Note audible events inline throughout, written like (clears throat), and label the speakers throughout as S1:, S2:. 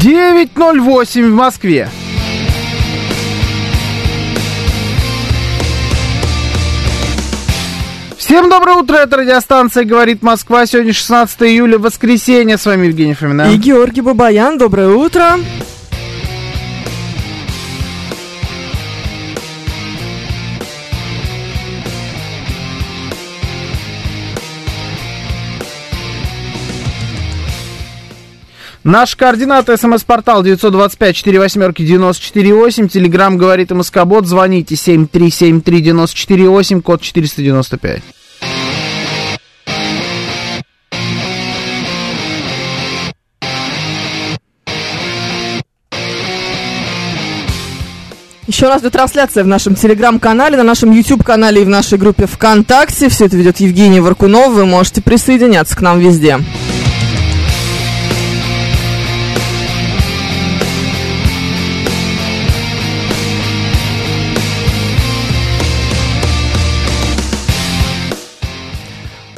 S1: Девять ноль восемь в Москве. Всем доброе утро, это радиостанция «Говорит Москва». Сегодня 16 июля, воскресенье. С вами Евгений Фомина.
S2: И Георгий Бабаян, доброе утро.
S1: Наш координат смс-портал 925-48-94-8. Телеграмм «Говорит Москобот». Звоните 7373-94-8, код 495.
S2: Еще раз идет трансляция в нашем телеграм-канале, на нашем YouTube-канале и в нашей группе ВКонтакте. Все это ведет Евгений Варкунов. Вы можете присоединяться к нам везде.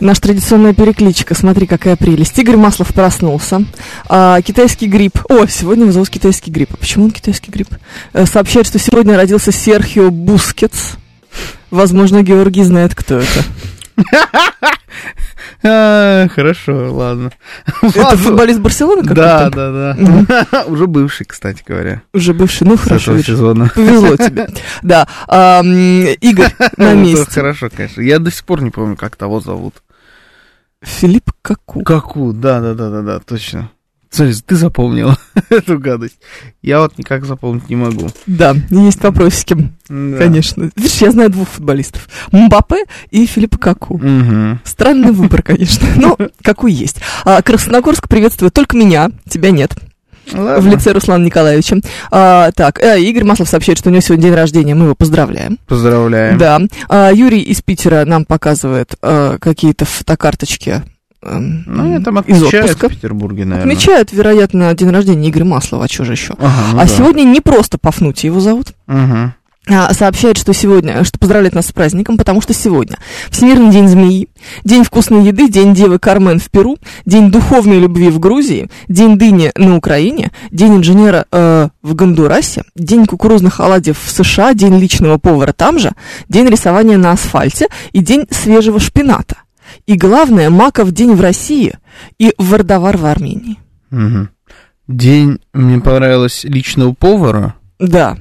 S2: Наша традиционная перекличка. Смотри, какая прелесть. Игорь Маслов проснулся. А, китайский грипп. О, сегодня вызвался китайский грипп. А почему он китайский грипп? Э, Сообщает, что сегодня родился Серхио Бускетс. Возможно, Георгий знает, кто это.
S1: А, Хорошо, ладно.
S2: Это футболист Барселоны какой-то?
S1: Да, да, да. (laughs) Уже бывший, кстати говоря,
S2: Уже бывший. Ну,
S1: с
S2: хорошо,
S1: этого
S2: видишь,
S1: сезона. (laughs)
S2: повезло тебе. Да. А, м, Игорь
S1: Ну,
S2: на
S1: это
S2: месте.
S1: Хорошо, конечно. Я до сих пор не помню, как того зовут.
S2: Филипп Каку.
S1: Каку, да, да, да, да, да, точно. Смотри, ты запомнила (laughs) эту гадость. Я вот никак запомнить не могу.
S2: Да, есть вопросики,
S1: Да.
S2: конечно. Видишь, я знаю двух футболистов. Мбаппе и Филипп Каку.
S1: Мгм.
S2: Странный выбор, конечно,
S1: (laughs)
S2: но какой есть. А, Красногорск приветствует только меня, тебя нет, в
S1: Ну, Ладно.
S2: лице Руслана Николаевича. А, так, э, Игорь Маслов сообщает, что у него сегодня день рождения, мы его поздравляем.
S1: Поздравляем.
S2: Да. А, Юрий из Питера нам показывает э, какие-то фотокарточки эм,
S1: Ну, они там
S2: из
S1: отмечают в
S2: отпуска.
S1: Петербурге, наверное.
S2: Отмечают, вероятно, день рождения Игоря Маслова, а что же еще?
S1: Ага, ну
S2: а
S1: да.
S2: сегодня не просто Пафнутий его зовут,
S1: Мгм.
S2: а, сообщает, что сегодня, что поздравляет нас с праздником, потому что сегодня Всемирный день змеи, День вкусной еды, День девы Кармен в Перу, День духовной любви в Грузии, День дыни на Украине, День инженера э, в Гондурасе, День кукурузных оладьев в США, День личного повара там же, День рисования на асфальте и День свежего шпината. И главное, Маков день в России и Вардавар в Армении.
S1: Мгм. День, мне понравилось, личного повара.
S2: Да,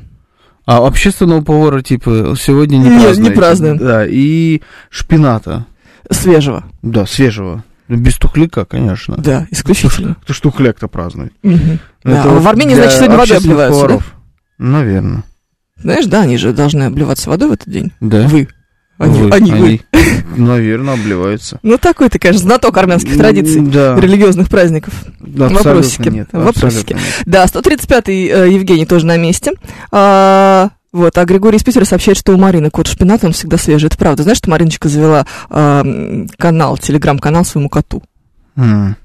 S1: А общественного повара, типа, сегодня не
S2: Не, не
S1: празднуете.
S2: празднуем.
S1: Да, и шпината.
S2: свежего.
S1: Да, свежего. Ну, Без тухляка, конечно.
S2: Да, исключительно.
S1: Кто ж тухляк-то празднует?
S2: Мгм.
S1: Ну,
S2: Да,
S1: это
S2: а
S1: вот
S2: в Армении,
S1: для
S2: значит, сегодня водой
S1: общественных
S2: обливаются, да?
S1: поваров. Наверное.
S2: Знаешь, да, они же должны обливаться водой в этот день.
S1: Да.
S2: Вы. Они,
S1: Вы, (laughs)
S2: они, вы.
S1: Наверное, обливаются.
S2: Ну, такой ты, конечно, знаток армянских традиций,
S1: М, Да,
S2: религиозных праздников.
S1: абсолютно
S2: вопросики,
S1: нет,
S2: вопросики.
S1: абсолютно нет.
S2: Да, 135-й э, Евгений тоже на месте. А, вот, а Григорий из Питера сообщает, что у Марины кот шпинат, он всегда свежий. Это правда. Знаешь, что Мариночка завела а, м, канал, телеграм-канал своему коту?
S1: М.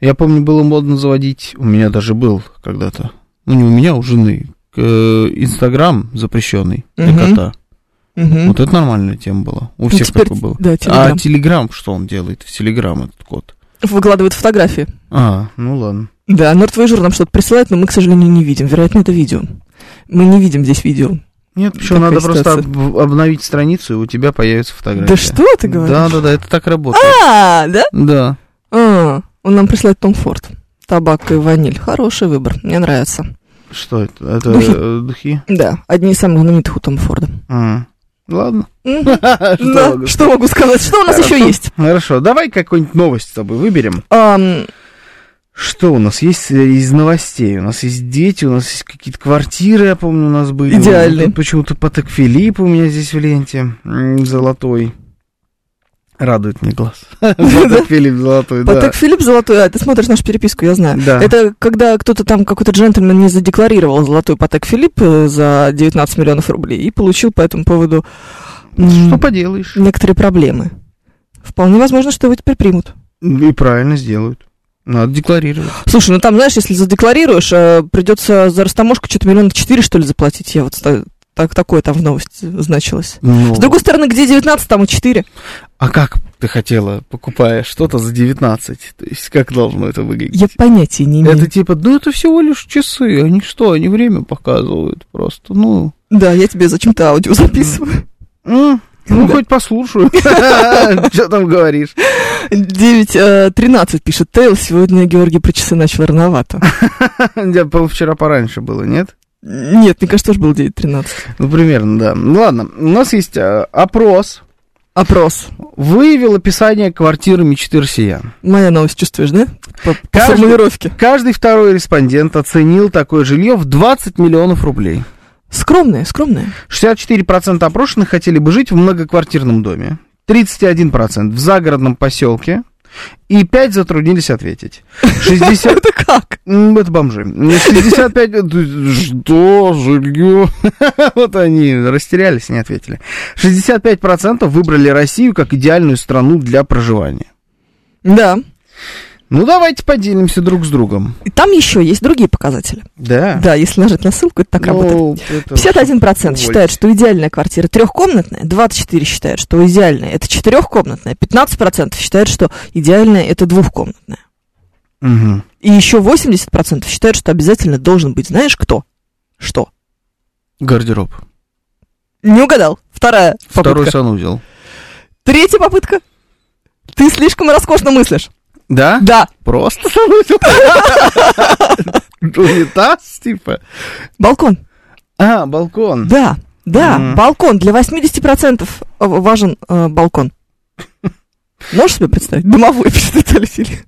S1: Я помню, было модно заводить, у меня даже был когда-то, ну не у меня, у жены, к- э, Инстаграм запрещенный для
S2: Мгм.
S1: кота.
S2: Мгм.
S1: Вот это нормальная тема была. У
S2: Ну,
S1: всех
S2: теперь-
S1: такое было.
S2: Да,
S1: А
S2: телеграм.
S1: Телеграм, что он делает? В Телеграм этот кот.
S2: Выкладывает фотографии.
S1: А, ну ладно.
S2: Да, Нортвейжур нам что-то присылает, но мы, к сожалению, не видим. Вероятно, это видео. Мы не видим здесь видео.
S1: Нет, почему
S2: Такая
S1: надо просто
S2: ситуация.
S1: об- обновить страницу, и у тебя появится фотография.
S2: Да что ты говоришь?
S1: Да, да, да, это так работает.
S2: А, да?
S1: Да.
S2: А, он нам присылает Том Форд. Табак и ваниль. Хороший выбор, мне нравится.
S1: Что это? Это
S2: Духи.
S1: э, духи?
S2: Да, одни из самых знаменитых у Тома Форда.
S1: А, Ладно. (laughs)
S2: М, да,
S1: Что могу
S2: Что могу сказать? Что у нас еще
S1: Хорошо.
S2: есть?
S1: Хорошо, давай какую-нибудь новость с тобой выберем.
S2: Ам,
S1: Что у нас есть э, из новостей? У нас есть дети, у нас есть какие-то квартиры, я помню, у нас были.
S2: Идеальные.
S1: Тут Почему-то Патек Филипп у меня здесь в ленте м, золотой. Радует мне
S2: (laughs)
S1: глаз. (laughs) Золотой Филипп золотой, да.
S2: Так Филипп золотой, а ты смотришь нашу переписку, я знаю.
S1: Да.
S2: Это когда кто-то там, какой-то джентльмен не задекларировал золотой Патек Филипп э, за 19 миллионов рублей и получил по этому поводу м,
S1: Что поделаешь?
S2: некоторые проблемы. Вполне возможно, что его теперь примут.
S1: И правильно сделают. Надо (gasps) декларировать.
S2: Слушай, ну там, знаешь, если задекларируешь, э, придется за растаможку что-то миллион четыре, что ли, заплатить. Я вот ста- так, такое там в новости значилось.
S1: Ну,
S2: С другой стороны, где 19, там и 4.
S1: А как ты хотела, покупая что-то за 19? То есть как должно это выглядеть?
S2: Я понятия не имею.
S1: Это типа, ну это всего лишь часы, они что, они время показывают просто, ну...
S2: Да, я тебе зачем-то аудио записываю.
S1: м, Ну,
S2: Да.
S1: хоть (laughs) послушаю, что там говоришь. (laughs)
S2: 9.13 э, пишет Тейл. Сегодня Георгий про часы начал рановато.
S1: Я по- вчера пораньше было, нет?
S2: Нет, мне кажется, тоже был 9.13.
S1: Ну, примерно, да. Ну, ладно, у нас есть э, опрос.
S2: Опрос.
S1: Выявил описание квартиры мечты россиян.
S2: Моя новость чувствуешь, да? По, по
S1: Каждый-
S2: формулировке.
S1: Каждый второй респондент оценил такое жилье в 20 миллионов рублей.
S2: Скромная, скромная.
S1: 64% опрошенных хотели бы жить в многоквартирном доме, 31% в загородном поселке, и 5 затруднились ответить. 60...
S2: (laughs) Это как?
S1: М, Это бомжи. 65... Что? Жилье? (laughs) Вот они растерялись, не ответили. 65% выбрали Россию как идеальную страну для проживания.
S2: Да.
S1: Ну, давайте поделимся друг с другом.
S2: И там еще есть другие показатели.
S1: Да.
S2: Да, если нажать на ссылку, это так работает.
S1: Ну, это
S2: 51% считает,
S1: увольте.
S2: что идеальная квартира трехкомнатная, 24% считают, что идеальная это четырехкомнатная, 15% считают, что идеальная это двухкомнатная.
S1: Мгм.
S2: И еще 80% считают, что обязательно должен быть, знаешь, кто? Что?
S1: Гардероб.
S2: Не угадал. Вторая
S1: Второй
S2: попытка.
S1: санузел.
S2: Третья попытка. Ты слишком роскошно мыслишь.
S1: Да?
S2: Да.
S1: Просто санузел. Унитаз, типа.
S2: Балкон.
S1: А, балкон. (laughs)
S2: Да. Да.
S1: Мгм.
S2: Балкон. Для 80% в- важен
S1: (laughs)
S2: э, балкон. Можешь себе представить? Домовой, (laughs) пишет Виталий Филипп.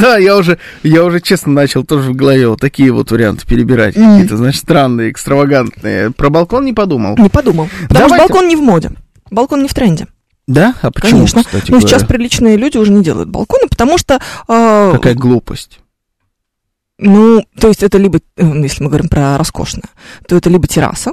S1: Да, я уже, я уже честно начал тоже в голове вот такие вот варианты перебирать.
S2: Мгм.
S1: Какие-то, значит, странные, экстравагантные. Про балкон не подумал.
S2: Ну, Не подумал. Потому что
S1: Давайте.
S2: балкон не в моде. Балкон не в тренде.
S1: Да? А почему,
S2: Конечно.
S1: кстати
S2: Но
S1: говоря?
S2: Ну, сейчас приличные люди уже не делают балконы, потому что... э,
S1: Какая глупость.
S2: Ну, то есть это либо, э, если мы говорим про роскошное, то это либо терраса,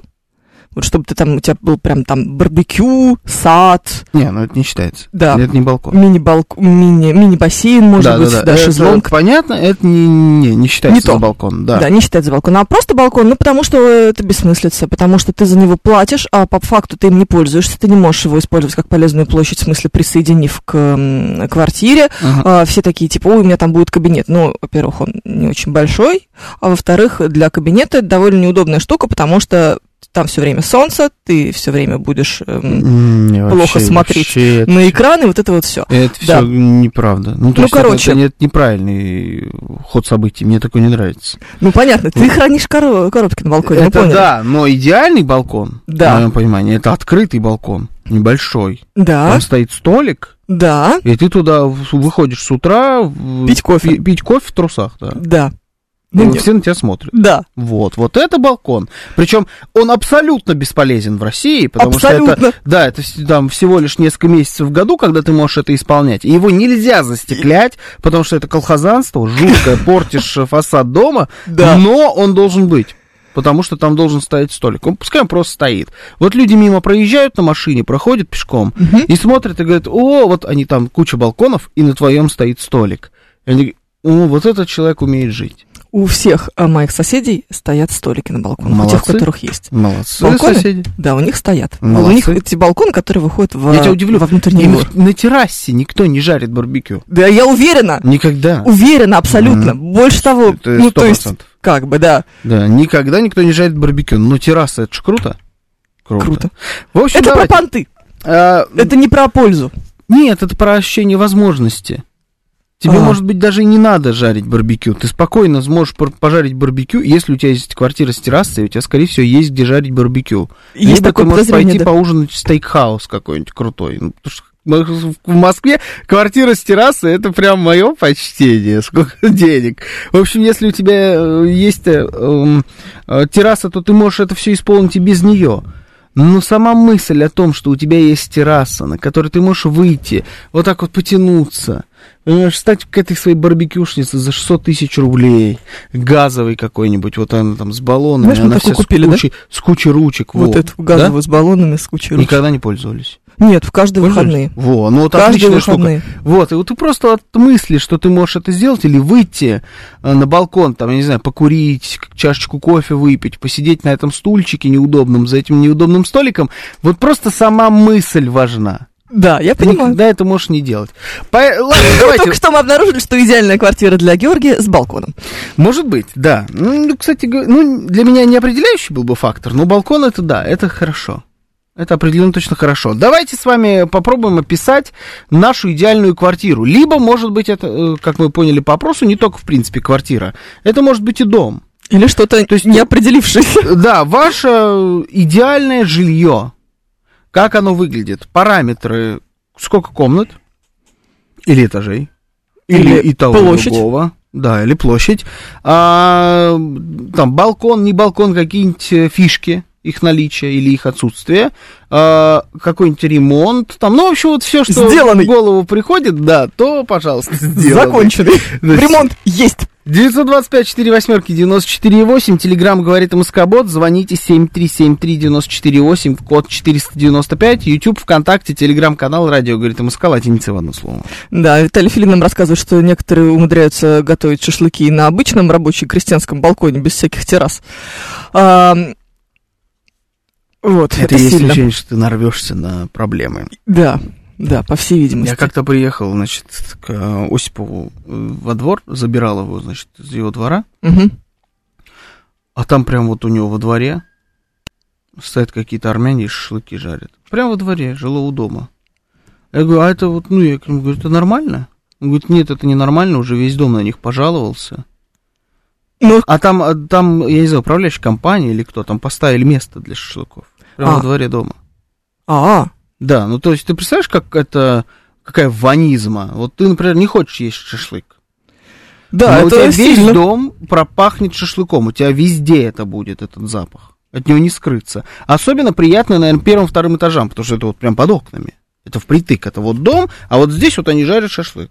S2: вот чтобы ты там, у тебя был прям там барбекю, сад,
S1: Не, ну это не считается.
S2: Да.
S1: Это не балкон.
S2: мини-балк- мини- мини-бассейн, может быть, да,
S1: Это
S2: шезлонг.
S1: понятно, это не, не, не считается
S2: Не то.
S1: за балкон. Да.
S2: Да. не считается балкон. А просто балкон, ну, потому что это бессмыслица, потому что ты за него платишь, а по факту ты им не пользуешься, ты не можешь его использовать как полезную площадь, в смысле, присоединив к м, квартире.
S1: Ага.
S2: А, все такие, типа, ой, у меня там будет кабинет. Ну, во-первых, он не очень большой, а во-вторых, для кабинета это довольно неудобная штука, потому что там все время солнце, ты все время будешь эм,
S1: М, не,
S2: плохо
S1: вообще,
S2: смотреть
S1: вообще это-
S2: на экран, и вот это вот все.
S1: Это все
S2: Да.
S1: неправда. Ну, то
S2: Ну,
S1: есть это-
S2: короче.
S1: Это, нет, неправильный ход событий. Мне такое не нравится.
S2: Ну, понятно, ты хранишь коро- коробки на балконе, мы
S1: это
S2: поняли.
S1: да, но идеальный балкон,
S2: ну, Да.
S1: в моем понимании, это открытый балкон, небольшой.
S2: Да,
S1: Там стоит столик,
S2: да,
S1: и ты туда в- выходишь с утра в-
S2: Пить кофе.
S1: пи- пить кофе в трусах, да.
S2: да.
S1: И
S2: Ну,
S1: все на тебя смотрят.
S2: Да,
S1: Вот, вот это балкон. Причем он абсолютно бесполезен в России, потому что это
S2: абсолютно.
S1: Да, это вс- там всего лишь несколько месяцев в году, когда ты можешь это исполнять. И его нельзя застеклять, потому что это колхозанство,
S2: (laughs)
S1: жуткое, портишь э, фасад дома,
S2: Да.
S1: но он должен быть. Потому что там должен стоять столик. Он, пускай он просто стоит. Вот люди мимо проезжают на машине, проходят пешком
S2: Мгм.
S1: и смотрят и говорят, о, вот они там куча балконов, и на твоем стоит столик. И они говорят, о, вот этот человек умеет жить.
S2: У всех а, моих соседей стоят столики на балконах, у тех, у
S1: Молодцы.
S2: которых есть.
S1: Молодцы
S2: Балконы?
S1: соседи.
S2: Да, у них стоят. У
S1: Молодцы.
S2: них эти балконы, которые выходят в,
S1: Я тебя удивлю.
S2: во внутренний
S1: Именно
S2: двор.
S1: в- на террасе никто не жарит барбекю.
S2: Да, я уверена,
S1: Никогда.
S2: уверена абсолютно. Больше того,
S1: Это
S2: ну то есть,
S1: 100%.
S2: как бы, да,
S1: Да, никогда никто не жарит барбекю. Но терраса, это ж круто.
S2: круто.
S1: В общем,
S2: Это
S1: давайте.
S2: про понты,
S1: А,
S2: это не про пользу.
S1: Нет, это про ощущение возможности. Тебе,
S2: А.
S1: может быть, даже и не надо жарить барбекю. Ты спокойно сможешь пор- пожарить барбекю, если у тебя есть квартира с террасой, у тебя, скорее всего, есть где жарить барбекю.
S2: Есть
S1: Либо ты
S2: такое
S1: можешь
S2: подозрение,
S1: пойти
S2: да.
S1: поужинать в стейкхаус какой-нибудь крутой. Ну, потому что в в Москве квартира с террасой это прям мое почтение. (laughs) Сколько денег. В общем, если у тебя э, есть э, эм, э, терраса, то ты можешь это все исполнить и без нее. Но сама мысль о том, что у тебя есть терраса, на которой ты можешь выйти, вот так вот потянуться, понимаешь, стать к этой своей барбекюшнице за 600 тысяч рублей, газовый какой-нибудь, вот она там с баллонами,
S2: Знаешь, мы
S1: она
S2: такую
S1: вся
S2: купили,
S1: с,
S2: да?
S1: кучей, с кучей ручек.
S2: Вот
S1: во.
S2: эту газовую с баллонами, с кучей
S1: Да?
S2: рук.
S1: Никогда не пользовались.
S2: Нет, в каждые выходные.
S1: Во, ну вот
S2: Каждые
S1: отличная штука.
S2: выходные.
S1: Вот, и вот ты просто от мысли, что ты можешь это сделать, или выйти э, на балкон, там, я не знаю, покурить, к- чашечку кофе выпить, посидеть на этом стульчике неудобном, за этим неудобным столиком, вот просто сама мысль важна.
S2: Да, я
S1: Ты
S2: понимаю.
S1: никогда это можешь не делать. По-
S2: (laughs)
S1: Ладно, давайте.
S2: Только что мы обнаружили, что идеальная квартира для Георгия с балконом.
S1: Может быть, да. Ну, кстати, г- ну, для меня не определяющий был бы фактор, но балкон это да, это хорошо. Это определенно точно хорошо. Давайте с вами попробуем описать нашу идеальную квартиру. Либо, может быть, это, э, как мы поняли по опросу, не только, в принципе, квартира. Это может быть и дом.
S2: Или что-то
S1: То есть-
S2: неопределившееся.
S1: Да, ваше э, идеальное жилье. Как оно выглядит? Параметры. Сколько комнат? Или этажей? Или,
S2: Или
S1: и того, и
S2: площадь.
S1: другого. Да, или площадь. А, там балкон, не балкон, какие-нибудь э, фишки их наличие или их отсутствие, А, какой-нибудь ремонт, там, ну, в общем, вот все, что
S2: Сделанный.
S1: в голову приходит, да, то, пожалуйста, сделанный.
S2: Законченный.
S1: Значит,
S2: Ремонт есть.
S1: 925-48-94-8, Телеграм говорит МСК-бот, звоните 7373-94-8, код 495, YouTube, ВКонтакте, Телеграм-канал, радио говорит МСК, латиница в одно слово.
S2: Да, Виталий Филин нам рассказывает, что некоторые умудряются готовить шашлыки на обычном рабочем крестьянском балконе без всяких террас. А, вот, это,
S1: Это, есть
S2: сильно.
S1: ощущение, что ты нарвешься на проблемы.
S2: Да, да, по всей видимости.
S1: Я как-то приехал, значит, к э, Осипову э, во двор, забирал его, значит, из его двора,
S2: Мгм.
S1: а там прям вот у него во дворе стоят какие-то армяне и шашлыки жарят. Прям во дворе, жилого дома. Я говорю, а это вот, ну, я к нему говорю, это нормально? Он говорит, нет, это не нормально, уже весь дом на них пожаловался.
S2: Ну,
S1: А там, а там, я не знаю, управляющая компания или кто, там поставили место для шашлыков. Прямо во
S2: А.
S1: дворе дома.
S2: а,
S1: Да, ну то есть ты представляешь, как это, какая ванизма. Вот ты, например, не хочешь есть шашлык.
S2: да,
S1: Но у тебя
S2: это
S1: Ну, весь
S2: сильно.
S1: дом пропахнет шашлыком. У тебя везде это будет, этот запах. От него не скрыться. Особенно приятно, наверное, первым, вторым этажам, потому что это вот прям под окнами. Это впритык. Это вот дом, а вот здесь вот они жарят шашлык.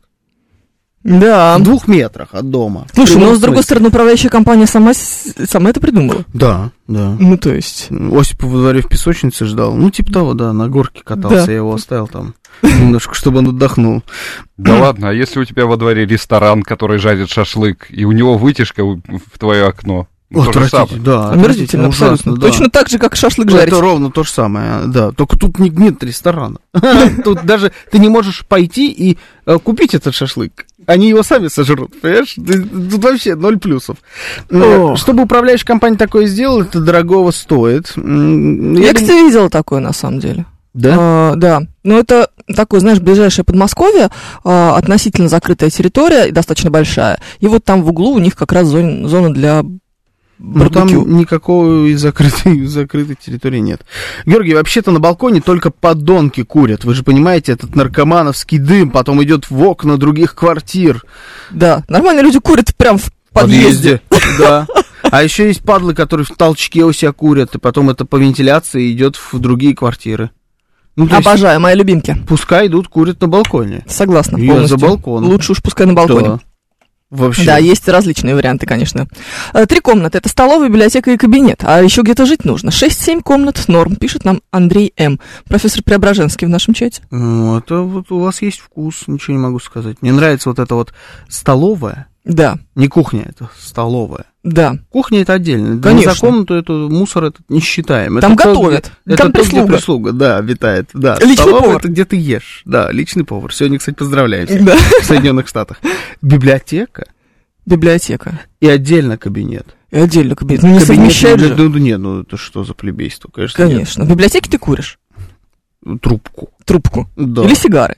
S2: Да.
S1: В двух метрах от дома. В
S2: А Слушай,
S1: прямом
S2: но с другой
S1: смысле.
S2: стороны, управляющая компания сама, с- сама это придумала.
S1: Да, да.
S2: Ну, то есть...
S1: Осип во дворе в песочнице ждал. Ну, типа того, да, на горке катался,
S2: Да.
S1: я его оставил там (laughs) немножко, чтобы он отдохнул.
S3: Да ладно, а если у тебя во дворе ресторан, который жарит шашлык, и у него вытяжка в в твое окно? Ну, то же самое.
S1: Отвратительно, да.
S2: Омерзительно,
S1: А, ужасно,
S2: абсолютно.
S1: да.
S2: Точно так же, как шашлык
S1: Ну,
S2: жарить.
S1: Это ровно то же самое, а, да. Только тут не- нет ресторана. (laughs) Тут даже ты не можешь пойти и э, купить этот шашлык. Они его сами сожрут, понимаешь? Ты- Тут вообще ноль плюсов. Э,
S2: Ох.
S1: Чтобы управляющая компания такое сделала, это дорогого стоит. М,
S2: Я,
S1: я
S2: кстати,
S1: думаю-
S2: видела такое, на самом деле.
S1: Да?
S2: А, да. Ну, это такое, знаешь, ближайшее Подмосковье, а, относительно закрытая территория и достаточно большая. И вот там в углу у них как раз зон- зона для
S1: Ну, там
S2: барбекю.
S1: никакого и закрытой, и закрытой территории нет. Георгий, вообще-то на балконе только подонки курят. Вы же понимаете, этот наркомановский дым потом идет в окна других квартир.
S2: Да, нормальные люди курят прям в подъезде.
S1: Да. А еще есть падлы, которые в толчке у себя курят, и потом это по вентиляции идет в другие квартиры. Ну, то есть,
S2: Обожаю, мои любимки.
S1: пускай идут, курят на балконе.
S2: Согласна
S1: Я
S2: полностью.
S1: за балкон.
S2: Лучше уж пускай на балконе.
S1: Да. Вообще.
S2: Да, есть различные варианты, конечно. Э, Три комнаты. Это столовая, библиотека и кабинет. А еще где-то жить нужно. 6-7 комнат норм, пишет нам Андрей М. Профессор Преображенский в нашем чате.
S1: Ну, это вот у вас есть вкус, ничего не могу сказать. Мне нравится вот это вот столовая.
S2: Да,
S1: Не кухня, это столовая.
S2: да.
S1: Кухня это отдельно.
S2: Конечно.
S1: За комнату эту мусор этот не считаем.
S2: Там
S1: это то,
S2: готовят,
S1: где- это
S2: там
S1: то, где
S2: прислуга.
S1: прислуга, да, витает. Да.
S2: Личный
S1: Столовая
S2: повар.
S1: Это где ты ешь. Да, личный повар. Сегодня, кстати, поздравляем всех
S2: да.
S1: в Соединенных Штатах. Библиотека
S2: Библиотека.
S1: и отдельно кабинет.
S2: И отдельно кабинет. Ну, не
S1: Кабинет,
S2: совмещают
S1: ну,
S2: же.
S1: Ну, ну, не, ну это что за плебейство, конечно. нет. Ну,
S2: Конечно. В библиотеке ты куришь
S1: Трубку.
S2: трубку.
S1: Да.
S2: Или сигары.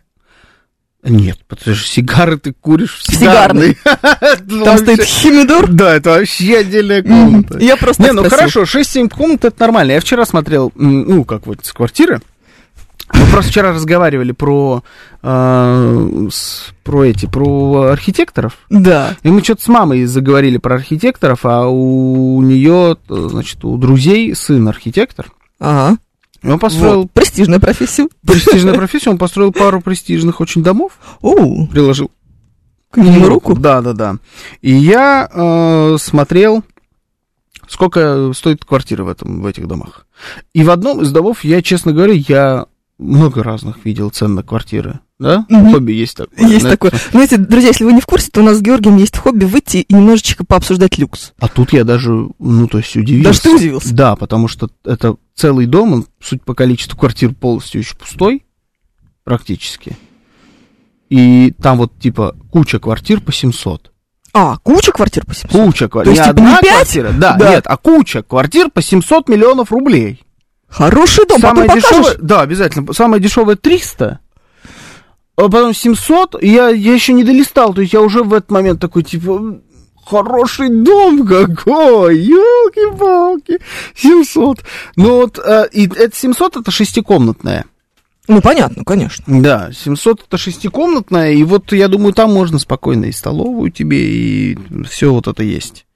S1: Нет, потому что сигары ты куришь в
S2: В сигарной.
S1: сигарной. (laughs) Это
S2: Там
S1: вообще-
S2: стоит химидор.
S1: Да, это вообще отдельная
S2: Мгм.
S1: комната.
S2: Я просто
S1: Не,
S2: так
S1: ну
S2: спросила.
S1: хорошо, 6-7 комнат это нормально. Я вчера смотрел, м, ну, как вот с квартиры. Мы просто вчера разговаривали про, э, с- про эти, про архитекторов.
S2: Да.
S1: И мы что-то с мамой заговорили про э, архитекторов, а у нее, значит, у друзей сын архитектор.
S2: Ага.
S1: Он построил
S2: Вот. Престижная профессия.
S1: престижную профессию, он построил пару престижных очень домов,
S2: Оу,
S1: приложил
S2: к
S1: Ну,
S2: нему руку.
S1: Да, да, да. И я э, смотрел, сколько стоит квартира в, этом, в этих домах. И в одном из домов, я, честно говоря, я много разных видел цен на квартиры. Да?
S2: Мгм.
S1: Хобби есть такое. Ну,
S2: Есть
S1: да?
S2: такое. Знаете, друзья, если вы не в курсе, то у нас с Георгием есть хобби выйти и немножечко пообсуждать люкс.
S1: А тут я даже, ну, то есть удивился.
S2: Даже ты удивился.
S1: Да, потому что это целый дом, он, суть по количеству квартир, полностью еще пустой, практически. И там вот, типа, куча квартир по 700.
S2: А, куча квартир по 700.
S1: Куча
S2: То
S1: квартир.
S2: есть,
S1: Не
S2: типа, не
S1: одна
S2: пять?
S1: квартира, да,
S2: Да.
S1: нет, а куча квартир по 700 миллионов рублей.
S2: Хороший дом,
S1: Самое
S2: потом покажешь.
S1: дешевое, да, обязательно. Самое дешевое 300, а потом 700. и Я, я еще не долистал, то есть я уже в этот момент такой, типа, хороший дом какой, елки-палки, 700. Ну вот, э, и это 700, это шестикомнатная.
S2: Ну, понятно, конечно.
S1: Да, 700 это шестикомнатная, и вот я думаю, там можно спокойно и столовую тебе, и все вот это есть.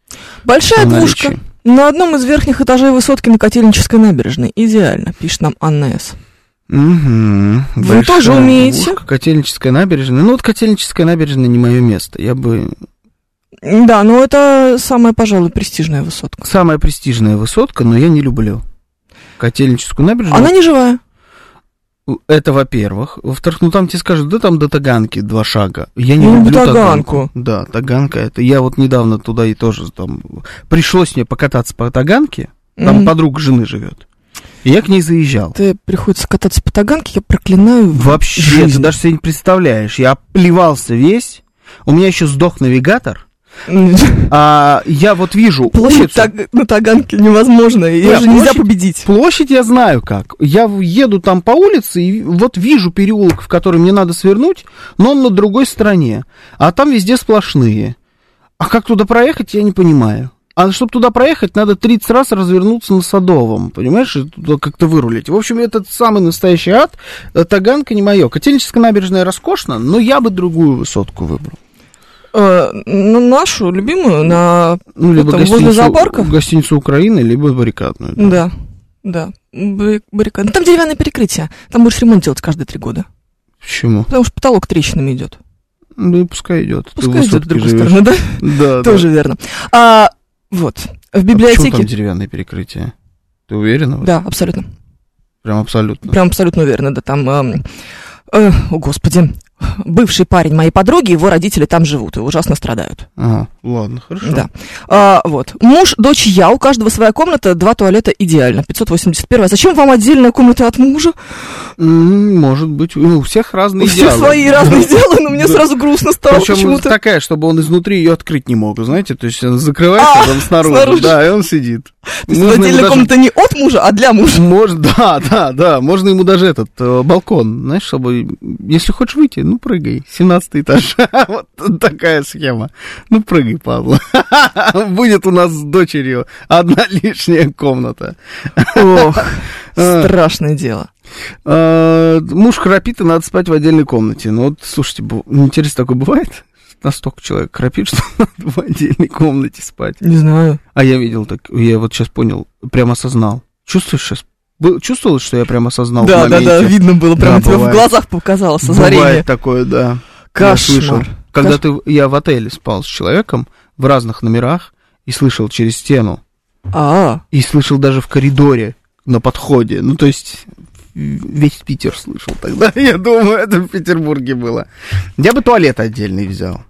S2: Большая
S1: в
S2: двушка.
S1: наличии.
S2: На одном из верхних этажей высотки на Котельнической набережной. Идеально, пишет нам Анна С.
S1: Угу.
S2: Вы тоже умеете?
S1: Котельническая набережная. Ну вот Котельническая набережная не мое место. Я бы...
S2: Да, ну это самая, пожалуй, престижная высотка.
S1: Самая престижная высотка, но я не люблю. Котельническую набережную.
S2: Она не живая.
S1: Это во-первых. Во-вторых, ну там тебе скажут, да там до Таганки два шага. Я не
S2: Ну,
S1: люблю
S2: Таганку.
S1: Таганку. Да, Таганка это... Я вот недавно туда и тоже там... Пришлось мне покататься по Таганке. Там
S2: Мгм.
S1: подруга жены живет. И я к ней заезжал.
S2: Ты приходится кататься по таганке, я проклинаю.
S1: Вообще, ты
S2: жизнь.
S1: даже себе не представляешь. Я плевался весь. У меня еще сдох навигатор. А я вот вижу
S2: Площадь (laughs)
S1: улицу.
S2: так- на таганке невозможно, ее
S1: Нет,
S2: же нельзя
S1: площадь-
S2: победить.
S1: Площадь я знаю как. Я в- еду там по улице и вот вижу переулок, в который мне надо свернуть, но он на другой стороне. А там везде сплошные. А как туда проехать, я не понимаю. А чтобы туда проехать, надо 30 раз развернуться на Садовом, понимаешь, и туда как-то вырулить. В общем, этот самый настоящий ад. Э, Таганка не мое. Котельническая набережная роскошна, но я бы другую высотку выбрал.
S2: Э, ну, нашу любимую, на...
S1: Ну, либо
S2: Это возле
S1: гостиницу,
S2: зоопарка? Ну.
S1: гостиницу Украины, либо баррикадную.
S2: Да, да, барри- баррикада. Там деревянное перекрытие, там будешь ремонт делать каждые три года.
S1: Почему?
S2: Потому что потолок трещинами идет.
S1: Ну и пускай идет. Ты
S2: Пускай идет в
S1: высотке
S2: другую
S1: живешь.
S2: сторону, да?
S1: Да,
S2: (laughs) Тоже верно. А, вот, в
S1: да. А почему там
S2: библиотеке...
S1: деревянное перекрытие? Ты уверена? в этом?
S2: Да, абсолютно.
S1: Прям абсолютно.
S2: Прям абсолютно верно, да, там... эм, э, о, господи. Бывший парень моей подруги, его родители там живут и ужасно страдают.
S1: Ага, ладно, хорошо.
S2: Да. А, вот. Муж, дочь, я. У каждого своя комната, два туалета идеально. 581. А Зачем вам отдельная комната от мужа?
S1: М, Может быть, ну, у всех разные
S2: Все
S1: идеалы.
S2: свои разные дела, но
S1: (laughs)
S2: мне
S1: Да.
S2: сразу грустно стало
S1: Причем
S2: почему-то.
S1: такая, чтобы он изнутри ее открыть не мог, знаете, то есть она закрывается
S2: А,
S1: там снаружи,
S2: снаружи.
S1: да, и он сидит.
S2: То есть
S1: Можно ему
S2: Отдельная
S1: даже-
S2: комната не от мужа, а
S1: (laughs)
S2: для мужа.
S1: Может, да, да, да, можно ему даже этот э, балкон, знаешь, чтобы, если хочешь выйти, ну прыгай, 17 этаж, (laughs) вот такая схема, ну прыгай, Павла, (laughs) будет у нас с дочерью одна (laughs) лишняя комната.
S2: Ох, (laughs) страшное дело.
S1: Э, Муж храпит, и надо спать в отдельной комнате. Ну вот, слушайте, бу- интересно, такое бывает? Настолько человек храпит, (laughs) что надо в отдельной комнате спать.
S2: Не знаю.
S1: А я видел так, я вот сейчас понял, прям осознал. Чувствуешь сейчас? Чувствовал, что я прям осознал в
S2: Да, да, да,
S1: моменте?
S2: видно было, прямо
S1: Ну, Да,
S2: у тебя в
S1: бывает.
S2: глазах показалось озарение.
S1: Бывает такое, да. Я слышал.
S2: Кошмар.
S1: Когда ты, я в отеле спал с человеком в разных номерах и слышал через стену,
S2: А,
S1: и слышал даже в коридоре на подходе. Ну, то есть весь Питер слышал тогда. (laughs) Я думаю, это в Петербурге было. Я бы туалет отдельный взял.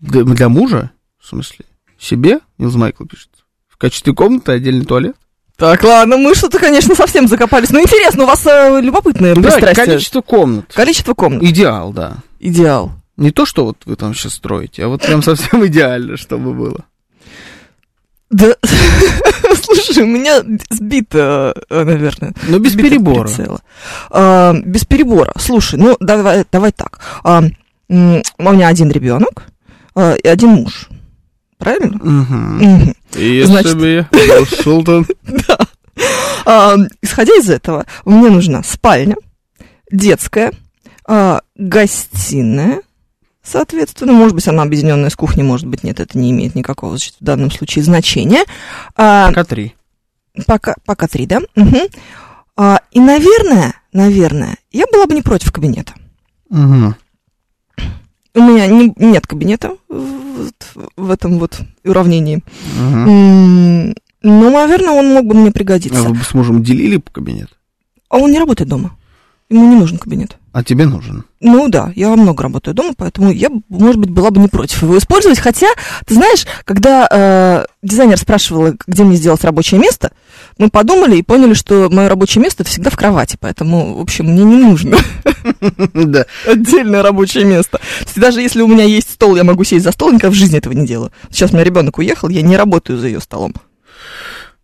S1: Для, для мужа, в смысле, себе, Нилс Майкл пишет. В качестве комнаты отдельный туалет.
S2: Так, ладно, мы что-то, конечно, совсем закопались. Но интересно, у вас э, любопытное
S1: Да,
S2: пристрастие.
S1: количество комнат.
S2: Количество комнат.
S1: Идеал, да.
S2: Идеал.
S1: Не то, что вот вы там сейчас строите, а вот прям совсем (laughs) идеально, чтобы было.
S2: Да, (laughs) слушай, у меня сбито, э, наверное.
S1: Но Ну, без
S2: сбито
S1: перебора.
S2: прицела. А, без перебора. Слушай, ну давай, давай так. А, м, у меня один ребенок а, и один муж. Правильно?
S1: Мгм.
S2: Мгм.
S1: Если
S2: Значит-
S1: бы я был
S2: (laughs)
S1: Шелдон.
S2: А, исходя из этого, мне нужна спальня, детская, а, гостиная, соответственно, может быть, она объединенная с кухней, может быть, нет, это не имеет никакого значит, в данном случае значения. А,
S1: К3.
S2: пока, пока три, да? Мгм. А, и, наверное, наверное, я была бы не против кабинета.
S1: Мгм.
S2: У меня не- нет кабинета в, в этом вот уравнении.
S1: Мгм.
S2: М, Но, наверное, он мог бы мне
S1: А
S2: пригодиться.
S1: вы бы с мужем делили кабинет?
S2: А он не работает дома. Ему не нужен кабинет.
S1: А тебе нужен.
S2: Ну да, я много работаю дома, поэтому я, б, может быть, была бы не против его использовать. Хотя, ты знаешь, когда э, дизайнер спрашивала, где мне сделать рабочее место, мы подумали и поняли, что мое рабочее место это всегда в кровати, поэтому, в общем, мне не нужно
S1: (laughs)
S2: (laughs)
S1: Да.
S2: отдельное рабочее место. То есть даже если у меня есть стол, я могу сесть за стол, никогда в жизни этого не делаю. Сейчас у меня ребенок уехал, я не работаю за ее столом.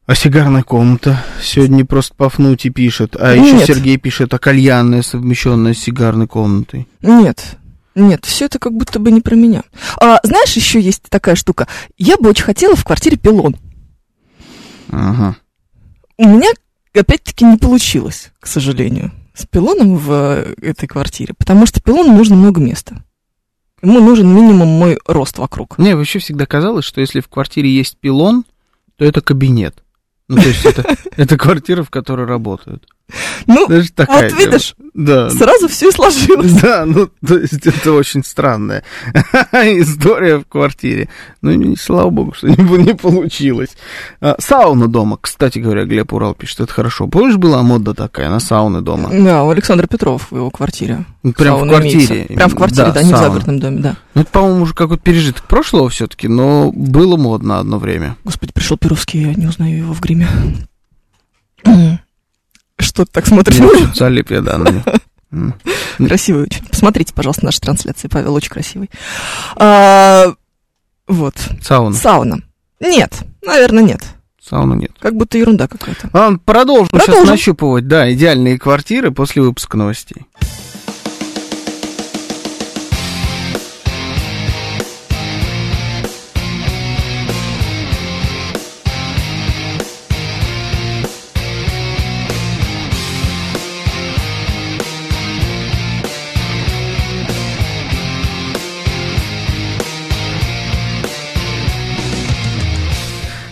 S1: А сигарная комната сегодня просто Пафнути пишет. А
S2: Нет.
S1: еще Сергей пишет, а кальянная, совмещенная с сигарной комнатой.
S2: Нет. Нет, все это как будто бы не про меня. А, знаешь, еще есть такая штука. Я бы очень хотела в квартире пилон.
S1: Ага.
S2: У меня, опять-таки, не получилось, к сожалению, с пилоном в э, этой квартире, потому что пилону нужно много места. Ему нужен минимум мой рост вокруг.
S1: Мне вообще всегда казалось, что если в квартире есть пилон, то это кабинет. Ну, то есть
S2: (laughs)
S1: это, это квартира, в которой работают.
S2: Ну,
S1: Даже такая
S2: вот
S1: тема.
S2: видишь,
S1: Да.
S2: сразу все и сложилось.
S1: (laughs) Да, ну, то есть это очень странная (laughs) история в квартире. Ну, не- слава богу, что не, не получилось. А, сауна дома, кстати говоря, Глеб Урал пишет, это хорошо. Помнишь, была мода такая на сауны дома?
S2: Да, у Александра Петрова в его квартире.
S1: Ну, Прям в
S2: Сауна
S1: квартире.
S2: имеется. Прям в квартире, да, не в
S1: сауна.
S2: загородном доме, да.
S1: Ну, это, по-моему, уже какой-то пережиток прошлого все-таки, но было модно одно время.
S2: Господи, пришел Перовский, я не узнаю его в гриме. Что ты так смотришь?
S1: Мне чуть залип я, да, на него. М.
S2: (laughs) Красивый очень. Посмотрите, пожалуйста, наши трансляции. Павел очень красивый. А, Вот.
S1: Сауна.
S2: Сауна. Нет, наверное, нет.
S1: Сауна нет.
S2: Как будто ерунда какая-то.
S1: Ладно, А, продолжим, сейчас
S2: Продолжим.
S1: нащупывать, да, идеальные квартиры после выпуска новостей.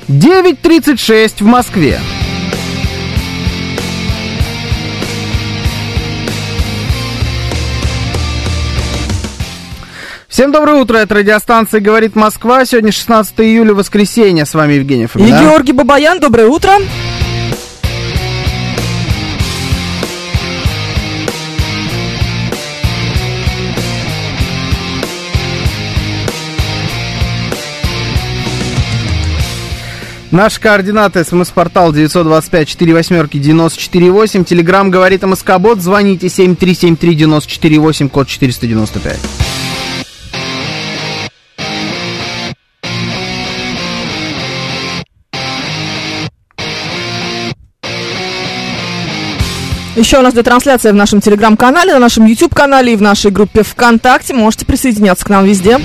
S1: Девять тридцать шесть в Москве. Всем доброе утро, это радиостанция «Говорит Москва». Сегодня 16 июля, воскресенье. С вами Евгений
S2: И
S1: Фомина.
S2: Георгий Бабаян, доброе утро.
S1: Наши координаты. СМС-портал 925-48-94-8. Телеграмм «Говорит Москобот». Звоните 7373-94-8, код 495.
S2: Еще у нас идет трансляция в нашем телеграм-канале, на нашем YouTube-канале и в нашей группе ВКонтакте. Можете присоединяться к нам везде.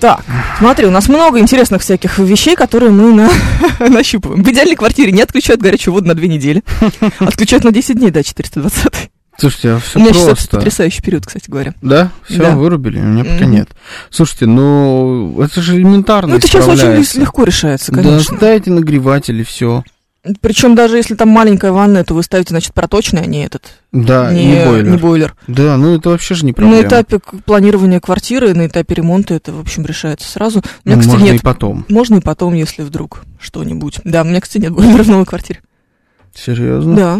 S2: Так, смотри, у нас много интересных всяких вещей, которые мы на- (laughs) нащупываем. В идеальной квартире не отключают горячую воду на две
S1: (laughs)
S2: недели. Отключают на 10 дней, да, 420.
S1: Слушайте, а все
S2: У меня сейчас это
S1: просто.
S2: потрясающий период, кстати говоря.
S1: Да? Все,
S2: Да.
S1: вырубили? У меня пока
S2: Мгм.
S1: нет. Слушайте, ну, это же элементарно
S2: Ну, это сейчас очень лес-
S1: исправляется.
S2: легко решается,
S1: Да,
S2: конечно.
S1: ставите нагреватель и все.
S2: Причем даже если там маленькая ванная, то вы ставите, значит, проточный, а не этот,
S1: Да, А, не, бойлер.
S2: не бойлер.
S1: Да, ну это вообще же не проблема.
S2: На этапе к- планирования квартиры, на этапе ремонта это, в общем, решается сразу. У меня,
S1: Ну,
S2: кстати,
S1: можно
S2: нет.
S1: и потом.
S2: Можно и потом, если вдруг что-нибудь. Да, у меня, кстати, нет бойлера в новой квартире.
S1: Серьезно?
S2: Да.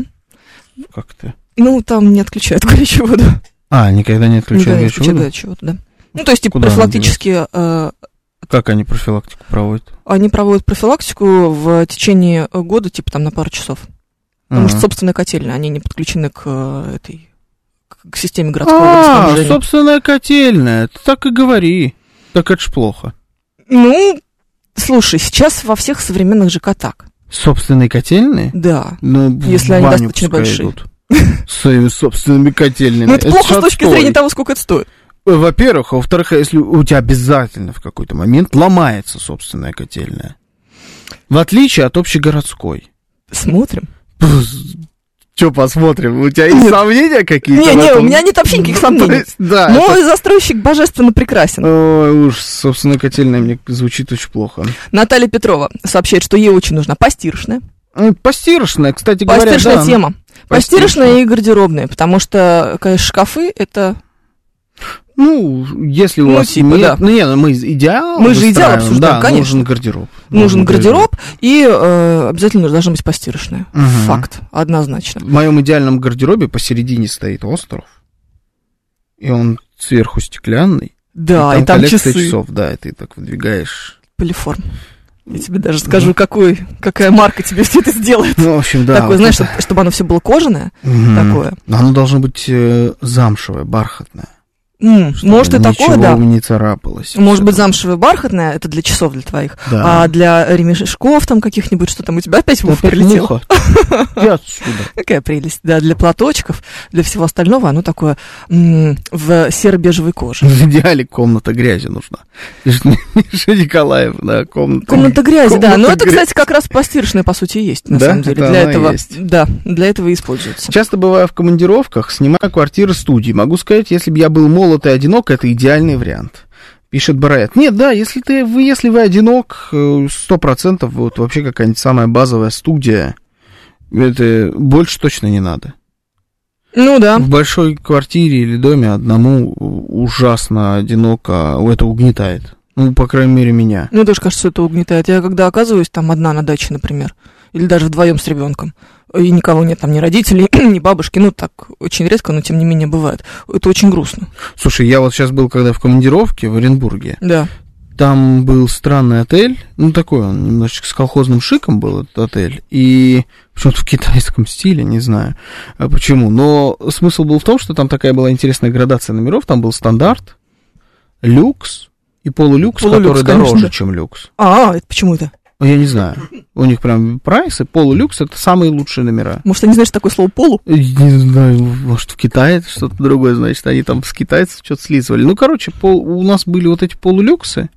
S1: Как ты?
S2: Ну, там не отключают (laughs) горячую воду.
S1: А, никогда не отключал
S2: Никогда не
S1: горячую
S2: отключают
S1: воду?
S2: горячую воду, да. Ну, то есть, типа,
S1: Куда она
S2: профилактически э,
S1: Как они профилактику проводят?
S2: они проводят профилактику в течение э, года, типа, там, на пару часов. Потому что
S1: Ага.
S2: собственная котельная, они не подключены к э, этой к к системе городского
S1: А,
S2: водоснабжения.
S1: собственная котельная. Ты так и говори. Так это ж плохо.
S2: Ну, слушай, сейчас во всех современных ЖК так.
S1: Собственные котельные?
S2: Да.
S1: Ну, в
S2: Если они
S1: баню
S2: достаточно
S1: пускай
S2: большие.
S1: идут. (laughs) С своими собственными котельными.
S2: Но Ну, это плохо
S1: ж
S2: с точки
S1: отстой.
S2: зрения того, сколько это стоит.
S1: Э, Во-первых, а во-вторых, если у тебя обязательно в какой-то момент ломается собственная котельная. В отличие от общегородской.
S2: Смотрим.
S1: Пф, Че, посмотрим? У тебя есть
S2: Нет.
S1: сомнения какие-то?
S2: Не,
S1: в
S2: не, у
S1: этом? Ну,
S2: меня нет
S1: (laughs)
S2: вообще никаких
S1: То
S2: сомнений.
S1: есть, Да. А, это-
S2: Но застройщик божественно прекрасен.
S1: Ой, уж, собственно, котельная мне звучит очень плохо.
S2: Наталья Петрова сообщает, что ей очень нужна постирочная.
S1: М, Э, Постирочная, кстати говоря,
S2: постирочная
S1: да.
S2: тема.
S1: Постирочная.
S2: Постирочная и гардеробная, потому что, конечно, шкафы это...
S1: Ну, если у
S2: Ну,
S1: вас
S2: типа,
S1: нет-
S2: да.
S1: Ну, не, ну, мы из- идеал
S2: Мы же идеал
S1: выстраиваем,
S2: обсуждаем,
S1: да,
S2: конечно.
S1: нужен гардероб.
S2: Нужен гардероб, и э, обязательно должна быть постирочная.
S1: Мгм.
S2: Факт, однозначно.
S1: В моем идеальном гардеробе посередине стоит остров. И он сверху стеклянный.
S2: Да, и там
S1: коллекция
S2: часы.
S1: часов, да, и ты так выдвигаешь.
S2: Полиформ. Я тебе даже скажу, какой, какая марка тебе все это сделает.
S1: Ну, в общем, да.
S2: такое,
S1: вот
S2: знаешь,
S1: это.
S2: чтоб- чтобы оно все было кожаное,
S1: Мгм.
S2: такое.
S1: Но Оно должно быть э, замшевое, бархатное.
S2: М,
S1: чтобы
S2: может и такое,
S1: ничего
S2: да.
S1: не царапалось.
S2: Может быть,
S1: замшевое.
S2: замшевое бархатное, это для часов для твоих.
S1: Да.
S2: А для ремешков там каких-нибудь, что там у тебя опять
S1: Ты
S2: Вов
S1: опять
S2: прилетел?
S1: муха. Иди отсюда.
S2: Какая прелесть. Да, для платочков, для всего остального оно такое м, в серо-бежевой коже.
S1: В идеале комната грязи нужна. Миша Николаев, да, комната.
S2: Комната грязи, да.
S1: Комната
S2: Но это,
S1: грязи.
S2: кстати, как раз постирочная, по сути, и есть, на
S1: Да?
S2: самом деле.
S1: Это
S2: для
S1: она и
S2: этого.
S1: есть.
S2: Да, для этого и используется.
S1: Часто бываю в командировках, снимаю квартиры студии. Могу сказать, если бы я был молод и одинок, это идеальный вариант. Пишет Бараят. Нет, да, если ты, вы, если вы одинок, э, сто процентов вот вообще какая-нибудь самая базовая студия. Это больше точно не надо.
S2: Ну да.
S1: В большой квартире или доме одному ужасно одиноко, а это угнетает. Ну, по крайней мере, меня.
S2: Мне тоже кажется, это угнетает. Я когда оказываюсь там одна на даче, например, или даже вдвоем с ребенком, и никого нет там, ни родителей, (clears throat) ни бабушки, ну так очень редко, но тем не менее бывает. Это очень грустно.
S1: Слушай, я вот сейчас был, когда в командировке в Оренбурге,
S2: Да.
S1: там был странный отель, ну такой он немножечко с колхозным шиком был этот отель, и почему-то (laughs) в китайском стиле, не знаю а почему, но смысл был в том, что там такая была интересная градация номеров, там был стандарт, люкс и полулюкс,
S2: Полулюкс,
S1: который
S2: конечно,
S1: дороже,
S2: да.
S1: чем люкс.
S2: А, это почему это?
S1: Ну, Я не знаю, у них прям прайсы, полулюкс это самые лучшие номера.
S2: Может, они знают что такое слово полу?
S1: Не знаю, может, в Китае это что-то другое, значит, они там с китайцев что-то слизывали. Ну, короче, пол- у нас были вот эти полулюксы.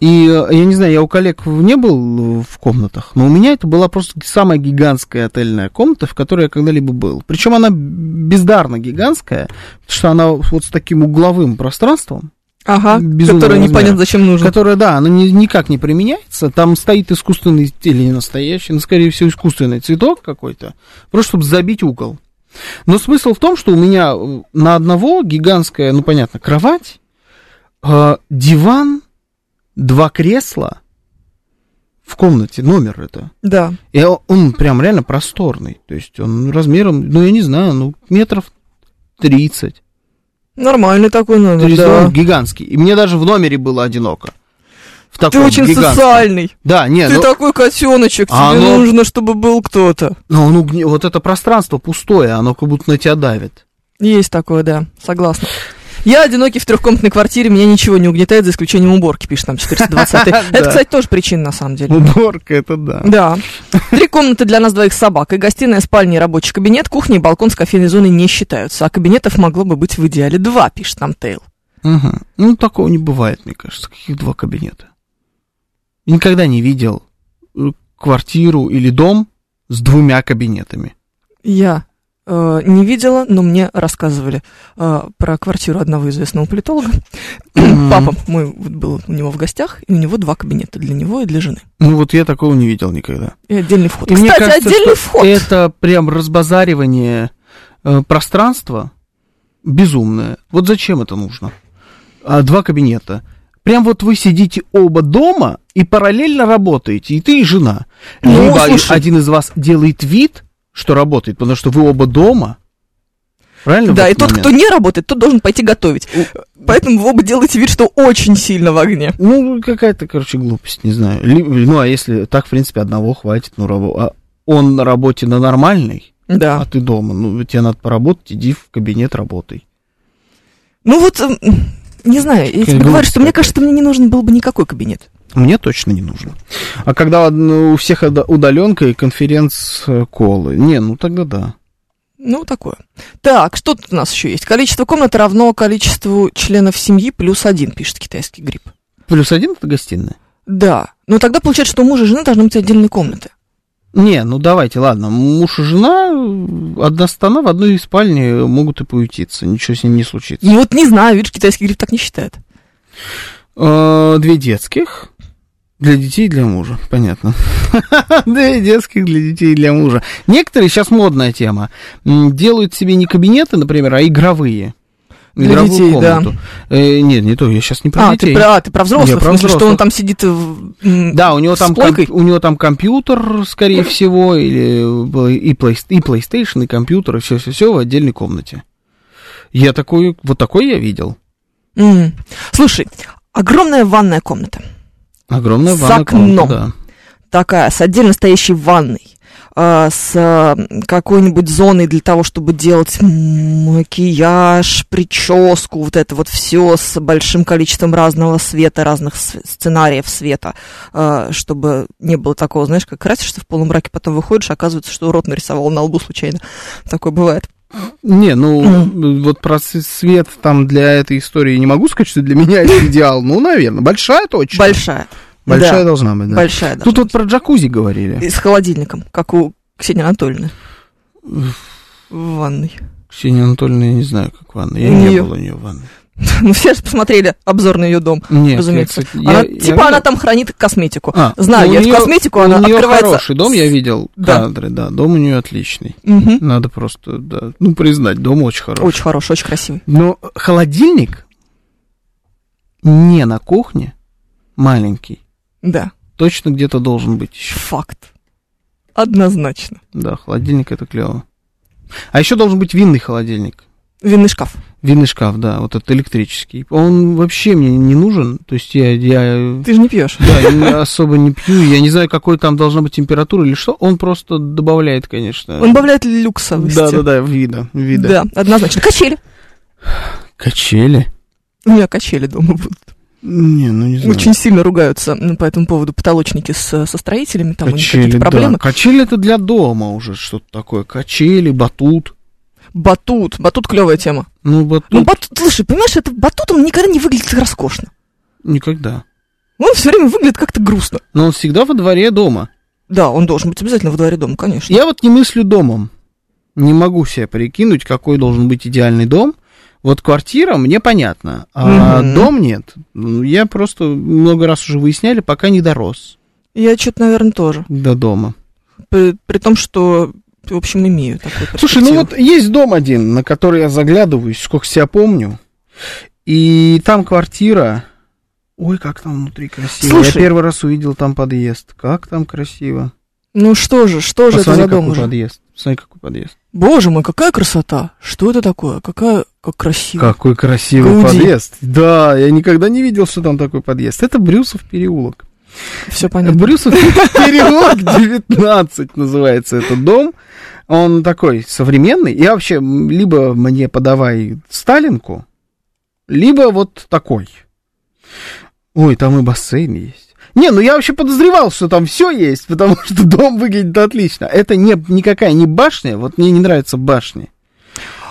S1: И э, я не знаю, я у коллег в- не был в комнатах, но у меня это была просто самая гигантская отельная комната, в которой я когда-либо был. Причем она бездарно гигантская, потому что она вот с таким угловым пространством,
S2: Ага,
S1: Безумного
S2: которое
S1: размера.
S2: непонятно зачем нужно.
S1: которая, да, она ни- никак не применяется. Там стоит искусственный или не настоящий, но, скорее всего, искусственный цветок какой-то, просто чтобы забить угол. Но смысл в том, что у меня э, на одного гигантская, ну, понятно, кровать, э, диван, два кресла в комнате, номер это.
S2: Да.
S1: И о- он прям реально просторный. То есть он размером, ну, я не знаю, ну, метров 30.
S2: Нормальный такой номер,
S1: Ресторан
S2: Ну да.
S1: гигантский. И мне даже в номере было одиноко. В
S2: Ты
S1: таком
S2: очень
S1: гигантском.
S2: социальный.
S1: Да, не,
S2: Ты
S1: ну,
S2: такой котеночек, тебе
S1: А оно-
S2: нужно, чтобы был кто-то.
S1: ну, ну, гни- вот это пространство пустое, оно как будто на тебя давит.
S2: Есть такое, да, согласна. Я одинокий в трехкомнатной квартире, меня ничего не угнетает, за исключением уборки, пишет там
S1: (laughs)
S2: 420
S1: Да.
S2: Это, кстати, тоже причина, на самом деле.
S1: Уборка, это да.
S2: Да. Три комнаты для нас двоих с собакой. Гостиная, спальня и рабочий кабинет. Кухня и балкон с кофейной зоной не считаются. А кабинетов могло бы быть в идеале два, пишет нам Тейл.
S1: Мгм. Ну, такого не бывает, мне кажется, каких два кабинета. Никогда не видел э, квартиру или дом с двумя кабинетами.
S2: Я э, не видела, но мне рассказывали э, про квартиру одного известного политолога.
S1: Мгм.
S2: Папа мой вот был у него в гостях, и у него два кабинета для него и для жены.
S1: Ну, вот я такого не видел никогда.
S2: И отдельный вход.
S1: И мне
S2: Кстати,
S1: кажется,
S2: отдельный
S1: что
S2: вход.
S1: Это прям разбазаривание э, пространства безумное. Вот зачем это нужно? А, два кабинета. Прям вот вы сидите оба дома и параллельно работаете, и ты, и жена.
S2: Ну,
S1: Либо
S2: слушай.
S1: один из вас делает вид, что работает, потому что вы оба дома. Правильно? в
S2: Да, и
S1: этот
S2: тот,
S1: момент?
S2: кто не работает, тот должен пойти готовить. Поэтому вы оба делаете вид, что очень сильно в огне.
S1: Ну, какая-то, короче, глупость, не знаю. Ли- ну, а если так, в принципе, одного хватит, ну, рабо- а он на работе на нормальной,
S2: Да.
S1: А ты дома, ну тебе надо поработать, иди в кабинет работай.
S2: Ну вот, эм, не знаю, я
S1: Какая
S2: тебе говорю,
S1: глупость
S2: что мне
S1: какая-то.
S2: кажется, мне не нужен был бы никакой кабинет.
S1: Мне точно не нужно. А когда ну, у всех ода- удаленка и конференц-колы, не, ну тогда да.
S2: Ну, такое. Так, что тут у нас еще есть? Количество комнат равно количеству членов семьи плюс один, пишет китайский грипп.
S1: Плюс один это гостиная.
S2: Да. Но тогда получается, что у мужа и жены должны быть отдельные комнаты.
S1: Не, ну давайте, ладно. Муж и жена, э, одна страна в одной спальне могут и поютиться. Ничего с ним не случится.
S2: И вот не знаю, видишь, китайский гриф так не считает.
S1: Э, Две детских. Для детей и для мужа, понятно. (laughs) Две детских для детей и для мужа. Некоторые, сейчас модная тема, м, делают себе не кабинеты, например, а игровые.
S2: Для детей, да.
S1: Да. нет, не то, я сейчас не про
S2: а,
S1: детей.
S2: ты про, а, ты про взрослых,
S1: Я про
S2: в смысле, что
S1: взрослых.
S2: он там сидит в... м,
S1: Да, у него,
S2: с
S1: там комп-
S2: плойкой?
S1: у него там компьютер, скорее всего, или плей- и, плей- и PlayStation, и компьютер, и все-все-все в отдельной комнате. Я такой, вот такой я видел.
S2: М. Слушай, огромная ванная комната.
S1: Огромная
S2: С
S1: ванная
S2: окном.
S1: комната, да.
S2: Такая, с отдельно стоящей ванной. а, С а, какой-нибудь зоной для того, чтобы делать м, макияж, прическу, вот это вот все с большим количеством разного света, разных с- сценариев света, а, чтобы не было такого, знаешь, как красишься в полумраке, потом выходишь, оказывается, что рот нарисовал на лбу случайно. (laughs) Такое бывает.
S1: Не, ну, вот про с- свет там для этой истории не могу сказать, что для меня
S2: (laughs)
S1: это идеал. Ну, наверное, большая точно.
S2: Большая.
S1: Большая
S2: да.
S1: должна быть, да.
S2: Большая, да.
S1: Тут вот про джакузи говорили.
S2: И с холодильником, как у Ксении Анатольевны. В ванной. (laughs)
S1: Ксения Анатольевна, я не знаю, как ванна. Я
S2: У
S1: не
S2: неё-
S1: был у нее в ванной.
S2: Ну, все же посмотрели обзор на ее дом.
S1: Нет, я,
S2: разумеется.
S1: кстати,
S2: Она-
S1: я- я
S2: типа она
S1: видел.
S2: там хранит косметику.
S1: А,
S2: Знаю,
S1: ну,
S2: я
S1: у
S2: эту
S1: неё-
S2: косметику,
S1: у
S2: она
S1: нее
S2: открывается.
S1: хороший дом, я видел
S2: Да.
S1: кадры, да. Дом у нее отличный.
S2: Мгм.
S1: Надо просто, да, ну, признать, дом очень хороший.
S2: Очень хороший, очень красивый.
S1: Но холодильник не на кухне, маленький,
S2: Да,
S1: точно где-то должен быть еще.
S2: факт. Однозначно.
S1: Да, холодильник это клево. А еще должен быть винный холодильник.
S2: Винный шкаф.
S1: Винный шкаф, да, вот этот электрический. Он вообще мне не нужен. То есть я, я
S2: Ты же не пьешь.
S1: да, я особо не (laughs) пью. Я не знаю, какой там должна быть температура или что. Он просто добавляет, конечно.
S2: Он добавляет люксовости.
S1: Да, да, да, вида. вида.
S2: Да, однозначно. Качели.
S1: Качели?
S2: У меня качели дома будут.
S1: Не, ну не знаю.
S2: Очень сильно ругаются м, по этому поводу потолочники с, со строителями, там у них
S1: качели,
S2: какие-то проблемы.
S1: да. Качели это для дома уже что-то такое. Качели, батут.
S2: Батут. Батут клевая тема.
S1: Ну, батут
S2: Ну, батут, слушай, понимаешь, это батутом никогда не выглядит роскошно.
S1: никогда.
S2: Он все время выглядит как-то грустно.
S1: Но он всегда во дворе дома.
S2: Да, он должен быть обязательно во дворе дома, конечно.
S1: Я вот не мыслю домом. Не могу себе прикинуть, какой должен быть идеальный дом. Вот квартира мне понятно, а
S2: Мгм.
S1: дом нет. Ну, Я просто много раз уже выясняли, пока не дорос
S2: Я что-то, наверное, тоже.
S1: до дома.
S2: При, при том, что, в общем, имею такой
S1: Слушай, ну вот есть дом один, на который я заглядываюсь, сколько себя помню. И там квартира. Ой, как там внутри красиво. Я
S2: Слушай.
S1: первый раз увидел там подъезд. Как там красиво.
S2: Ну что же, что же это
S1: Посмотри,
S2: за
S1: какой
S2: дом уже?
S1: подъезд. Посмотри, какой подъезд.
S2: Боже мой, какая красота! Что это такое? Какая, как красиво.
S1: Какой красивый
S2: Гауди.
S1: подъезд. Да, я никогда не видел, что там такой подъезд. Это Брюсов переулок.
S2: Все понятно.
S1: Брюсов переулок 19 называется этот дом. Он такой современный. Я вообще, м, либо мне подавай Сталинку, либо вот такой. Ой, там и бассейн есть. Не, ну я вообще подозревал, что там все есть, потому (laughs) что дом выглядит отлично. Это не, никакая не башня, вот мне не нравятся башни.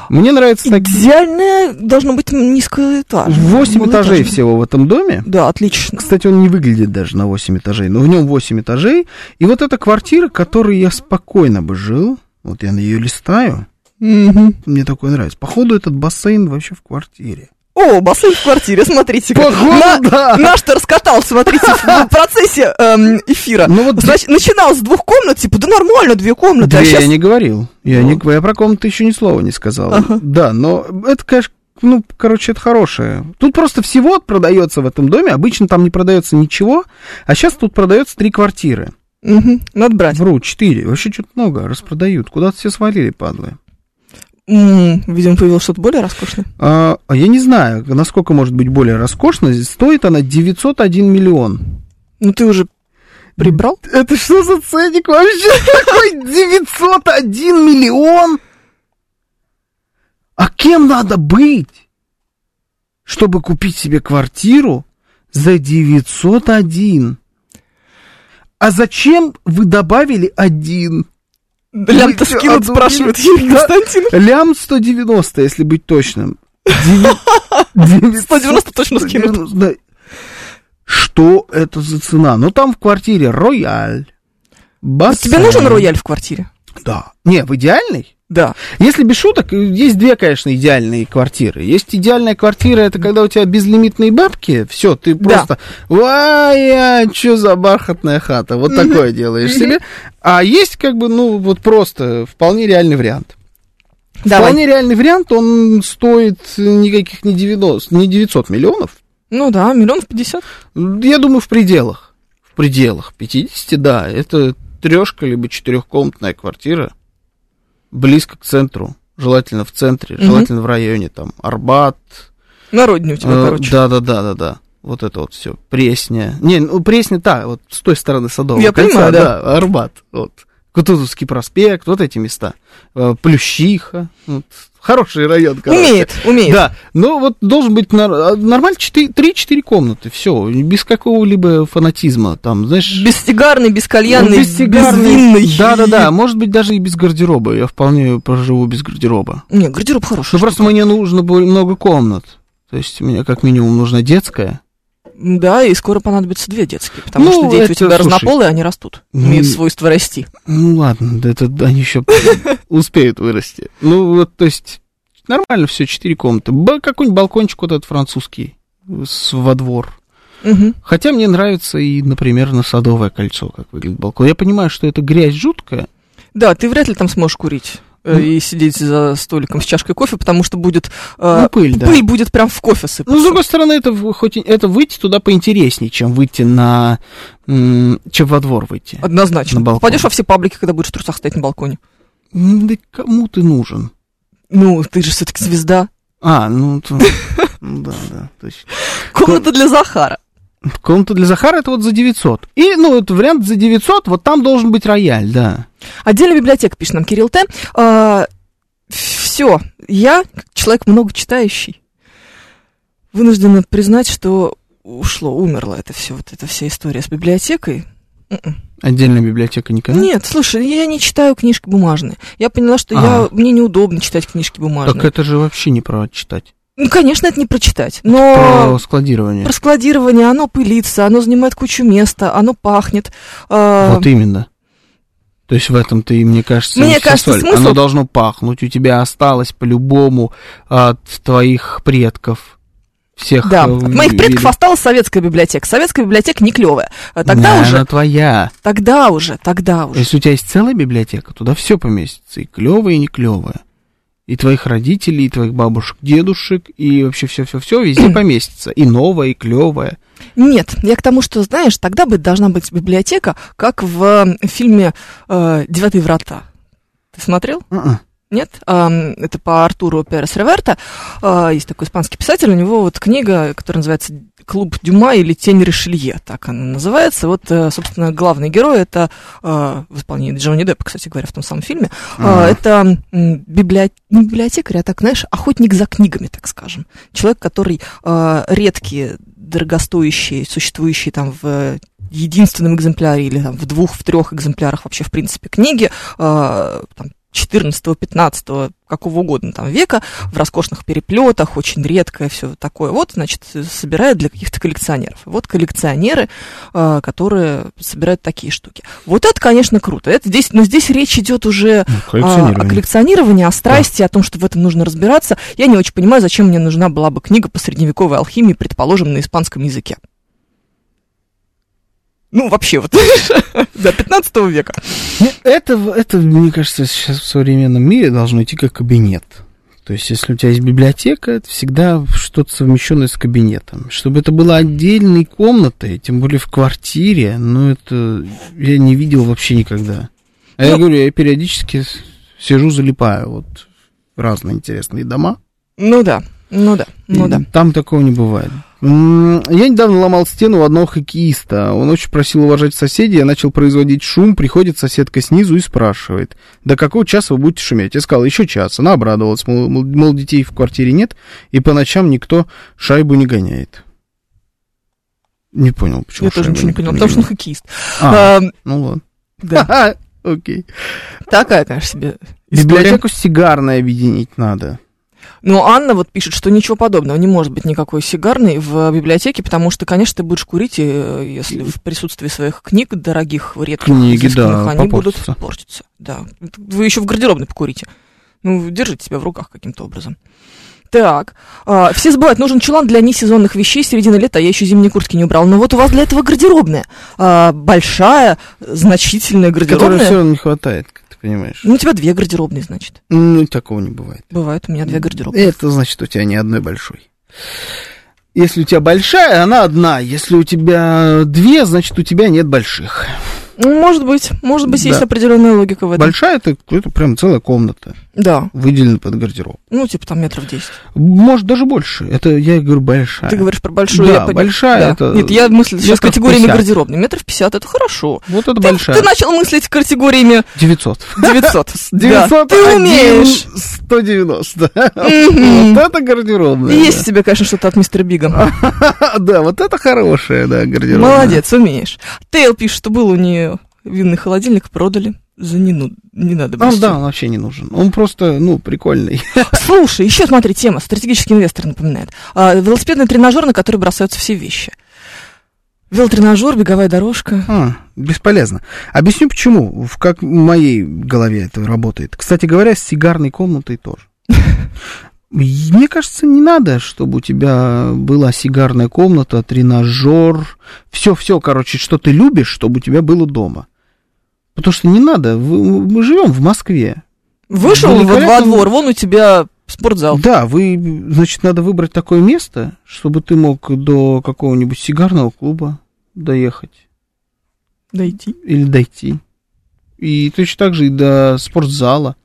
S1: Мне нравятся такие...
S2: Идеальное должно быть низкое этаж.
S1: Восемь этажей всего в этом доме.
S2: Да, отлично.
S1: Кстати, он не выглядит даже на 8 этажей, но в нем 8 этажей. И вот эта квартира, в которой я спокойно бы жил, вот я на ее листаю,
S2: Мгм.
S1: мне такое нравится. Походу, этот бассейн вообще в квартире.
S2: О, бассейн в квартире, смотрите. На-
S1: да!
S2: Наш-то раскатал, смотрите, в
S1: (laughs)
S2: процессе эм, эфира.
S1: Ну вот
S2: Значит, начинал с двух комнат, типа, да нормально, две комнаты,
S1: Да,
S2: а сейчас
S1: я не говорил. Я,
S2: Ну.
S1: не, я про комнату еще ни слова не сказал.
S2: Ага.
S1: Да, но это, конечно, ну, короче, это хорошее. Тут просто всего продается в этом доме. Обычно там не продается ничего, а сейчас тут продается три квартиры.
S2: Мгм, надо брать.
S1: Вру, четыре. Вообще что-то много. Распродают. Куда-то все свалили, падлы.
S2: М, видимо, появилось что-то более роскошное.
S1: А, а я не знаю, насколько может быть более роскошно. Стоит она 901 миллион.
S2: Ну, ты уже прибрал?
S1: Это что за ценник вообще? Какой 901 миллион? А кем надо быть, чтобы купить себе квартиру за 901? А зачем вы добавили один?
S2: Лям-то
S1: чё,
S2: скинут,
S1: одну
S2: спрашивает
S1: кину?
S2: Юрий Константинов.
S1: Лям 190, если быть точным. Деви-
S2: 190 точно скинут.
S1: 190, да. Что это за цена? Ну, там в квартире рояль. Бас.
S2: А Тебе нужен рояль в квартире?
S1: Да. Не, в идеальной?
S2: Да.
S1: Если без шуток, есть две, конечно, идеальные квартиры. Есть идеальная квартира, это когда у тебя безлимитные бабки, все, ты просто, ай, что за бархатная хата, вот такое делаешь себе. А есть как бы, ну, вот просто вполне реальный вариант.
S2: Давай.
S1: Вполне реальный вариант, он стоит никаких не 90, не 900 миллионов.
S2: Ну да, миллионов пятьдесят.
S1: Я думаю, в пределах. В пределах 50, да, это трешка либо четырехкомнатная квартира, близко к центру, желательно в центре,
S2: Мгм.
S1: желательно в районе, там, Арбат,
S2: Народнее у тебя,
S1: э,
S2: короче.
S1: да-да-да-да-да. Вот это вот все. Пресня. Не, ну Пресня та, вот с той стороны Садового
S2: Я
S1: кольца,
S2: понимаю, да.
S1: Арбат. Вот. Кутузовский проспект, вот эти места. Э, Плющиха. Вот. Хороший район, короче.
S2: умеет, умеет.
S1: Да, но вот должен быть нар- а, нормально 3-4 комнаты, все, без какого-либо фанатизма, там, знаешь...
S2: Бессигарный, бескальянный, без винный.
S1: Да-да-да, может быть, даже и без гардероба, я вполне проживу без гардероба.
S2: Не, гардероб
S1: Ну,
S2: хороший.
S1: просто мне нужно будет много комнат, то есть мне как минимум нужна детская.
S2: Да, и скоро понадобятся две детские, потому
S1: Ну,
S2: что дети
S1: это,
S2: у тебя
S1: слушай,
S2: разнополые, они растут.
S1: ну,
S2: Имеют
S1: (laughs)
S2: свойство расти.
S1: Ну, ладно, да это они еще успеют вырасти. Ну, вот, то есть, нормально все, 4 комнаты. Ба- Какой-нибудь балкончик вот этот французский с, во двор.
S2: Мгм.
S1: Хотя мне нравится и, например, на Садовое кольцо, как выглядит балкон. Я понимаю, что это грязь жуткая.
S2: Да, ты вряд ли там сможешь курить э,
S1: Ну.
S2: и сидеть за столиком с чашкой кофе, потому что будет э,
S1: Ну, пыль, да. Ну,
S2: пыль будет прям в кофе сыпаться.
S1: Но, с другой стороны, это, в- хоть, и- это выйти туда поинтереснее, чем выйти на... м, чем во двор
S2: А
S1: выйти.
S2: Однозначно.
S1: На балкон.
S2: Попадешь во все паблики, когда будешь в трусах стоять на балконе.
S1: М, Да кому ты нужен?
S2: Ну, ты же все-таки звезда.
S1: А, ну...
S2: (laughs)
S1: то- ну Да, да, точно.
S2: Комната для Захара.
S1: Комната для Захара это вот за 900. И, ну, это вариант за 900, вот там должен быть рояль, да.
S2: Отдельная библиотека, пишет нам Кирилл Т. все. Я, человек много читающий, вынуждена признать, что ушло, умерло это все, вот эта вся история с библиотекой. Мгм.
S1: Отдельная библиотека никогда.
S2: Нет, слушай, я не читаю книжки бумажные. Я поняла, что я,
S1: А.
S2: мне неудобно читать книжки бумажные.
S1: Так это же вообще не про читать.
S2: Ну, конечно, это не прочитать,
S1: Про
S2: но
S1: складирование.
S2: про складирование оно пылится, оно занимает кучу места, оно пахнет. А,
S1: Вот именно. То есть в этом ты, мне кажется,
S2: Мне
S1: вся
S2: кажется,
S1: соль.
S2: смысл-
S1: Оно должно пахнуть. У тебя осталось по-любому от твоих предков. Всех
S2: Да,
S1: э,
S2: от моих
S1: видов.
S2: предков осталась советская библиотека. Советская библиотека не клевая. Тогда
S1: Не,
S2: уже,
S1: Она твоя.
S2: тогда уже, тогда уже.
S1: Если у тебя есть целая библиотека, туда все поместится. И клевое, и не клевое. И твоих родителей, и твоих бабушек, дедушек, и вообще все-все-все
S2: (clears throat)
S1: везде поместится. И новое, и клевое.
S2: Нет, я к тому, что, знаешь, тогда бы должна быть библиотека, как в э, фильме э, «Девятые врата». Ты смотрел?
S1: Мгм.
S2: Нет? Ам, Это по Артуру Перес Реверта. А, Есть такой испанский писатель. У него вот книга, которая называется «Клуб Дюма» или «Тень Ришелье». Так она называется. Вот, э, собственно, главный герой — это э, в исполнении Джонни Деппа, кстати говоря, в том самом фильме. А,
S1: Ага.
S2: Это м, библио- не библиотекарь, а так, знаешь, охотник за книгами, так скажем. Человек, который э, редкие, дорогостоящие, существующие там в э, единственном экземпляре или там, в двух, в трех экземплярах вообще, в принципе, книги, э, там, 14-15 какого угодно там века, в роскошных переплетах, очень редкое, все такое. Вот, значит, собирает для каких-то коллекционеров. Вот коллекционеры, э, которые собирают такие штуки. Вот это, конечно, круто. Это здесь, но здесь речь идет уже а, о коллекционировании, о страсти, о том, что в этом нужно разбираться. Я не очень понимаю, зачем мне нужна была бы книга по средневековой алхимии, предположим, на испанском языке. Ну, вообще, вот, (laughs) до 15 века.
S1: Ну, Это, в- это, мне кажется, сейчас в современном мире должно идти как кабинет. То есть, если у тебя есть библиотека, это всегда что-то совмещенное с кабинетом. Чтобы это было отдельной комнатой, тем более в квартире, ну, это я не видел вообще никогда. А я
S2: Ну-
S1: говорю, я периодически с- сижу, залипаю, вот, в разные интересные дома.
S2: Ну да, ну да, ну
S1: И
S2: да.
S1: Там такого не бывает. М, Я недавно ломал стену у одного хоккеиста. Он очень просил уважать соседей. Я начал производить шум. Приходит соседка снизу и спрашивает, до какого часа вы будете шуметь? Я сказал, еще час. Она обрадовалась, мол, мол, мол, детей в квартире нет, и по ночам никто шайбу не гоняет. Не понял, почему
S2: Я тоже
S1: шайбу
S2: ничего не
S1: никто
S2: поняла, потому что он
S1: гоняет.
S2: хоккеист.
S1: А,
S2: Эм,
S1: ну ладно.
S2: Да,
S1: Ха-ха, Окей.
S2: (laughs) такая, конечно, себе история.
S1: Библиотеку с сигарной объединить надо.
S2: Но Анна вот пишет, что ничего подобного, не может быть никакой сигарной в библиотеке, потому что, конечно, ты будешь курить, и, э, если в присутствии своих книг, дорогих, редких,
S1: Книги,
S2: изысканных,
S1: да,
S2: они будут
S1: попортятся.
S2: портиться. Да. Вы еще в гардеробной покурите. Ну, держите себя в руках каким-то образом. Так, а, все забывают, нужен чулан для несезонных вещей, середина лета, а я еще зимние куртки не убрал. Но вот у вас для этого гардеробная. А, большая, значительная гардеробная.
S1: Которой все равно не хватает, как ты понимаешь.
S2: Ну, у тебя две гардеробные, значит.
S1: Ну, такого не бывает.
S2: Бывает, у меня две гардеробные.
S1: Это значит, у тебя не одной большой. Если у тебя большая, она одна. Если у тебя две, значит, у тебя нет больших.
S2: Ну, Может быть, может быть, есть
S1: Да.
S2: определенная логика в этом.
S1: Большая это, это прям целая комната,
S2: Да,
S1: выделена под гардероб.
S2: ну, типа там метров 10.
S1: Может, даже больше. Это я говорю большая.
S2: Ты говоришь про
S1: А.
S2: большую,
S1: Да,
S2: я поняла.
S1: большая
S2: Да.
S1: это
S2: Нет, я мыслю сейчас
S1: метров
S2: категориями
S1: 50.
S2: гардеробной. Метров 50 это хорошо.
S1: Вот это
S2: Ты-
S1: большая.
S2: Ты, начал мыслить категориями
S1: 900. (laughs)
S2: 900. Да,
S1: 901,
S2: Ты умеешь.
S1: 190.
S2: Мгм.
S1: Вот это гардеробная.
S2: Есть у тебя, конечно, что-то от мистера Бига.
S1: Да, вот это хорошая, А, да, гардеробная.
S2: Молодец, умеешь. Тейл пишет, что был у нее винный холодильник, продали за ну, нену-
S1: А,
S2: ненадобностью.
S1: да, он вообще не нужен. Он просто, ну, прикольный.
S2: Слушай, еще смотри, тема. Стратегический инвестор напоминает. А, велосипедный тренажер, на который бросаются все вещи. Велотренажер, беговая дорожка.
S1: А, бесполезно. Объясню почему. В как моей голове это работает. Кстати говоря, с сигарной комнатой тоже. И Мне кажется, не надо, чтобы у тебя была сигарная комната, тренажер, все-все, короче, что ты любишь, чтобы у тебя было дома. Потому что не надо. В- Мы живем в Москве.
S2: Вышел
S1: Ну,
S2: во- во
S1: великолепно.
S2: двор, вон у тебя спортзал.
S1: Да, вы, значит, надо выбрать такое место, чтобы ты мог до какого-нибудь сигарного клуба доехать.
S2: Дойти.
S1: или дойти. И точно так же и до спортзала.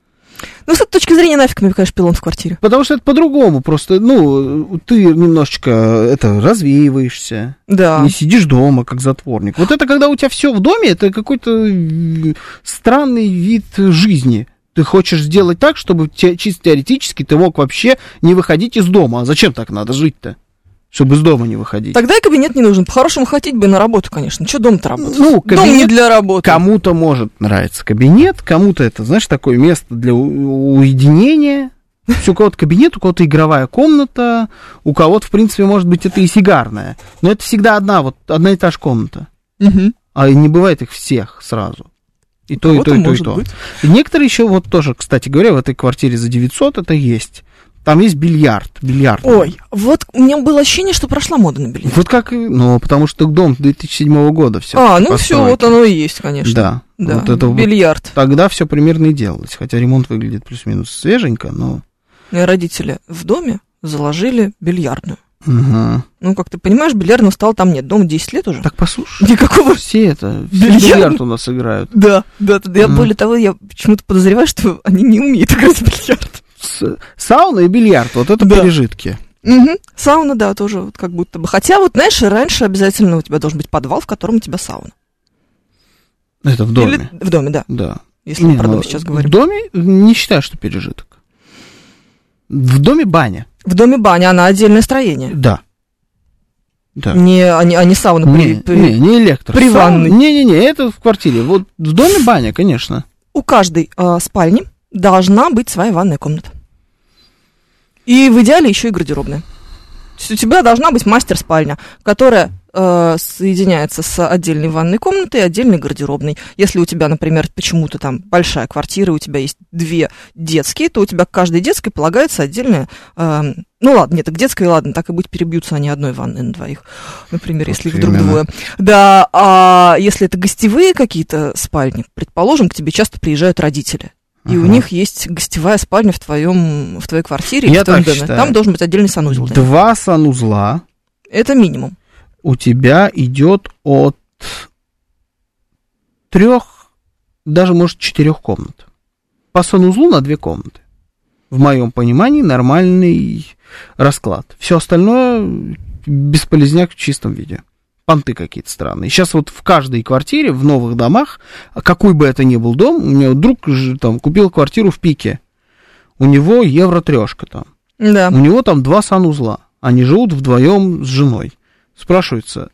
S2: Ну, с этой точки зрения, нафиг мне, конечно, пилон в квартире.
S1: Потому что это по-другому. Просто, ну, ты немножечко это развеиваешься,
S2: Да.
S1: не сидишь дома, как затворник. Вот это когда у тебя все в доме, это какой-то э, странный вид жизни. Ты хочешь сделать так, чтобы те- чисто теоретически ты мог вообще не выходить из дома. А зачем так надо жить-то? Чтобы из дома не выходить.
S2: Тогда и кабинет не нужен. По-хорошему хотеть бы на работу, конечно. Че дом-то работать?
S1: Ну,
S2: Дом не
S1: кабинет-
S2: для работы.
S1: Кому-то может нравиться кабинет, кому-то это, знаешь, такое место для у- уединения. То есть У кого-то кабинет, у кого-то игровая комната, у кого-то, в принципе, может быть, это и сигарная. Но это всегда одна, вот одна и та же комната.
S2: Мгм.
S1: А не бывает их всех сразу. И то, и
S2: Вот
S1: то, и то, и
S2: может
S1: то.
S2: быть.
S1: И некоторые еще, вот тоже, кстати говоря, в этой квартире за 900 это есть. Там есть бильярд, бильярд.
S2: Ой, вот у меня было ощущение, что прошла мода на билет.
S1: Вот как, и- ну, потому что дом 2007 года все.
S2: А, ну все, вот оно и есть, конечно.
S1: Да,
S2: Да.
S1: вот это вот
S2: Бильярд.
S1: Тогда все примерно и делалось. Хотя ремонт выглядит плюс-минус свеженько, но...
S2: Мои родители в доме заложили бильярдную.
S1: Мгм.
S2: Ну, как ты понимаешь, бильярдного стола там нет. Дом 10 лет уже.
S1: Так послушай.
S2: Никакого... (laughs)
S1: Все это... все
S2: Бильярд?
S1: бильярд? у нас играют.
S2: Да, да, да. Я
S1: Мгм.
S2: более того, я почему-то подозреваю, что они не умеют (laughs) играть в бильярд.
S1: С- Сауна и бильярд, вот это
S2: Да.
S1: пережитки.
S2: Мгм. Сауна, да, тоже вот как будто бы. Хотя вот, знаешь, раньше обязательно у тебя должен быть подвал, в котором у тебя сауна.
S1: Это в доме.
S2: Или в доме, да,
S1: Да.
S2: если
S1: Не,
S2: мы про
S1: ну,
S2: дом сейчас
S1: В
S2: говорим.
S1: доме не считаю, что пережиток. В доме баня.
S2: В доме баня, она отдельное строение.
S1: Да. Да.
S2: Не, а не, а не сауна при-
S1: Не,
S2: при-
S1: не, не электро.
S2: при ванной.
S1: Не-не-не, это в квартире. Вот в доме баня, конечно.
S2: у каждой а, спальни должна быть своя ванная комната. И в идеале еще и гардеробная. То есть у тебя должна быть мастер-спальня, которая э, соединяется с отдельной ванной комнатой и отдельной гардеробной. Если у тебя, например, почему-то там большая квартира, и у тебя есть две детские, то у тебя к каждой детской полагается отдельная... эм, ну ладно, нет, так детская, ладно, так и быть, перебьются они одной ванной на двоих, например, если их вдруг
S1: именно.
S2: двое. Да, а если это гостевые какие-то спальни, предположим, к тебе часто приезжают родители. И у
S1: Ага.
S2: них есть гостевая спальня в, твоем, в твоей квартире, или
S1: Я
S2: в твоем
S1: так
S2: доме.
S1: считаю.
S2: Там должен быть отдельный санузел. да.
S1: Два санузла.
S2: Это минимум.
S1: у тебя идет от трех, даже может четырех комнат. По санузлу на две комнаты. В моем понимании нормальный расклад. Все остальное бесполезняк в чистом виде. Понты какие-то странные. Сейчас вот в каждой квартире, в новых домах, а какой бы это ни был дом, у меня вот друг ж- там купил квартиру в Пике. У него евро трешка там.
S2: Да.
S1: У него там два санузла. Они живут вдвоем с женой. Спрашивается,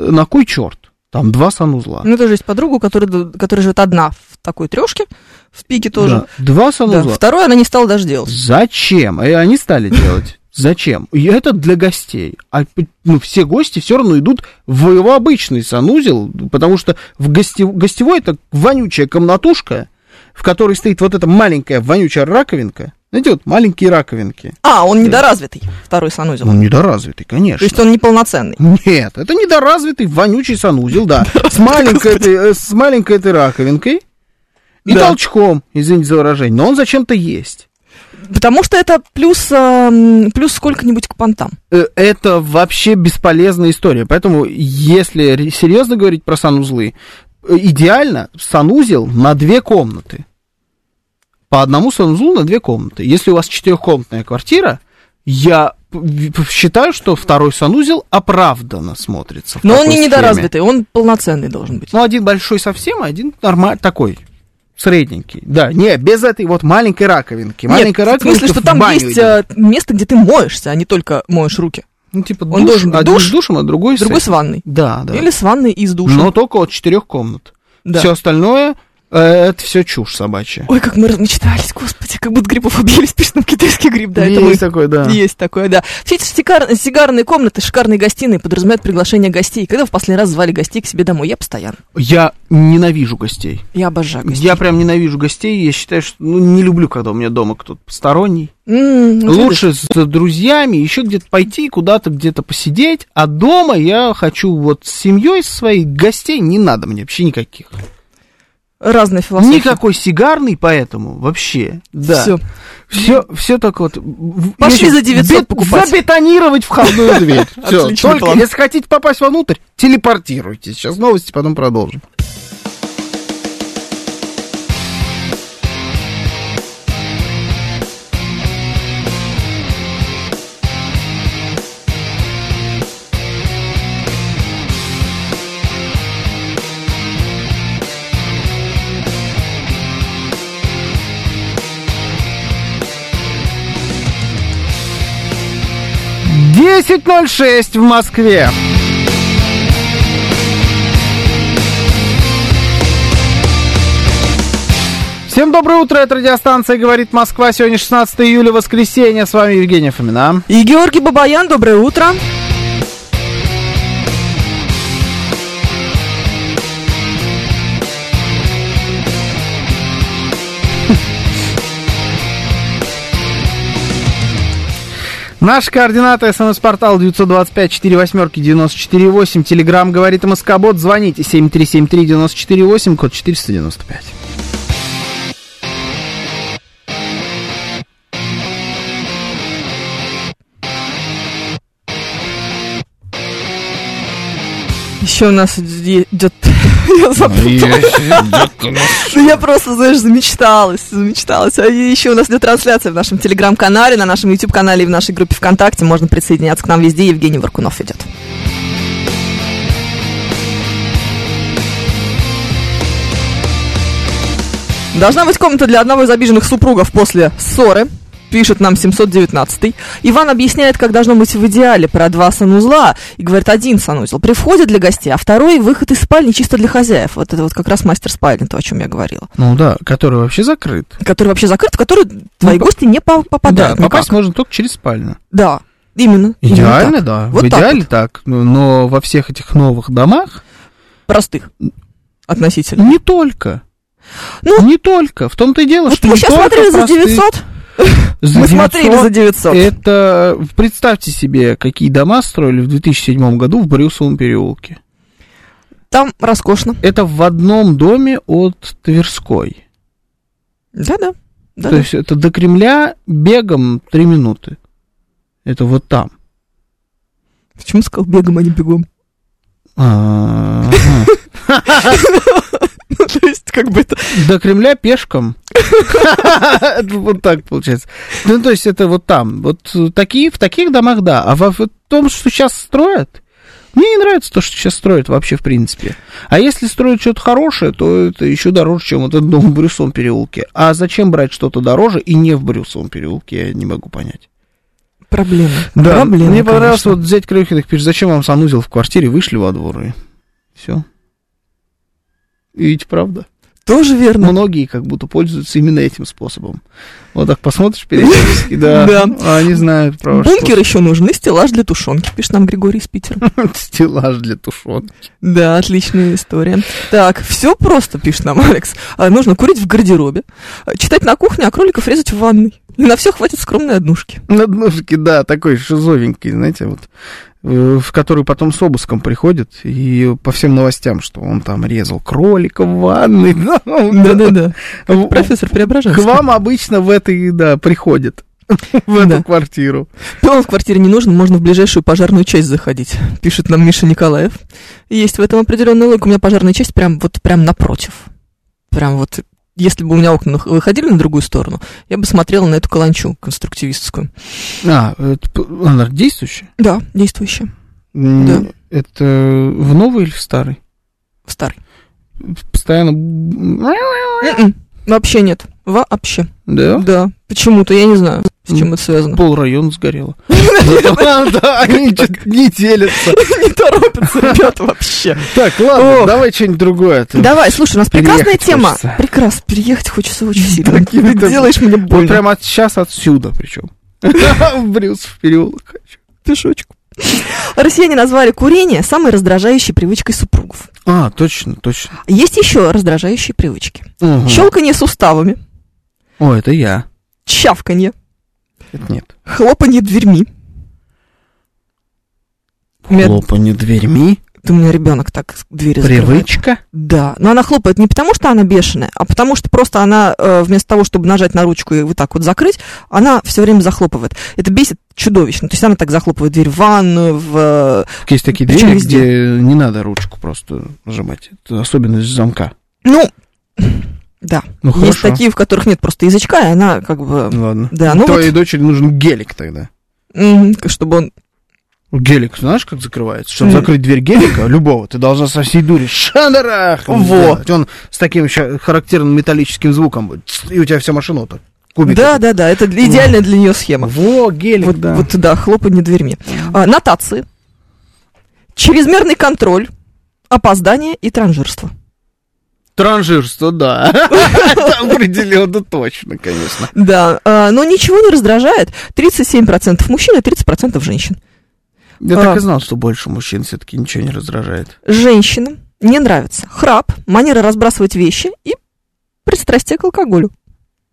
S1: э, на кой черт? Там два санузла.
S2: Ну, У меня тоже есть подруга, которая, д- которая живет одна в такой трешке, в пике тоже.
S1: Да. Ну, Два
S2: Да.
S1: санузла.
S2: Второй она не стала даже делать.
S1: Зачем? И они стали делать. Зачем? И это для гостей. А п- ну, все гости все равно идут в его обычный санузел, потому что в госте- гостевой это вонючая комнатушка, в которой стоит вот эта маленькая вонючая раковинка. Знаете, вот маленькие раковинки.
S2: А, он недоразвитый, второй санузел.
S1: Ну, недоразвитый,
S2: То
S1: конечно.
S2: есть он неполноценный.
S1: Нет, это недоразвитый вонючий санузел,
S2: (laughs)
S1: да. С маленькой, этой, э, с маленькой этой раковинкой и
S2: Да.
S1: толчком, извините за выражение. Но он зачем-то есть.
S2: Потому что это плюс, а, м, плюс сколько-нибудь к понтам.
S1: Э, Это вообще бесполезная история. Поэтому, если ре- серьезно говорить про санузлы, э, идеально санузел на две комнаты. По одному санузлу на две комнаты. Если у вас четырехкомнатная квартира, я п- в- считаю, что второй санузел оправданно смотрится. в
S2: Но он
S1: такой
S2: не
S1: схеме.
S2: недоразвитый, он полноценный должен быть.
S1: Ну, один большой совсем, а один нормальный такой. Средненький. Да, не, без этой вот маленькой раковинки.
S2: Нет,
S1: Маленькая
S2: в
S1: раковинка
S2: смысле, что
S1: в
S2: там
S1: баню
S2: есть
S1: идет.
S2: а, место, где ты моешься, а не только моешь руки.
S1: Ну, типа, душ,
S2: он должен быть
S1: один
S2: душ,
S1: с душем, а другой,
S2: Другой
S1: с...
S2: с ванной.
S1: Да, Ну, да.
S2: Или с ванной и с душем.
S1: Но только от четырех комнат.
S2: Да.
S1: Все остальное э, это все чушь собачья.
S2: Ой, как мы размечтались, господи, как будто грибов объелись, пишет нам китайский гриб, да, это мы.
S1: такой, да.
S2: Есть такое, да. Все эти сигар- сигарные комнаты, шикарные гостиные подразумевают приглашение гостей. Когда в последний раз звали гостей к себе домой? Я постоянно.
S1: Я ненавижу гостей.
S2: Я обожаю гостей.
S1: Я прям ненавижу гостей. Я считаю, что ну, не люблю, когда у меня дома кто-то посторонний.
S2: М, вот видишь.
S1: Лучше с друзьями еще где-то пойти, куда-то где-то посидеть. А дома я хочу вот с семьей своей гостей не надо мне вообще никаких.
S2: Разная философия.
S1: Никакой сигарный, поэтому вообще. Да.
S2: Все.
S1: Все, все так вот. в-
S2: Пошли
S1: если
S2: за 900
S1: бет-
S2: покупать.
S1: Забетонировать входную
S2: (laughs)
S1: дверь. Все.
S2: Отличный
S1: Только
S2: план.
S1: если хотите попасть вовнутрь, телепортируйтесь. Сейчас новости, потом продолжим. Десять ноль шесть в Москве. Всем доброе утро, это радиостанция «Говорит Москва». Сегодня 16 июля, воскресенье. С вами Евгения Фомина.
S2: И Георгий Бабаян, доброе утро.
S1: Наши координаты. СМС-портал 925-48-94-8. Телеграмм «Говорит Москобот». Звоните 7373-94-8, код 495.
S2: Еще у нас идет... (laughs) Я забыла.
S3: Ой,
S2: Ну, я просто, знаешь, замечталась, замечталась. А еще у нас идет трансляция в нашем телеграм-канале, на нашем YouTube-канале и в нашей группе ВКонтакте. Можно присоединяться к нам везде. Евгений Варкунов идет. Должна быть комната для одного из обиженных супругов после ссоры. Пишет нам 719 Иван объясняет, как должно быть в идеале про два санузла. И говорит, один санузел при входе для гостей, а второй выход из спальни чисто для хозяев. Вот это вот как раз мастер спальни, то, о чем я говорила.
S1: Ну да, который вообще закрыт.
S2: Который вообще закрыт, в который твои гости не по-
S1: Ну,
S2: попадают.
S1: да,
S2: никак.
S1: попасть можно только через спальню.
S2: Да, именно. именно
S1: Идеально,
S2: Ну, так.
S1: да.
S2: Вот
S1: в
S2: так
S1: идеале так, Ну, Но во всех этих новых домах
S2: Простых. Относительно.
S1: не только.
S2: Ну,
S1: не только. В том-то и дело,
S2: Вот
S1: что
S2: мы
S1: не
S2: сейчас
S1: только
S2: Ну, типа, смотрели за
S1: простые-
S2: 900.
S1: За Э. 900.
S2: Мы смотрели за 900.
S1: Это, представьте себе, какие дома строили в 2007 году в Брюсовом переулке.
S2: Там роскошно.
S1: Это в одном доме от Тверской.
S2: Да-да. Да,
S1: То есть это до Кремля бегом 3 минуты. Это вот там.
S2: Почему сказал бегом, а
S1: (laughs)
S2: не бегом?
S1: А,
S2: То есть, как бы это...
S1: До Кремля пешком. Это (laughs) Вот так получается. Ну, то есть это вот там. Вот э, такие, в таких домах, да. А во- в том, что сейчас строят, мне не нравится то, что сейчас строят вообще, в принципе. А если строят что-то хорошее, то это еще дороже, чем вот этот дом в Брюсовом переулке. А зачем брать что-то дороже и не в Брюсовом переулке, я не могу понять.
S2: Проблема.
S1: мне
S2: Проблема,
S1: понравилось
S2: конечно.
S1: вот взять Крюхиных, пишет, зачем вам санузел в квартире, вышли во двор и все. И ведь правда.
S2: Тоже верно.
S1: Многие как будто пользуются именно этим способом. Вот так посмотришь (laughs) периодически, да.
S2: Да.
S1: а Они знают про
S2: Бункер еще нужен и стеллаж для тушенки, пишет нам Григорий из Питера.
S1: (laughs) что. (laughs) Стеллаж для тушен.
S2: Да, отличная история. Так, все просто, пишет нам Алекс. А, Нужно курить в гардеробе, а, читать на кухне, а кроликов резать в ванной. И на все хватит скромной однушки.
S1: Надножки, да, такой шизовенький, знаете, вот, э, в который потом с обыском приходит, и по всем новостям, что он там резал кролика в ванной. (laughs)
S2: Да-да-да.
S1: В-
S2: Профессор
S1: К
S2: Преображенский.
S1: вам обычно в этой, да, приходят. В
S2: Да.
S1: эту квартиру.
S2: Пилон в квартире не нужен, можно в ближайшую пожарную часть заходить, пишет нам Миша Николаев. Есть в этом определенная логика. У меня пожарная часть прям вот прям напротив. Прям вот если бы у меня окна нах- выходили на другую сторону, я бы смотрела на эту каланчу конструктивистскую.
S1: А, это п- она действующая?
S2: Да, действующая.
S1: М,
S2: Да.
S1: Это в новый или в старый?
S2: В старой.
S1: Постоянно... м,
S2: М-м, Вообще нет. Вообще.
S1: Да?
S2: Да. Почему-то, я не знаю, с чем
S1: М.
S2: это связано.
S1: Пол района (laughs) сгорело. Да, они что-то не делятся.
S2: (laughs) Не торопятся, ребята, вообще.
S1: Так, ладно, давай что-нибудь другое. а то
S2: Давай, слушай, у нас прекрасная
S1: Переехать
S2: тема.
S1: хочется.
S2: Прекрасно, переехать хочется очень сильно.
S1: Так, и
S2: Ты
S1: это-
S2: делаешь мне
S1: Вот
S2: больно.
S1: прямо от, сейчас отсюда (laughs) причем. В Брюсов переулок хочу.
S2: пешочку. Россияне назвали курение самой раздражающей привычкой супругов.
S1: А, точно, точно.
S2: Есть еще раздражающие привычки.
S1: Мгм.
S2: Щелканье суставами,
S1: О, это я.
S2: чавканье,
S1: Это нет.
S2: хлопанье дверьми. У меня-
S1: Хлопанье дверьми.
S2: Это у меня ребенок так двери закрывает.
S1: Привычка.
S2: Да, но она хлопает не потому, что она бешеная, а потому что просто она э, вместо того, чтобы нажать на ручку и вот так вот закрыть, она все время захлопывает. Это бесит чудовищно. То есть она так захлопывает дверь в ванную, в... э,
S1: Есть такие
S2: Причем
S1: двери,
S2: везде.
S1: где не надо ручку просто нажимать. Это особенность замка.
S2: Ну, да.
S1: Ну,
S2: Есть
S1: хорошо.
S2: такие, в которых нет просто язычка, и она как бы...
S1: Ладно.
S2: Да, ну
S1: Твоей дочери нужен гелик тогда.
S2: Мгм, чтобы он...
S1: Гелик, знаешь, как закрывается? Чтобы
S2: Мгм.
S1: закрыть дверь гелика, любого, ты должна со всей дури (laughs) шандарах!
S2: Во.
S1: делать. Он с таким ща- характерным металлическим звуком будет. Тс, И у тебя вся машина вот так. кубики.
S2: Да, да, да, это для- идеальная для нее схема.
S1: Во, гелик,
S2: Вот,
S1: да.
S2: вот да, хлопанье дверьми. А, нотации, чрезмерный контроль, опоздание и транжирство.
S1: Транжирство, да. (laughs) Это определенно точно, конечно.
S2: Да, а, но ничего не раздражает 37% мужчин и 30% женщин.
S1: Я
S2: А.
S1: так и знал, что больше мужчин все-таки ничего не раздражает.
S2: Женщинам не нравится храп, манера разбрасывать вещи и пристрастие к алкоголю.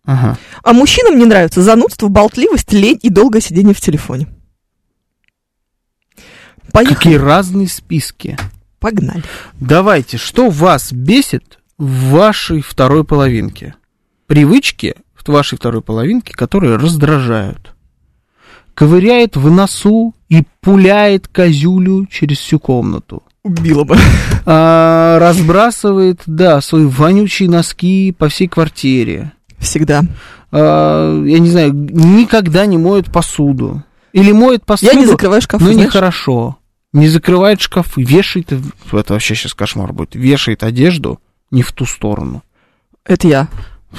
S1: Ага.
S2: А мужчинам не нравится занудство, болтливость, лень и долгое сидение в телефоне. Поехали,
S1: Какие разные списки.
S2: погнали.
S1: Давайте, что вас бесит в вашей второй половинке? Привычки в вашей второй половинке, которые раздражают. Ковыряет в носу и пуляет козюлю через всю комнату.
S2: Убила бы.
S1: А, разбрасывает, да, свои вонючие носки по всей квартире.
S2: Всегда.
S1: а, я не знаю, никогда не моет посуду. Или моет посуду,
S2: Я не закрываю шкафы,
S1: но Ну,
S2: знаешь?
S1: нехорошо. Не закрывает шкафы, вешает... Это вообще сейчас кошмар будет. Вешает одежду не в ту сторону.
S2: Это я.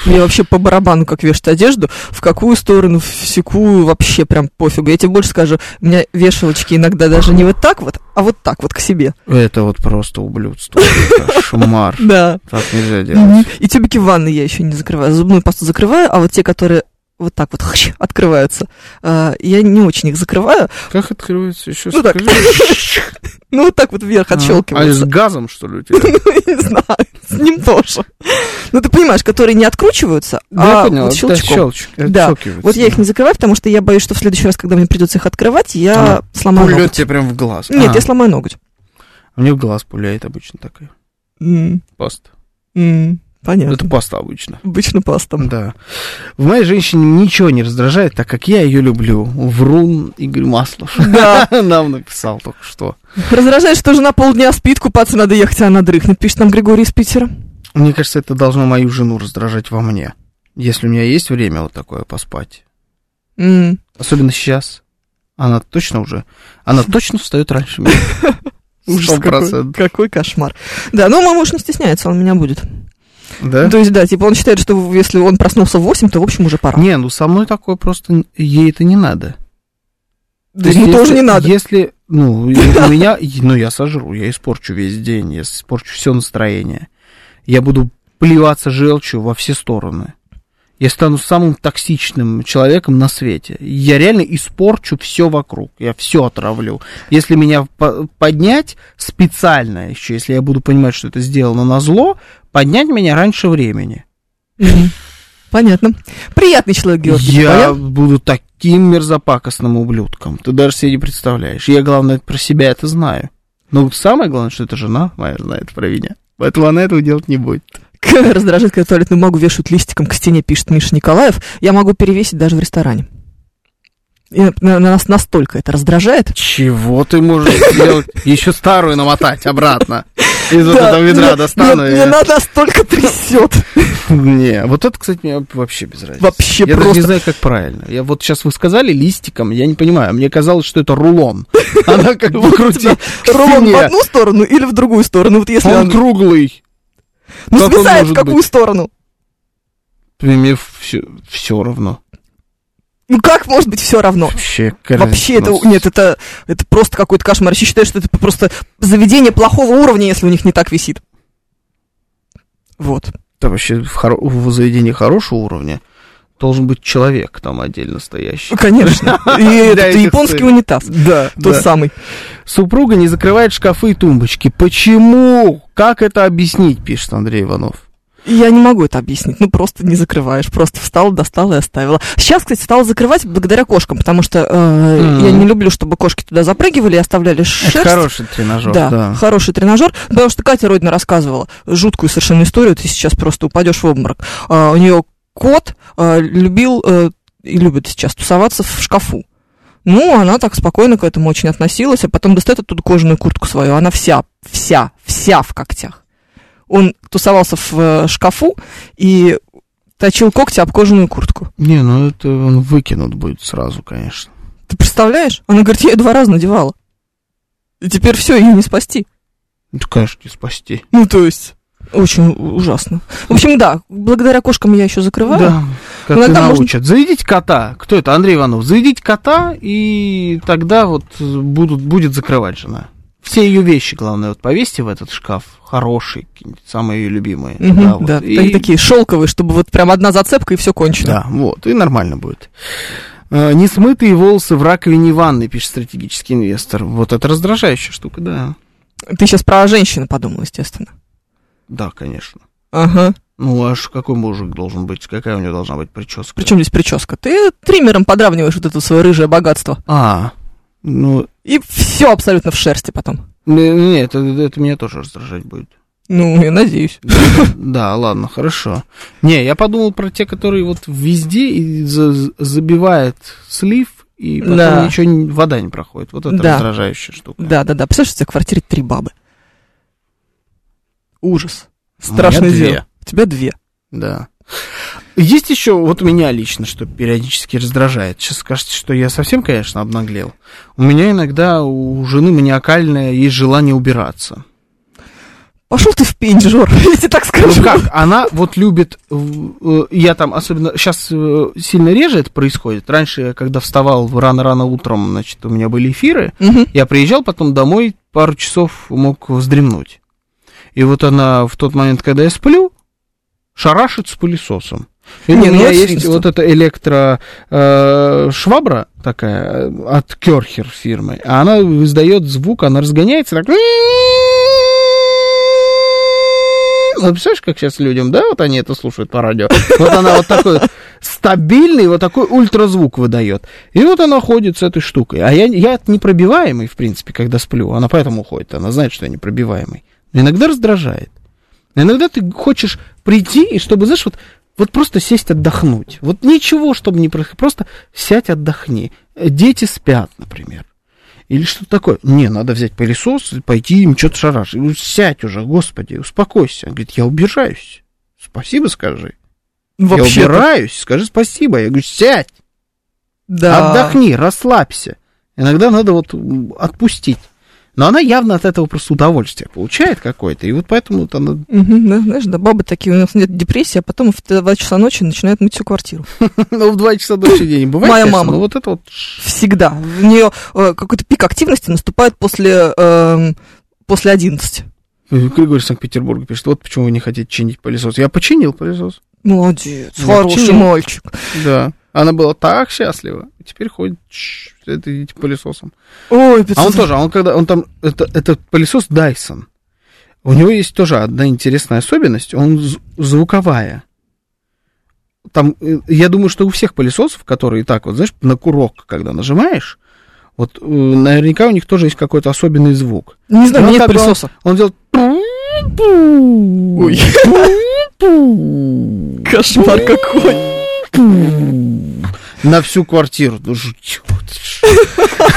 S2: Мне вообще по барабану, как вешать одежду, в какую сторону, в секую, вообще прям пофигу. Я тебе больше скажу, у меня вешалочки иногда даже не вот так вот, а вот так вот к себе.
S1: Это вот просто ублюдство. это Кошмар.
S2: Да.
S1: (laughs) Так нельзя
S2: Мгм.
S1: делать.
S2: И тюбики в ванной я еще не закрываю. Зубную пасту закрываю, а вот те, которые вот так вот хщ, открываются, а, я не очень их закрываю.
S1: Как открывается еще?
S2: Ну так.
S1: скажи?
S2: (laughs) Ну вот так вот вверх
S1: А с
S2: отщелкиваются.
S1: газом, что ли, у тебя?
S2: (laughs) Не знаю, с ним тоже. Ну ты понимаешь, которые не откручиваются,
S1: Да,
S2: а
S1: я понял.
S2: вот
S1: да,
S2: щелчком.
S1: щелч-
S2: Да.
S1: отщелкивается.
S2: Вот я их не закрываю, потому что я боюсь, что в следующий раз, когда мне придется их открывать, я сломаю
S1: Пулет
S2: ноготь.
S1: тебе прям в глаз.
S2: Нет,
S1: А,
S2: я сломаю ноготь.
S1: Мне в глаз пуляет обычно такая
S2: М,
S1: паста. Ну,
S2: м, Понятно.
S1: Это паста обычно.
S2: Обычно пастом.
S1: Да. В моей женщине ничего не раздражает, так как я ее люблю. Врун Игорь Маслов.
S2: Да.
S1: (laughs) Нам написал только что.
S2: Раздражает, что жена полдня спит, купаться надо ехать, а она дрыхнет, пишет нам Григорий из Питера.
S1: Мне кажется, это должно мою жену раздражать во мне. Если у меня есть время вот такое поспать.
S2: М,
S1: Особенно сейчас. Она точно уже...
S2: (laughs)
S1: Она точно встает раньше меня.
S2: Ужас
S1: Сто
S2: какой,
S1: процентов.
S2: какой кошмар. Да, но мой муж не стесняется, он меня будет.
S1: Да?
S2: То есть, да, типа он считает, что если он проснулся в 8, то, в общем, уже пора.
S1: Не, ну со мной такое просто... н- Ей это не надо.
S2: То есть, ну,
S1: если-
S2: тоже не надо.
S1: Если, ну, и у меня, и- ну, я сожру, я испорчу весь день, я испорчу все настроение. Я буду плеваться желчью во все стороны. Я стану самым токсичным человеком на свете. Я реально испорчу все вокруг. Я все отравлю. Если меня по- поднять специально еще, если я буду понимать, что это сделано на зло, поднять меня раньше времени.
S2: Мгм. Понятно. Приятный человек, Георгий.
S1: я
S2: Бабаян.
S1: буду таким мерзопакостным ублюдком. Ты даже себе не представляешь. Я, главное, про себя это знаю. Но самое главное, что это жена моя знает про меня. Поэтому она этого делать не будет.
S2: Раздражает, когда туалетную могу вешают листиком к стене, пишет Миша Николаев. Я могу перевесить даже в ресторане. И на- на- на нас настолько это раздражает.
S1: Чего ты можешь сделать? Еще старую намотать обратно. Из вот
S2: Да,
S1: этого ведра
S2: меня-
S1: достану.
S2: меня-
S1: и-
S2: Меня
S1: (laughs)
S2: настолько трясет.
S1: Не, вот это, кстати, мне вообще без разницы.
S2: Вообще
S1: я даже не
S2: просто.
S1: знаю, как правильно. Я вот сейчас вы сказали листиком, я не понимаю. Мне казалось, что это (laughs) рулон. Она как бы
S2: Вот
S1: крутит. к
S2: Рулон
S1: стене.
S2: в одну сторону или в другую сторону? Вот если
S1: Он
S2: он,
S1: круглый.
S2: ну,
S1: как он
S2: свисает в
S1: может
S2: какую
S1: быть?
S2: сторону?
S1: Мне все, все равно.
S2: Ну как может быть все равно?
S1: Вообще,
S2: Вообще это нет, это это просто какой-то кошмар. Я считаю, что это просто заведение плохого уровня, если у них не так висит.
S1: (laughs)
S2: Вот.
S1: Там вообще в, хоро- в заведении хорошего уровня должен быть человек там отдельно
S2: (laughs)
S1: стоящий.
S2: Конечно. И
S1: Для
S2: этот
S1: этих
S2: японский
S1: целей.
S2: унитаз.
S1: Да,
S2: Тот самый.
S1: Супруга не закрывает шкафы и тумбочки. Почему? Как это объяснить, пишет Андрей Иванов.
S2: Я не могу это объяснить. Ну, просто не закрываешь. Просто встала, достала и оставила. Сейчас, кстати, стала закрывать благодаря кошкам, потому что э,
S1: Мгм.
S2: я не люблю, чтобы кошки туда запрыгивали и оставляли шерсть.
S1: тренажер,
S2: да, хороший тренажер, потому что Катя Родина рассказывала жуткую совершенно историю, ты сейчас просто упадешь в обморок. А, у нее кот а, любил э, и любит сейчас тусоваться в шкафу. Ну, она так спокойно к этому очень относилась, а потом достает оттуда кожаную куртку свою, она вся, вся, вся в когтях. Он тусовался в э, шкафу и точил когти об кожаную куртку.
S1: Не, ну это он выкинут будет сразу, конечно.
S2: Ты представляешь? Она говорит, я ее два раза надевала. И теперь все, ее не спасти.
S1: Это, Ну, конечно, не спасти.
S2: Ну, то есть... Очень у- ужасно. В общем, да, благодаря кошкам я еще закрываю.
S1: Да, как
S2: Иногда
S1: и
S2: Ну, можно-
S1: научат. Заведите кота. Кто это? Андрей Иванов. Заведите кота, и тогда вот будут, будет закрывать жена. Все ее вещи, главное, вот повесьте в этот шкаф. Хорошие, какие-нибудь, самые ее любимые.
S2: Мгм,
S1: Да, вот.
S2: да,
S1: И-
S2: так- такие шелковые, чтобы вот прям одна зацепка и все кончено.
S1: Да, вот, и нормально будет. Э, Несмытые волосы в раковине ванны, пишет стратегический инвестор. Вот это раздражающая штука, да.
S2: Ты сейчас про женщину подумал, естественно.
S1: Да, конечно.
S2: Ага.
S1: Ну, аж какой мужик должен быть? Какая у него должна быть прическа?
S2: Причем здесь прическа? Ты триммером подравниваешь вот это свое рыжее богатство.
S1: А, ну,
S2: И все абсолютно в шерсти потом.
S1: н- нет, это, это меня тоже раздражать будет.
S2: Ну, я надеюсь.
S1: Да, ладно, хорошо. Не, я подумал про те, которые вот везде и за- забивает слив, и потом
S2: Да.
S1: ничего, не- вода не проходит. Вот это
S2: Да.
S1: раздражающая штука.
S2: Да, да, да. Представляешь, у тебя в квартире три бабы. Ужас. Страшное
S1: две.
S2: дело. У тебя две.
S1: Да. Есть еще, вот меня лично, что периодически раздражает. Сейчас скажете, что я совсем, конечно, обнаглел. У меня иногда у жены маниакальное есть желание убираться.
S2: Пошел ты в пень, Жор, (laughs) я тебе так
S1: Ну
S2: скажу.
S1: как, она вот любит, в- э, я там особенно, сейчас сильно реже это происходит. Раньше, я когда вставал рано-рано утром, значит, у меня были эфиры,
S2: Мгм.
S1: Я приезжал потом домой, пару часов мог вздремнуть. И вот она в тот момент, когда я сплю, шарашит с пылесосом. И
S2: Не,
S1: у
S2: ну
S1: меня
S2: это
S1: есть
S2: чисто.
S1: вот эта электро э, швабра такая э, от Керхер фирмы. А она издает звук, она разгоняется так. Вот представляешь, как сейчас людям, да, вот они это слушают по радио. Вот она вот такой вот стабильный, вот такой ультразвук выдает. И вот она ходит с этой штукой. А я, я непробиваемый, в принципе, когда сплю. Она поэтому уходит. Она знает, что я непробиваемый. Но иногда раздражает. Но иногда ты хочешь прийти, и чтобы, знаешь, вот, вот просто сесть отдохнуть. Вот ничего, чтобы не происходило. Просто сядь, отдохни. Э, Дети спят, например. Или что-то такое. Не, надо взять пылесос и пойти им что-то шарашить. Ну, Сядь уже, господи, успокойся. Он говорит, я убираюсь. Спасибо скажи. я
S2: Вообще-то,
S1: убираюсь, скажи спасибо. Я говорю, сядь.
S2: да.
S1: Отдохни, расслабься. Иногда надо вот м, отпустить. Но она явно от этого просто удовольствие получает какое-то. И вот поэтому вот она... (laughs)
S2: Мгм, да, знаешь, да, бабы такие, у нас нет депрессии, а потом в 2 часа ночи начинают мыть всю квартиру.
S1: Ну, в 2 часа ночи день не бывает,
S2: Моя
S1: конечно,
S2: мама.
S1: но вот это вот...
S2: Всегда. э, В нее какой-то пик активности наступает после, эм, после 11.
S1: Григорий из Санкт-Петербурга пишет, вот почему вы не хотите чинить пылесос. Я починил пылесос.
S2: Молодец,
S1: Ну,
S2: хороший
S1: почему?
S2: мальчик.
S1: Да. Она была так счастлива. Теперь ходит чш, с этой- этим пылесосом.
S2: Ой,
S1: А он
S2: 500.
S1: тоже, а он когда, он там, это, это пылесос Dyson. У него есть тоже одна интересная особенность, он з- звуковая. Там, э, я думаю, что у всех пылесосов, которые так вот, знаешь, на курок, когда нажимаешь, вот э, наверняка у них тоже есть какой-то особенный звук.
S2: Не знаю,
S1: Ну,
S2: нет
S1: как бы он-
S2: пылесоса.
S1: Он делает...
S2: Ой. Кошмар какой.
S1: На всю квартиру. Ну, жуть. (laughs)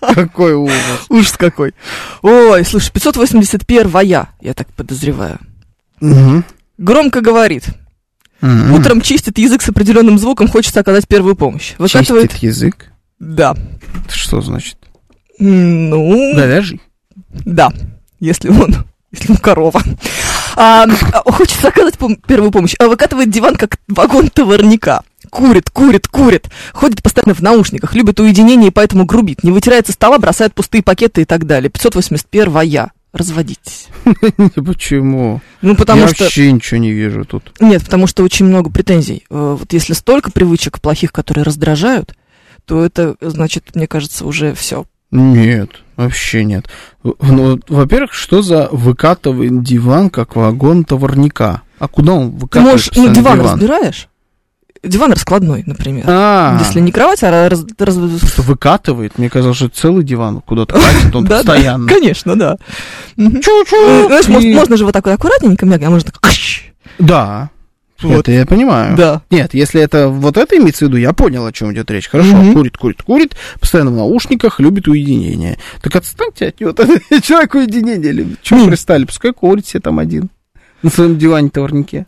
S1: Какой ужас.
S2: Ужас какой. Ой, слушай, 581-я, я так подозреваю.
S1: Мгм.
S2: Громко говорит.
S1: Мгм.
S2: Утром чистит язык с определенным звуком, хочется оказать первую помощь. Выкатывает...
S1: Чистит язык.
S2: Да.
S1: Это что значит?
S2: М, Ну,
S1: Говяжий. (laughs)
S2: Да, если он, если он корова. А, а, хочется оказать пом- первую помощь. А выкатывает диван, как вагон товарника. Курит, курит, курит. Ходит постоянно в наушниках, любит уединение и поэтому грубит. Не вытирается со стола, бросает пустые пакеты и так далее. 581-я. Разводитесь.
S1: Почему?
S2: Ну, потому
S1: Я
S2: что...
S1: вообще ничего не вижу тут.
S2: Нет, потому что очень много претензий. Э, Вот если столько привычек плохих, которые раздражают, то это, значит, мне кажется, уже все.
S1: Нет, вообще нет. В- Ну, во-первых, что за выкатывает диван, как вагон товарника? А куда он
S2: Ты
S1: выкатывает
S2: можешь... Ну,
S1: постоянно
S2: диван разбираешь? Диван раскладной, например.
S1: А, Ну,
S2: Если не кровать, а раз... раз-
S1: что выкатывает? Мне казалось, что целый диван
S2: (laughs)
S1: куда-то катит, он
S2: Да, да,
S1: постоянно.
S2: (laughs) Конечно, да. Мгм. Э,
S1: Чу-чу!
S2: Знаешь, мож-
S1: И-
S2: можно же вот так вот аккуратненько, мягко, а можно так... кш.
S1: Да,
S2: Вот.
S1: это я понимаю.
S2: Да.
S1: Нет, если это вот это имеется в виду, я понял, о чем идет речь. Хорошо,
S2: Мгм.
S1: курит, курит, курит, постоянно в наушниках, любит уединение. Так отстаньте от него, (laughs) тогда человек уединение любит. Чего
S2: Мгм.
S1: пристали? Пускай курит себе там один. На своем диване (laughs) товарнике.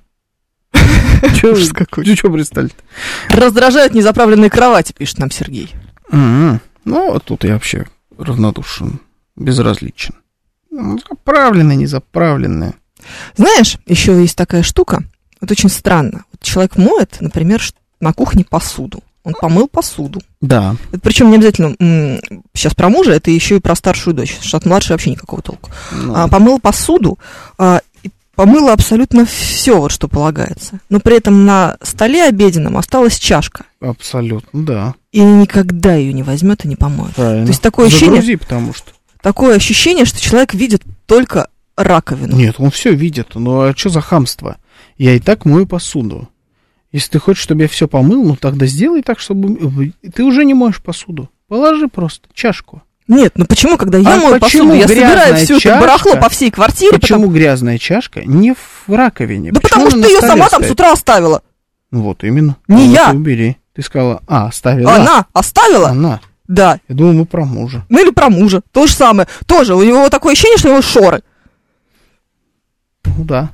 S1: Чего
S2: Ужас какой.
S1: пристали?
S2: Раздражают незаправленные кровати, пишет нам Сергей.
S1: Ну, а тут я вообще равнодушен, безразличен. Ну, Заправленное, не заправленное.
S2: Знаешь, еще есть такая штука, вот очень странно. Вот человек моет, например, ш- на кухне посуду. Он помыл посуду.
S1: Да.
S2: Это причем не обязательно м, сейчас про мужа, это еще и про старшую дочь, потому что от младшей вообще никакого толку.
S1: ну,
S2: А, помыла посуду, а, и помыла абсолютно все, вот, что полагается. Но при этом на столе обеденном осталась чашка.
S1: Ну, абсолютно, да.
S2: и никогда ее не возьмет и не помоет.
S1: Правильно.
S2: То есть такое ощущение,
S1: Загрузи, потому что.
S2: такое ощущение, что человек видит только раковину.
S1: Нет, он все видит. Ну а что за хамство? Я и так мою посуду. Если ты хочешь, чтобы я все помыл, ну тогда сделай так, чтобы... Ты уже не моешь посуду. Положи просто чашку.
S2: Нет, ну почему, когда я
S1: А
S2: мою
S1: почему
S2: посуду, я
S1: грязная
S2: собираю все это
S1: чашка?
S2: барахло по всей квартире?
S1: Почему грязная чашка не в раковине?
S2: потому- Да
S1: Почему
S2: потому
S1: она
S2: что ты
S1: на
S2: ее
S1: столе
S2: сама там с
S1: стоит?
S2: утра оставила.
S1: Вот именно. Ну
S2: Не
S1: Вот
S2: я.
S1: и убери. Ты сказала, а, оставила.
S2: Она оставила?
S1: Она.
S2: Да.
S1: Я думаю, мы про мужа.
S2: Ну или про мужа. То же самое. Тоже. У него такое ощущение, что у него шоры.
S1: Ну да.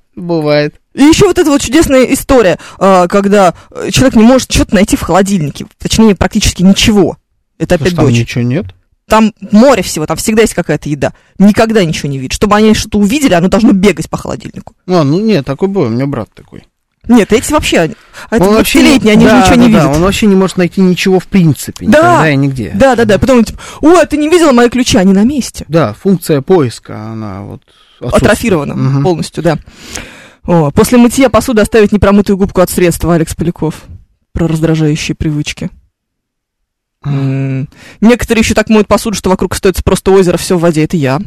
S1: (laughs) Бывает.
S2: И еще вот эта вот чудесная история, а, когда э, человек не может что-то найти в холодильнике. Точнее, практически ничего. Это
S1: Потому
S2: опять
S1: что там
S2: дочь.
S1: ничего нет.
S2: Там море всего, там всегда есть какая-то еда. Никогда ничего не видит. Чтобы они что-то увидели, оно должно бегать по холодильнику.
S1: А, ну нет, такой был, у меня брат такой.
S2: Нет, эти вообще, они- а это
S1: Он вообще не-
S2: двадцатилетние, они
S1: да,
S2: же ничего не
S1: да,
S2: видят.
S1: Да, он вообще не может найти ничего в принципе,
S2: Да.
S1: никогда и нигде.
S2: Да, да, да. Потом он типа, о, а ты не видела мои ключи, они на месте.
S1: Да, функция поиска, она вот... отсутствует.
S2: Атрофировано
S1: Мгм.
S2: полностью, да. О, после мытья посуды оставить непромытую губку от средства, Алекс Поляков. Про раздражающие привычки. М. Некоторые еще так моют посуду, что вокруг остается просто озеро, все в воде, это я.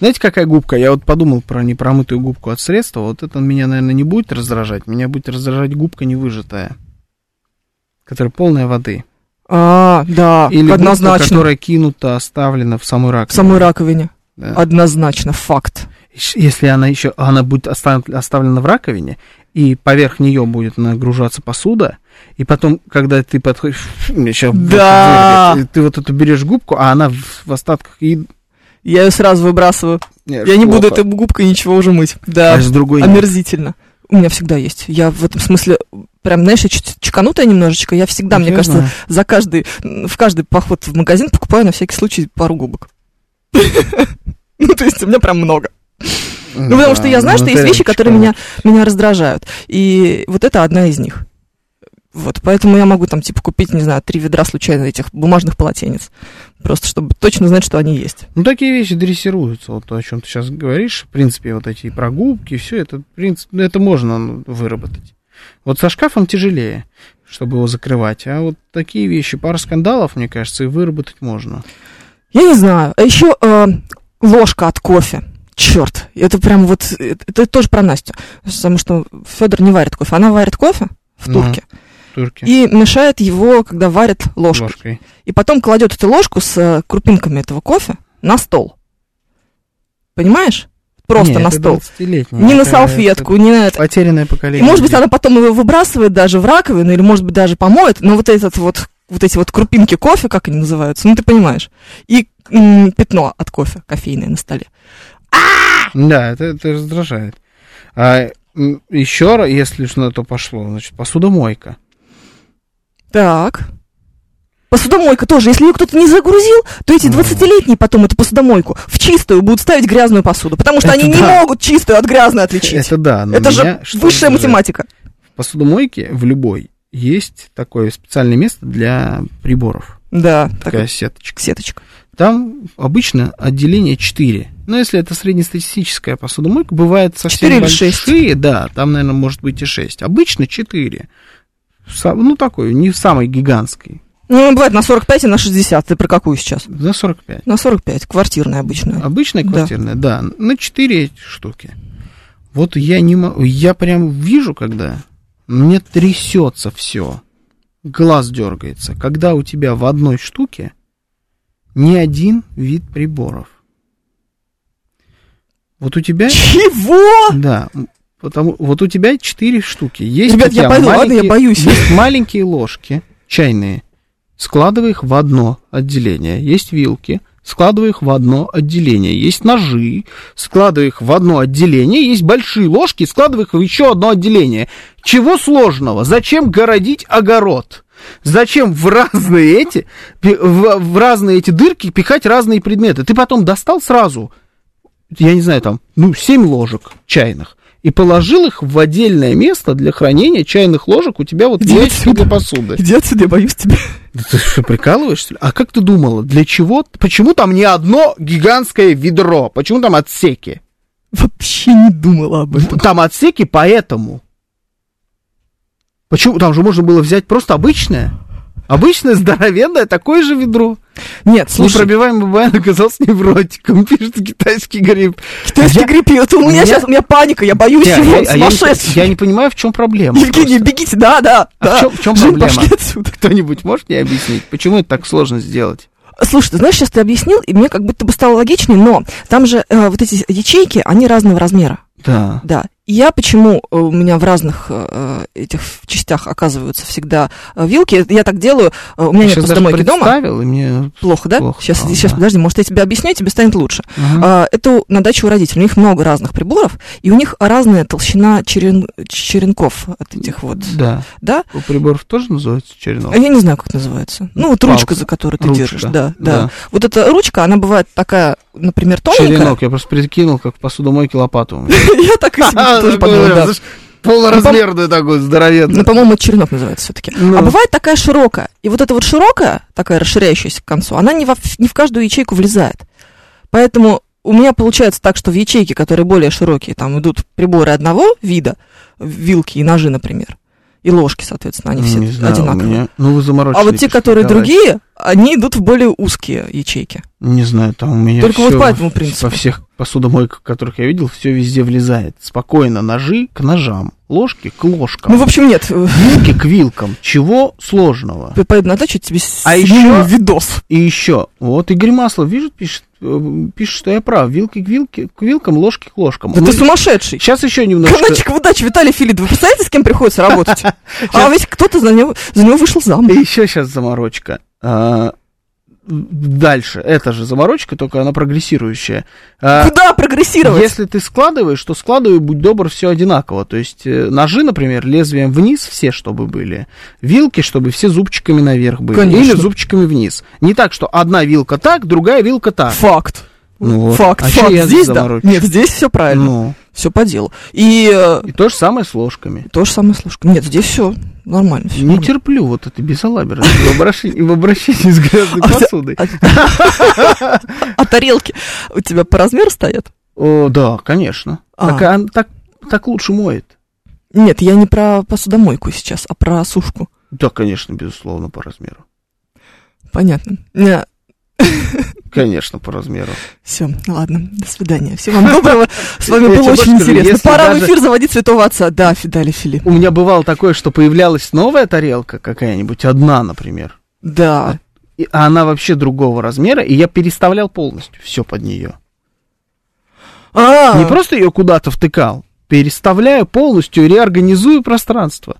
S1: Знаете, какая губка? Я вот подумал про непромытую губку от средства. Вот это меня, наверное, не будет раздражать. Меня будет раздражать губка невыжатая, которая полная воды.
S2: А, да,
S1: Или губка,
S2: однозначно.
S1: которая кинута, оставлена в самой
S2: В
S1: раковине.
S2: самой раковине.
S1: Да.
S2: Однозначно, факт.
S1: Ещё- Если она еще, она будет остав- оставлена в раковине, и поверх нее будет нагружаться посуда, и потом, когда ты подходишь, (laughs) «Фу, мне сейчас
S2: Да.
S1: ты вот эту берешь губку, а она в, в остатках и э,
S2: Я ее сразу выбрасываю. Я не буду этой губкой ничего уже мыть. Да,
S1: а с другой нет.
S2: омерзительно. У меня всегда есть. Я в этом смысле, прям, знаешь, я чуть чеканутая немножечко. Я всегда, мне
S1: Я
S2: кажется,
S1: знаю.
S2: за каждый, в каждый поход в магазин покупаю на всякий случай пару губок. (laughs) Ну, то есть у меня прям много. Ну, потому что
S1: Да,
S2: я знаю,
S1: ну,
S2: что есть
S1: это
S2: вещи, которые
S1: чеканно.
S2: меня, меня раздражают. И вот это одна из них. Вот, поэтому я могу там, типа, купить, не знаю, три ведра случайно этих бумажных полотенец. Просто чтобы точно знать, что они есть.
S1: Ну, такие вещи дрессируются, вот то, о чем ты сейчас говоришь. В принципе, вот эти прогулки, все это, в принципе, ну, это можно ну, выработать. Вот со шкафом тяжелее, чтобы его закрывать. А вот такие вещи, пара скандалов, мне кажется, и выработать можно.
S2: Я не знаю. А еще э, ложка от кофе. Черт, это прям вот, э, это тоже про Настю. Потому что Федор не варит кофе. Она варит кофе в
S1: Ну.
S2: турке
S1: Турки.
S2: и мешает его, когда варит ложкой.
S1: ложкой.
S2: И потом кладет эту ложку с э, крупинками этого кофе на стол. Понимаешь? Просто
S1: Не,
S2: на
S1: это
S2: стол.
S1: 20-летняя.
S2: Не на
S1: Это-
S2: салфетку, не на
S1: это
S2: это.
S1: Потерянное
S2: И,
S1: поколение.
S2: может быть,
S1: людей.
S2: она потом его выбрасывает даже в раковину, или, может быть, даже помоет, но вот этот вот, вот эти вот крупинки кофе, как они называются, ну, ты понимаешь, и м, пятно от кофе кофейное на столе.
S1: Да, это, это раздражает. А еще, если что, то пошло, значит, посудомойка.
S2: Так. Посудомойка тоже. Если ее кто-то не загрузил, то эти 20-летние потом эту посудомойку в чистую будут ставить грязную посуду, потому что
S1: Это
S2: они не
S1: да.
S2: могут чистую от грязной отличить.
S1: Это да, но
S2: Это же
S1: меня что
S2: высшая
S1: раздражает?
S2: математика.
S1: В посудомойке, в любой, есть такое специальное место для приборов.
S2: Да,
S1: Такая
S2: такая
S1: сеточка.
S2: сеточка.
S1: Там обычно отделение 4. Но если это среднестатистическая посудомойка, бывает совсем
S2: Четыре или шесть?
S1: большие, да, там, наверное, может быть и 6. Обычно 4. ну, такой, не в самой гигантской.
S2: Ну, бывает на 45 и на 60. Ты про какую сейчас?
S1: За 45.
S2: На 45, квартирная обычная.
S1: Обычная
S2: Да.
S1: квартирная, да. на 4 штуки. Вот я не могу, я прям вижу, когда мне трясется все, глаз дергается, когда у тебя в одной штуке ни один вид приборов. Вот у тебя,
S2: (laughs) Чего?
S1: да, м, потому, вот у тебя 4 штуки. Есть
S2: Ребят,
S1: у тебя
S2: я пойду, ладно, я
S1: маленькие-
S2: боюсь.
S1: есть маленькие ложки чайные, складывай их в одно отделение. Есть вилки, складывай их в одно отделение. Есть ножи, складывай их в одно отделение. Есть большие ложки, складывай их в еще одно отделение. Чего сложного? Зачем городить огород? Зачем в разные эти, пи- в, в разные эти дырки пихать разные предметы? Ты потом достал сразу, я не знаю, там, ну, 7 ложек чайных и положил их в отдельное место для хранения чайных ложек у тебя вот в
S2: Иди
S1: ящике
S2: отсюда.
S1: для посуды.
S2: Иди отсюда, я боюсь тебя.
S1: (laughs)
S2: (laughs)
S1: Да ты что, прикалываешься? А как ты думала, для чего? Почему там не одно гигантское ведро? Почему там отсеки?
S2: Вообще не думала об этом.
S1: Там отсеки поэтому. Почему? Там же можно было взять просто обычное. Обычное, здоровенное, такое же ведро.
S2: Нет, слушай,
S1: Непробиваемый Бен оказался невротиком, (laughs) пишет китайский гриб.
S2: китайский
S1: Я-
S2: грипп, это у меня
S1: меня-
S2: сейчас, у меня паника, я боюсь
S1: Я-
S2: его, он
S1: я- а я не-
S2: сумасшедший.
S1: Я не понимаю, в чем проблема.
S2: Евгений,
S1: просто.
S2: бегите, да, да,
S1: А в
S2: да.
S1: чём- в чём
S2: Жень,
S1: проблема?
S2: пошли отсюда.
S1: Кто-нибудь может мне объяснить, почему это так сложно сделать?
S2: Слушай, ты знаешь, сейчас ты объяснил, и мне как будто бы стало логичнее, но там же э, вот эти ячейки, они разного размера,
S1: Да.
S2: да. И я почему э, у меня в разных э, этих частях оказываются всегда э, вилки, я так делаю, э, у меня нет
S1: сейчас даже
S2: посудомойки дома.
S1: представил, и мне...
S2: Плохо, да?
S1: плохо
S2: сейчас,
S1: стало,
S2: сейчас,
S1: да.
S2: подожди, может, я тебе объясню, и тебе станет лучше.
S1: Мгм.
S2: А, это на даче у родителей. У них много разных приборов, и у них разная толщина черен- черенков от этих вот,
S1: Да.
S2: да?
S1: У приборов тоже называется черенок?
S2: А Я не знаю, как это называется. Ну, вот
S1: Палка.
S2: ручка, за которую ты
S1: Ручка,
S2: держишь, да, да,
S1: да.
S2: Вот эта ручка, она бывает такая, например, тоненькая.
S1: Черенок, я просто прикинул, как в посудомойке лопату. у меня.
S2: (laughs) Я так
S1: (laughs)
S2: и себе тоже подумала, да.
S1: Полуразмерную такую,
S2: Ну,
S1: здоровенную.
S2: по-моему, это черенок называется все-таки.
S1: Ну.
S2: А бывает такая широкая. И вот эта вот широкая, такая расширяющаяся к концу, она не, во в- не в каждую ячейку влезает. Поэтому у меня получается так, что в ячейки, которые более широкие, там идут приборы одного вида, вилки и ножи, например, и ложки, соответственно, они все
S1: Ну, Не знаю, у
S2: одинаковые.
S1: меня- Ну, вы заморочили.
S2: а вот те,
S1: пишите,
S2: которые
S1: давайте.
S2: другие, они идут в более узкие ячейки.
S1: Не знаю, там у меня
S2: Только вот
S1: всё
S2: по этому
S1: в-
S2: принципу.
S1: Во всех посудомойках, которых я видел, все везде влезает. Спокойно ножи к ножам, ложки к ложкам,
S2: Ну, в общем, нет, (laughs) э,
S1: вилки к вилкам. Чего сложного?
S2: я поеду на дачу, тебе
S1: А
S2: сниму
S1: ещё-
S2: видос.
S1: И еще, вот Игорь Маслов вижу, пишет, э, пишет, что я прав. Вилки к, вилке, к вилкам, ложки к ложкам.
S2: Да ты сумасшедший.
S1: Сейчас еще немножко... (laughs)
S2: Канадчик в удаче Виталий Филит. Вы представляете, с кем приходится работать? А ведь кто-то за него, за него вышел зам.
S1: И еще сейчас заморочка. А, дальше. Это же заморочка, только она прогрессирующая. А,
S2: Куда прогрессировать?
S1: Если ты складываешь, то складывай, будь добр, все одинаково. То есть э, ножи, например, лезвием вниз все, чтобы были. Вилки, чтобы все зубчиками наверх были.
S2: Конечно.
S1: Или зубчиками вниз. Не так, что одна вилка так, другая вилка так.
S2: Факт.
S1: Ну вот.
S2: Факт,
S1: А чё
S2: факт.
S1: я
S2: Здесь, да.
S1: заморочусь?
S2: Нет, здесь все правильно.
S1: Ну,
S2: все по делу. И э,
S1: И то же самое с ложками.
S2: то же самое с ложкой. Нет, здесь все нормально. всё
S1: Не
S2: нормально.
S1: терплю вот это (laughs) безалаберность в обращении, в обращении с грязной
S2: А всё-
S1: посудой.
S2: А тарелки у тебя по размеру стоят?
S1: О, да, конечно.
S2: А.
S1: Так, а, так, так лучше моет.
S2: Нет, я не про посудомойку сейчас, а про сушку.
S1: Да, конечно, безусловно, по размеру.
S2: Понятно. Э, Не,
S1: Конечно, по размеру.
S2: Все, ладно, до свидания. Всего вам (laughs) доброго. С вами
S1: Я тебе
S2: было
S1: больше
S2: очень
S1: скажу,
S2: интересно.
S1: если
S2: Пора в
S1: даже-
S2: эфир заводить святого отца. Да, Фидали Фили.
S1: У меня бывало такое, что появлялась новая тарелка какая-нибудь, одна, например,
S2: Да.
S1: и, а она вообще другого размера, и я переставлял полностью все под нее.
S2: А,
S1: Не просто ее куда-то втыкал, переставляю полностью, реорганизую пространство.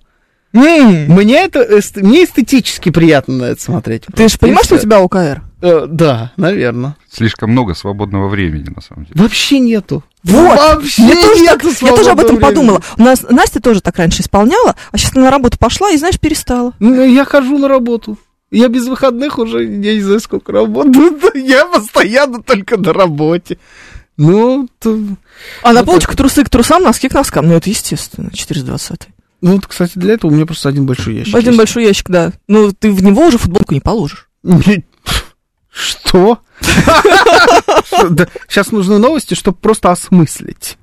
S2: м,
S1: Мне это эст- мне эстетически приятно на это смотреть.
S2: Ты же понимаешь, что у
S1: Просто.
S2: тебя ОКР?
S1: Э, да, наверное.
S3: Слишком много свободного времени, на самом деле.
S1: Вообще нету.
S2: Вот.
S1: Вообще
S2: Я тоже, так-
S1: нету
S2: я тоже об этом
S1: свободного
S2: подумала.
S1: времени.
S2: У нас Настя тоже так раньше исполняла, а сейчас она на работу пошла и, знаешь, перестала.
S1: Ну, я хожу на работу. Я без выходных уже, я не знаю, сколько работаю. (laughs) Я постоянно только на работе. Ну, то-
S2: А на
S1: Ну,
S2: полочку трусы к трусам, носки к носкам. Ну, это естественно, 420.
S1: ну вот, кстати, для этого у меня просто один большой ящик.
S2: Один
S1: есть.
S2: большой ящик, да. Ну, ты в него уже футболку не положишь.
S1: Не- Что? Сейчас нужны новости, чтобы просто осмыслить.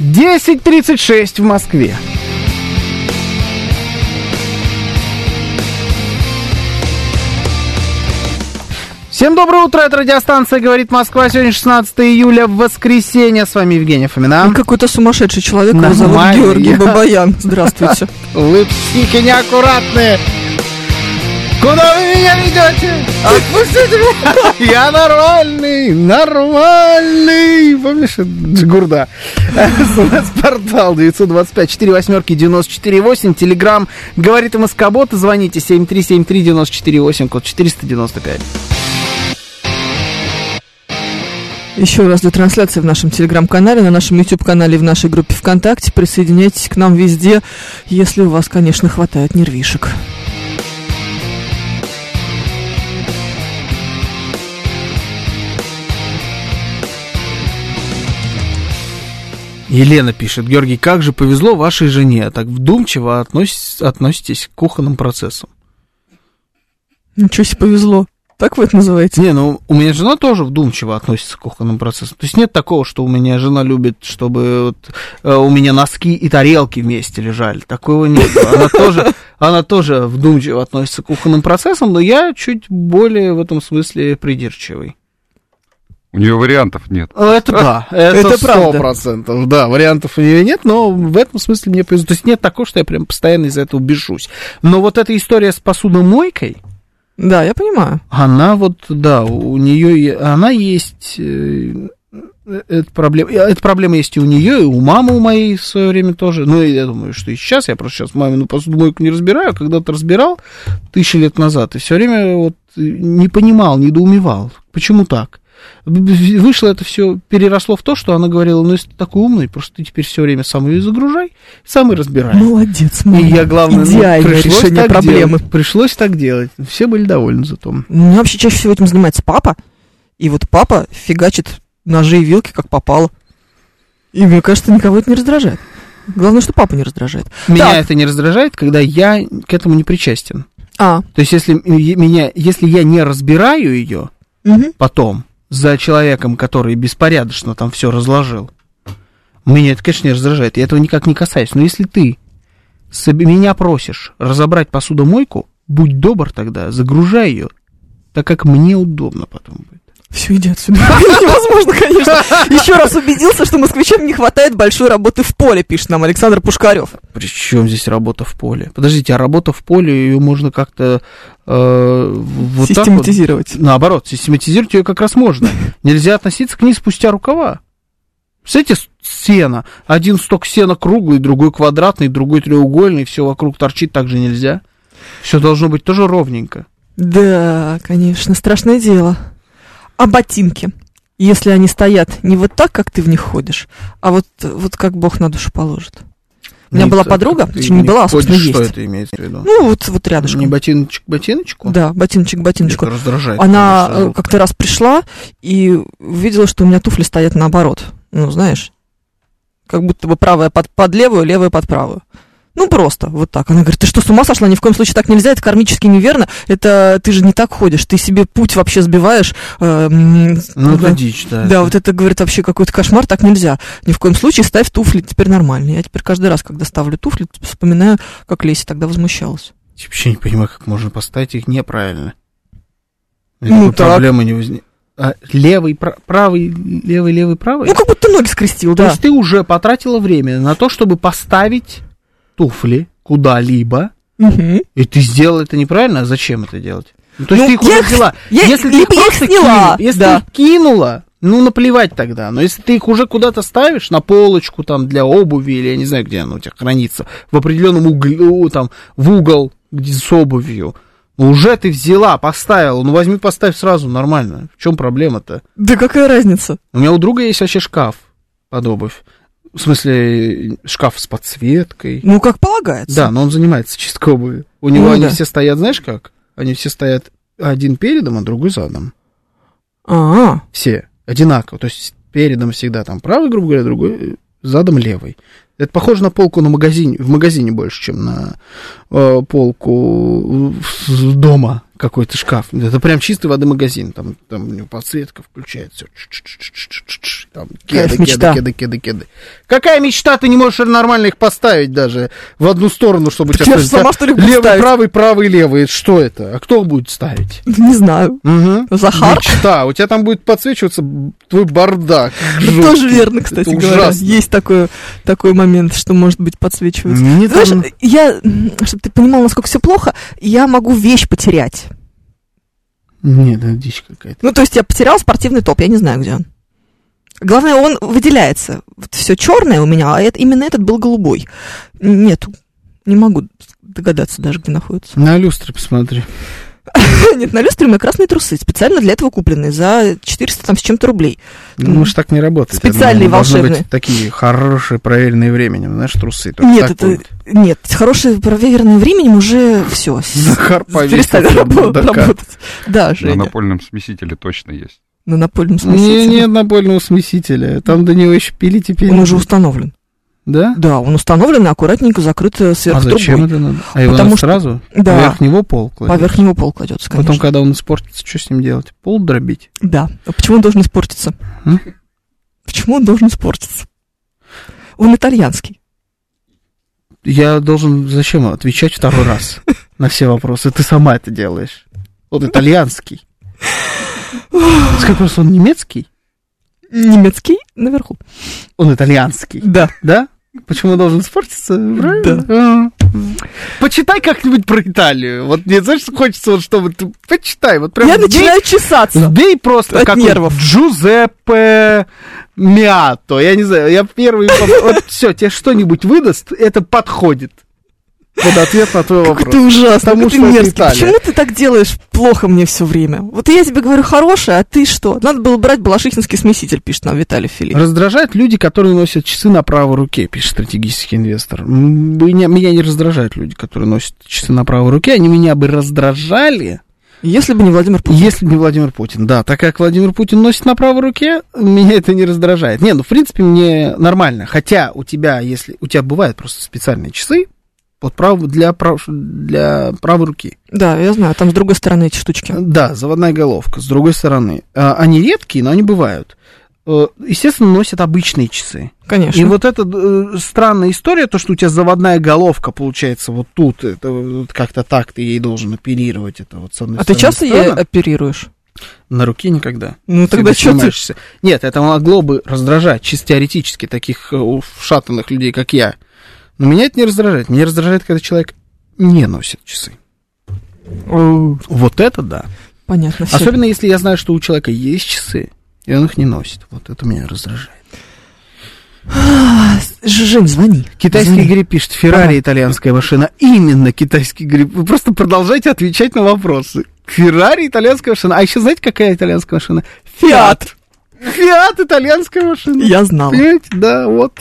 S1: Десять тридцать шесть в Москве. Всем доброе утро, это радиостанция «Говорит Москва». Сегодня 16 июля, в воскресенье. С вами Евгения Фомина.
S2: Какой-то сумасшедший человек, его зовут
S1: Нормально,
S2: Георгий (laughs)
S1: я-
S2: Бабаян. Здравствуйте.
S1: Вы психи неаккуратные. Куда вы меня ведете? Отпустите меня! Я нормальный, нормальный. Помнишь, это Джигурда? СМС-портал 925-48-94-8. Телеграмм говорит Москобот. Звоните 7373-94-8, код 495.
S2: Еще раз для трансляции в нашем телеграм-канале, на нашем YouTube-канале и в нашей группе ВКонтакте. Присоединяйтесь к нам везде, если у вас, конечно, хватает нервишек.
S1: Елена пишет, Георгий, как же повезло вашей жене, так вдумчиво относитесь, относитесь к кухонным процессам.
S2: Ничего себе повезло. Так вы это называете?
S1: Не, ну у меня жена тоже вдумчиво относится к кухонным процессам. То есть нет такого, что у меня жена любит, чтобы вот, э, у меня носки и тарелки вместе лежали. Такого нет. Она тоже, она тоже вдумчиво относится к кухонным процессам, но я чуть более в этом смысле придирчивый.
S3: У нее вариантов нет.
S1: Это да, это
S2: Это
S1: сто
S2: правда.
S1: процентов. Да, вариантов у нее нет, но в этом смысле мне повезло. То есть нет такого, что я прям постоянно из-за этого бешусь. Но вот эта история с посудомойкой,
S2: Да, я понимаю.
S1: Она вот, да, у нее она есть. э, Эта проблема, и эта проблема есть и у нее, и у мамы у моей в свое время тоже. Ну, и я думаю, что и сейчас. Я просто сейчас мамину посудомойку не разбираю. а Когда-то разбирал тысячи лет назад, и все время вот э, не понимал, недоумевал. Почему так? Б- б- Вышло это все, переросло в то, что она говорила, ну, если ты такой умный, просто ты теперь все время сам ее загружай, сам и разбирай.
S2: Молодец, мама.
S1: и я, главное, ну,
S2: Идеальное
S1: пришлось
S2: решение
S1: так
S2: проблемы.
S1: делать. пришлось так делать. Все были довольны зато.
S2: У меня вообще чаще всего этим занимается папа. И вот папа фигачит ножи и вилки, как попало. И мне кажется, никого это не раздражает. Главное, что папа не раздражает.
S1: Меня
S2: Так.
S1: это не раздражает, когда я к этому не причастен.
S2: А,
S1: То есть, если м- е- меня, если я не разбираю ее
S2: мгм.
S1: потом за человеком, который беспорядочно там все разложил, меня это, конечно, не раздражает. Я этого никак не касаюсь. Но если ты соб- меня просишь разобрать посудомойку, будь добр тогда, загружай ее, так как мне удобно потом будет.
S2: Все,
S1: (laughs)
S2: иди отсюда. Невозможно, конечно. Еще раз убедился, что москвичам не хватает большой работы в поле, пишет нам Александр Пушкарев.
S1: Причем здесь работа в поле? Подождите, а работа в поле ее можно как-то э, вот так вот
S2: Систематизировать.
S1: Наоборот, систематизировать ее как раз
S2: (laughs)
S1: можно. Нельзя относиться к ней спустя рукава. Представляете, с- сено. Один сток сена круглый, другой квадратный, другой треугольный, все вокруг торчит, так же нельзя. Все должно быть тоже ровненько.
S2: Да, конечно, страшное дело. А ботинки? Если они стоят не вот так, как ты в них ходишь, а вот, вот как Бог на душу положит. У меня
S1: Не
S2: была
S1: т-
S2: подруга,
S1: ты
S2: точнее, не была, а,
S1: ходишь,
S2: собственно,
S1: Что
S2: есть.
S1: это имеется в виду?
S2: Ну, вот, вот рядышком.
S1: Не ботиночек к ботиночку?
S2: Да, ботиночек к ботиночку.
S1: Это раздражает.
S2: Она
S1: конечно,
S2: э,
S1: руку.
S2: как-то раз пришла и увидела, что у меня туфли стоят наоборот. Ну, знаешь, как будто бы правая под, под левую, левая под правую. Ну, просто вот так. Она говорит, ты что, с ума сошла? Ни в коем случае так нельзя, это кармически неверно. Это ты же не так ходишь, ты себе путь вообще сбиваешь. э, м,
S1: Ну, это
S2: да.
S1: дичь, да.
S2: Да, вот это, говорит, вообще какой-то кошмар, так нельзя. Ни в коем случае ставь туфли, теперь нормально. Я теперь каждый раз, когда ставлю туфли, вспоминаю, как Леся тогда возмущалась.
S1: Я вообще не понимаю, как можно поставить их неправильно.
S2: Ну,
S1: Никакой
S2: так.
S1: проблемы не возникнет. левый, пра- правый, левый, левый, правый?
S2: Ну, как будто ноги скрестил,
S1: То
S2: да.
S1: есть ты уже потратила время на то, чтобы поставить туфли куда-либо,
S2: Мгм.
S1: и ты сделал это неправильно, а зачем это делать? Ну, то есть
S2: Ну,
S1: ты их
S2: я
S1: уже
S2: их-
S1: взяла.
S2: я-
S1: если ты их
S2: либо я их
S1: просто
S2: сняла,
S1: кинул, если
S2: да.
S1: ты их кинула, ну наплевать тогда. Но если ты их уже куда-то ставишь, на полочку там для обуви, или я не знаю, где она у тебя хранится, в определенном углу, там, в угол, где с обувью, ну, уже ты взяла, поставила. Ну возьми, поставь сразу, нормально. В чем проблема-то?
S2: Да какая разница?
S1: У меня у друга есть вообще шкаф под обувь. В смысле, шкаф с подсветкой.
S2: Ну, как полагается.
S1: Да, но он занимается чисткой обуви. У него
S2: Ну
S1: они
S2: да.
S1: все стоят, знаешь как? Они все стоят один передом, а другой задом.
S2: А,
S1: Все одинаково. То есть передом всегда там правый, грубо говоря, другой э, задом левый. Это похоже на полку на магазине, в магазине больше, чем на э, полку в- в- дома какой-то шкаф. Это прям чистой воды магазин. Там, там у него подсветка включается. Чш-чш-чш-чш-чш-чш. Там
S2: Кайф,
S1: кеды, кеды,
S2: мечта.
S1: кеды, кеды, кеды. Какая мечта? Ты не можешь нормально их поставить даже в одну сторону, чтобы у тебя
S2: я же
S1: что-то-
S2: сама что ли буду
S1: Левый,
S2: ставить?
S1: правый, правый, левый. Это Что это? А кто будет ставить?
S2: Не знаю. Захар?
S1: Мечта. У тебя там будет подсвечиваться твой бардак.
S2: (laughs) Это тоже верно, кстати
S1: Это
S2: говоря.
S1: ужасно.
S2: Есть такое, такой момент, что, может быть, подсвечивается.
S1: Мне
S2: Знаешь,
S1: там-
S2: я, чтобы ты понимал, насколько все плохо, я могу вещь потерять.
S1: Нет, это дичь какая-то.
S2: Ну, то есть я потерял спортивный топ, я не знаю, где он. Главное, он выделяется. Вот все черное у меня, а это, именно этот был голубой. Нет, не могу догадаться даже, где находится.
S1: На люстры посмотри.
S2: Нет, на люстре у меня красные трусы, специально для этого купленные, за 400 там с чем-то рублей.
S1: Ну, может, так не работает.
S2: Специальные
S1: Я думаю, должны
S2: волшебные.
S1: быть такие хорошие, проверенные временем, знаешь, трусы. Только
S2: Нет,
S1: так
S2: это-
S1: будет.
S2: Нет, хорошее проверенное временем уже
S1: (laughs)
S2: все.
S1: Захар повесился
S2: Перестали
S1: от
S2: рабо-
S1: бардака.
S2: работать. Да,
S3: На
S2: Женя.
S3: напольном смесителе точно есть.
S2: На напольном
S1: Не,
S2: смесителе.
S1: не напольного смесителя. Там до него еще пилить и пилить.
S2: Он уже установлен.
S1: Да?
S2: Да, он установлен и аккуратненько закрыт э,
S1: А
S2: сверху
S1: зачем
S2: трубой.
S1: это надо? А его
S2: Потому
S1: надо
S2: что-
S1: сразу?
S2: Да.
S1: Поверх него пол кладешь?
S2: Поверх него пол кладется, конечно.
S1: Потом, когда он испортится, что с ним делать? Пол дробить?
S2: Да. А почему он должен испортиться?
S1: М?
S2: Почему он должен испортиться? Он итальянский.
S1: Я должен зачем отвечать второй раз на все вопросы? Ты сама это делаешь. Он итальянский. Скажи просто, он немецкий?
S2: Немецкий наверху.
S1: Он итальянский,
S2: Да.
S1: да? Почему должен испортиться? Правильно? М. Почитай как-нибудь про Италию. Вот мне, знаешь, хочется, вот, чтобы ты... Почитай, вот прям...
S2: Я
S1: вбей-
S2: начинаю чесаться.
S1: Вбей просто
S2: От
S1: как
S2: нервов.
S1: Джузеппе Миато. Я не знаю, я первый... поп- Вот все, тебе что-нибудь выдаст, это подходит. Вот ответ на твой
S2: Как
S1: вопрос.
S2: ты ужасно,
S1: Потому
S2: как ты
S1: что это
S2: мерзкий.
S1: Италия.
S2: Почему ты так делаешь плохо мне все время? Вот я тебе говорю хорошее, а ты что? Надо было брать балашихинский смеситель, пишет нам Виталий Филипп.
S1: Раздражают люди, которые носят часы на правой руке, пишет стратегический инвестор. М, Меня, меня не раздражают люди, которые носят часы на правой руке. Они меня бы раздражали,
S2: Если бы не Владимир Путин.
S1: если бы не Владимир Путин. Да, так как Владимир Путин носит на правой руке, меня это не раздражает. Не, ну, в принципе, мне нормально. Хотя у тебя, если... У тебя бывают просто специальные часы под прав- для, прав- для правой руки.
S2: Да, я знаю, там с другой стороны эти штучки.
S1: Да, заводная головка, с другой стороны. А, Они редкие, но они бывают. Э, Естественно, носят обычные часы.
S2: Конечно.
S1: И вот эта э, странная история, то, что у тебя заводная головка получается вот тут, это вот как-то так ты ей должен оперировать. Это вот с одной
S2: а ты
S1: стороны
S2: часто ей
S1: странно.
S2: оперируешь?
S1: На руке никогда.
S2: Ну
S1: Всегда
S2: тогда что ты?
S1: снимаешься. Нет, это могло бы раздражать чисто теоретически таких э, ушатанных людей, как я. Но меня это не раздражает. Меня раздражает, когда человек не носит часы.
S2: Оу,
S1: Вот это да.
S2: Понятно. всё.
S1: Особенно если я знаю, что у человека есть часы, и он их не носит. Вот это меня раздражает.
S2: Жень, звони.
S1: Китайский
S2: Звони.
S1: гриб пишет, Феррари итальянская машина. Именно китайский гриб. Вы просто продолжайте отвечать на вопросы. Феррари итальянская машина. А еще знаете, какая итальянская машина?
S2: Фиат.
S1: Фиат итальянская машина.
S2: Я знала.
S1: Понимаете? Да, вот.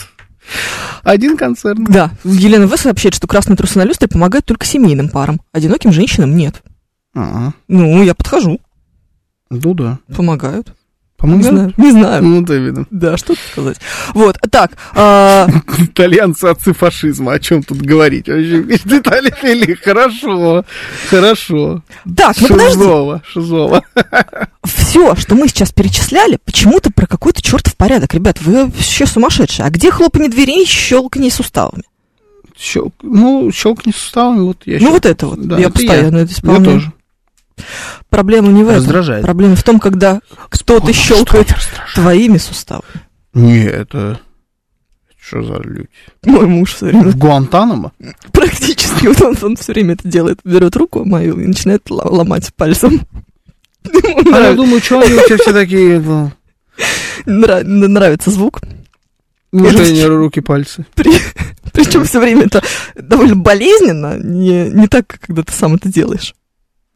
S1: Один концерн.
S2: Да, Елена В. сообщает, что красные трусы на люстре помогают только семейным парам. Одиноким женщинам нет.
S1: А,
S2: Ну, я подхожу.
S1: ну да.
S2: Помогают.
S1: По-моему,
S2: Не
S1: да.
S2: знаю. Не знаю.
S1: Ну, да, видно.
S2: Да, что тут сказать. Вот, так. а,
S1: Итальянцы отцы фашизма. О чем тут говорить? Вообще, пишет Виталий Филипп. Хорошо. Хорошо.
S2: Так, ну подожди.
S1: Шизова. Шизова.
S2: Все, что мы сейчас перечисляли, почему-то про какой-то чертов порядок. Ребят, вы вообще сумасшедшие. А где хлопанье дверей и щелканье суставами?
S1: Щелк- ну, щелкни суставами, вот я
S2: ну,
S1: щелкну.
S2: вот это вот.
S1: Да,
S2: я
S1: это
S2: постоянно это
S1: Я
S2: исполняю.
S1: тоже.
S2: Проблема не в этом.
S1: Раздражает.
S2: Проблема в том, когда кто-то щелкает твоими суставами.
S1: Не, это... Что за люди?
S2: Мой муж все время (laughs)
S1: В Гуантанамо?
S2: практически, вот он, все время это делает, берет руку мою и начинает ло- ломать пальцем. Ему
S1: А я
S2: нрав-
S1: думаю, что они у тебя все такие...
S2: (laughs)
S1: ну,
S2: нра- Нравится звук.
S1: Неужели не руки, пальцы?
S2: Причем все время это довольно болезненно, не, не так, как когда ты сам это делаешь.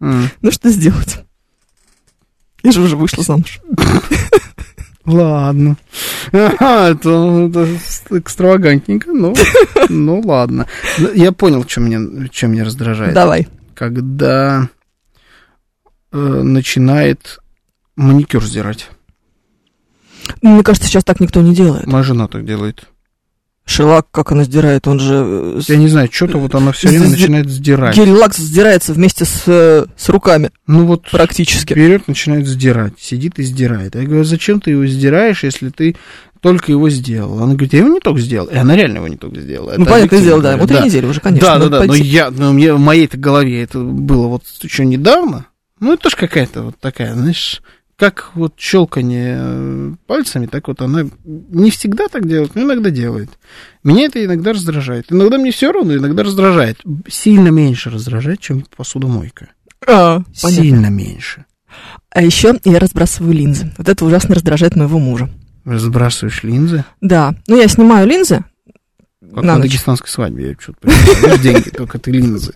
S1: М.
S2: Ну что сделать? Я же уже вышла замуж.
S1: Ладно. (laughs) Ага, это, это экстравагантненько, но,
S2: (laughs)
S1: ну ладно. Я понял, чем меня, чем меня раздражает.
S2: Давай.
S1: Когда э, начинает маникюр сдирать.
S2: Ну, Мне кажется, сейчас так никто не делает.
S1: Моя жена так делает.
S2: Шелак, как она сдирает, он же... э, с-
S1: Я не знаю, что-то вот она все время
S2: Сди-
S1: начинает сдирать.
S2: Гель-лакс сдирается вместе с, э, с руками
S1: Ну вот
S2: практически.
S1: вперед начинает сдирать. Сидит и сдирает. Я говорю, зачем ты его сдираешь, если ты только его сделал? Она говорит, я его не только сделал. И она реально его не только сделала.
S2: Ну,
S1: Это
S2: понятное
S1: объективно
S2: дело, да.
S1: говорю,
S2: Вот и неделю уже, конечно.
S1: да, да,
S2: надо
S1: да. Но
S2: пойти.
S1: я, ну, мне, в моей-то голове это было вот еще недавно. Ну, это тоже какая-то вот такая, знаешь, как вот щелканье э, пальцами, так вот она не всегда так делает, но иногда делает. Меня это иногда раздражает. Иногда мне все равно, иногда раздражает. Сильно меньше раздражает, чем посудомойка.
S2: А, понятно.
S1: Сильно меньше.
S2: А еще я разбрасываю линзы. Вот это ужасно раздражает моего мужа.
S1: Разбрасываешь линзы.
S2: Да. Ну, я снимаю линзы.
S1: Как
S2: На
S1: на,
S2: ночь.
S1: дагестанской свадьбе, я что-то понимаю. Видишь, деньги, только ты линзы.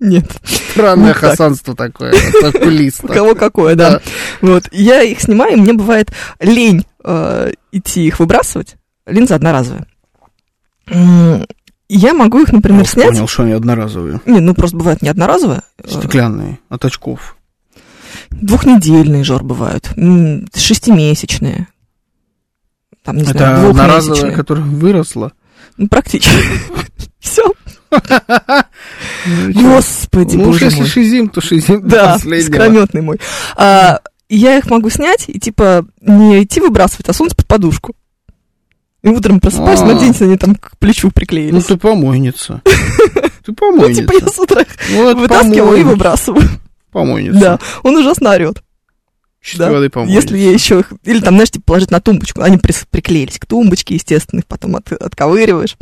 S1: Ну,
S2: Нет.
S1: Странное
S2: Вот так.
S1: хасанство такое, вот,
S2: У
S1: окулиста.
S2: кого какое, да.
S1: Да.
S2: Вот. Я их снимаю, и мне бывает лень э, идти их выбрасывать. Линза одноразовая. М, Я могу их, например,
S1: Вот
S2: снять.
S1: Ну, Понял, что они одноразовые.
S2: Не, ну просто бывает не одноразовая. э,
S1: Стеклянные, от очков.
S2: Двухнедельные жор бывают. м, Шестимесячные. Там, не знаю,
S1: Это одноразовая,
S2: двухмесячные.
S1: которая выросла.
S2: Ну, практически. (laughs) Все.
S1: (laughs) Ну, и чё?
S2: Господи,
S1: Ну, уж
S2: боже
S1: если
S2: Типа мой.
S1: шизим, то шизим до
S2: Да,
S1: последнего.
S2: искрометный мой. А, я их могу снять и, типа, не идти выбрасывать, а сунуть под подушку. И утром просыпаешься,
S1: А.
S2: надеюсь, они там к плечу
S1: Ну,
S2: приклеились.
S1: ты
S2: (laughs)
S1: помойница. Ты
S2: Ну, типа, я
S1: помойница.
S2: с утра их
S1: Вот
S2: вытаскиваю и
S1: помойница.
S2: выбрасываю.
S1: Помойница.
S2: Да, он ужасно орет.
S1: Чистой
S2: да.
S1: воды помойница.
S2: Если я еще их... Или там, знаешь, типа, положить на тумбочку. Они прис- приклеились к тумбочке, естественно, их потом от- отковыриваешь.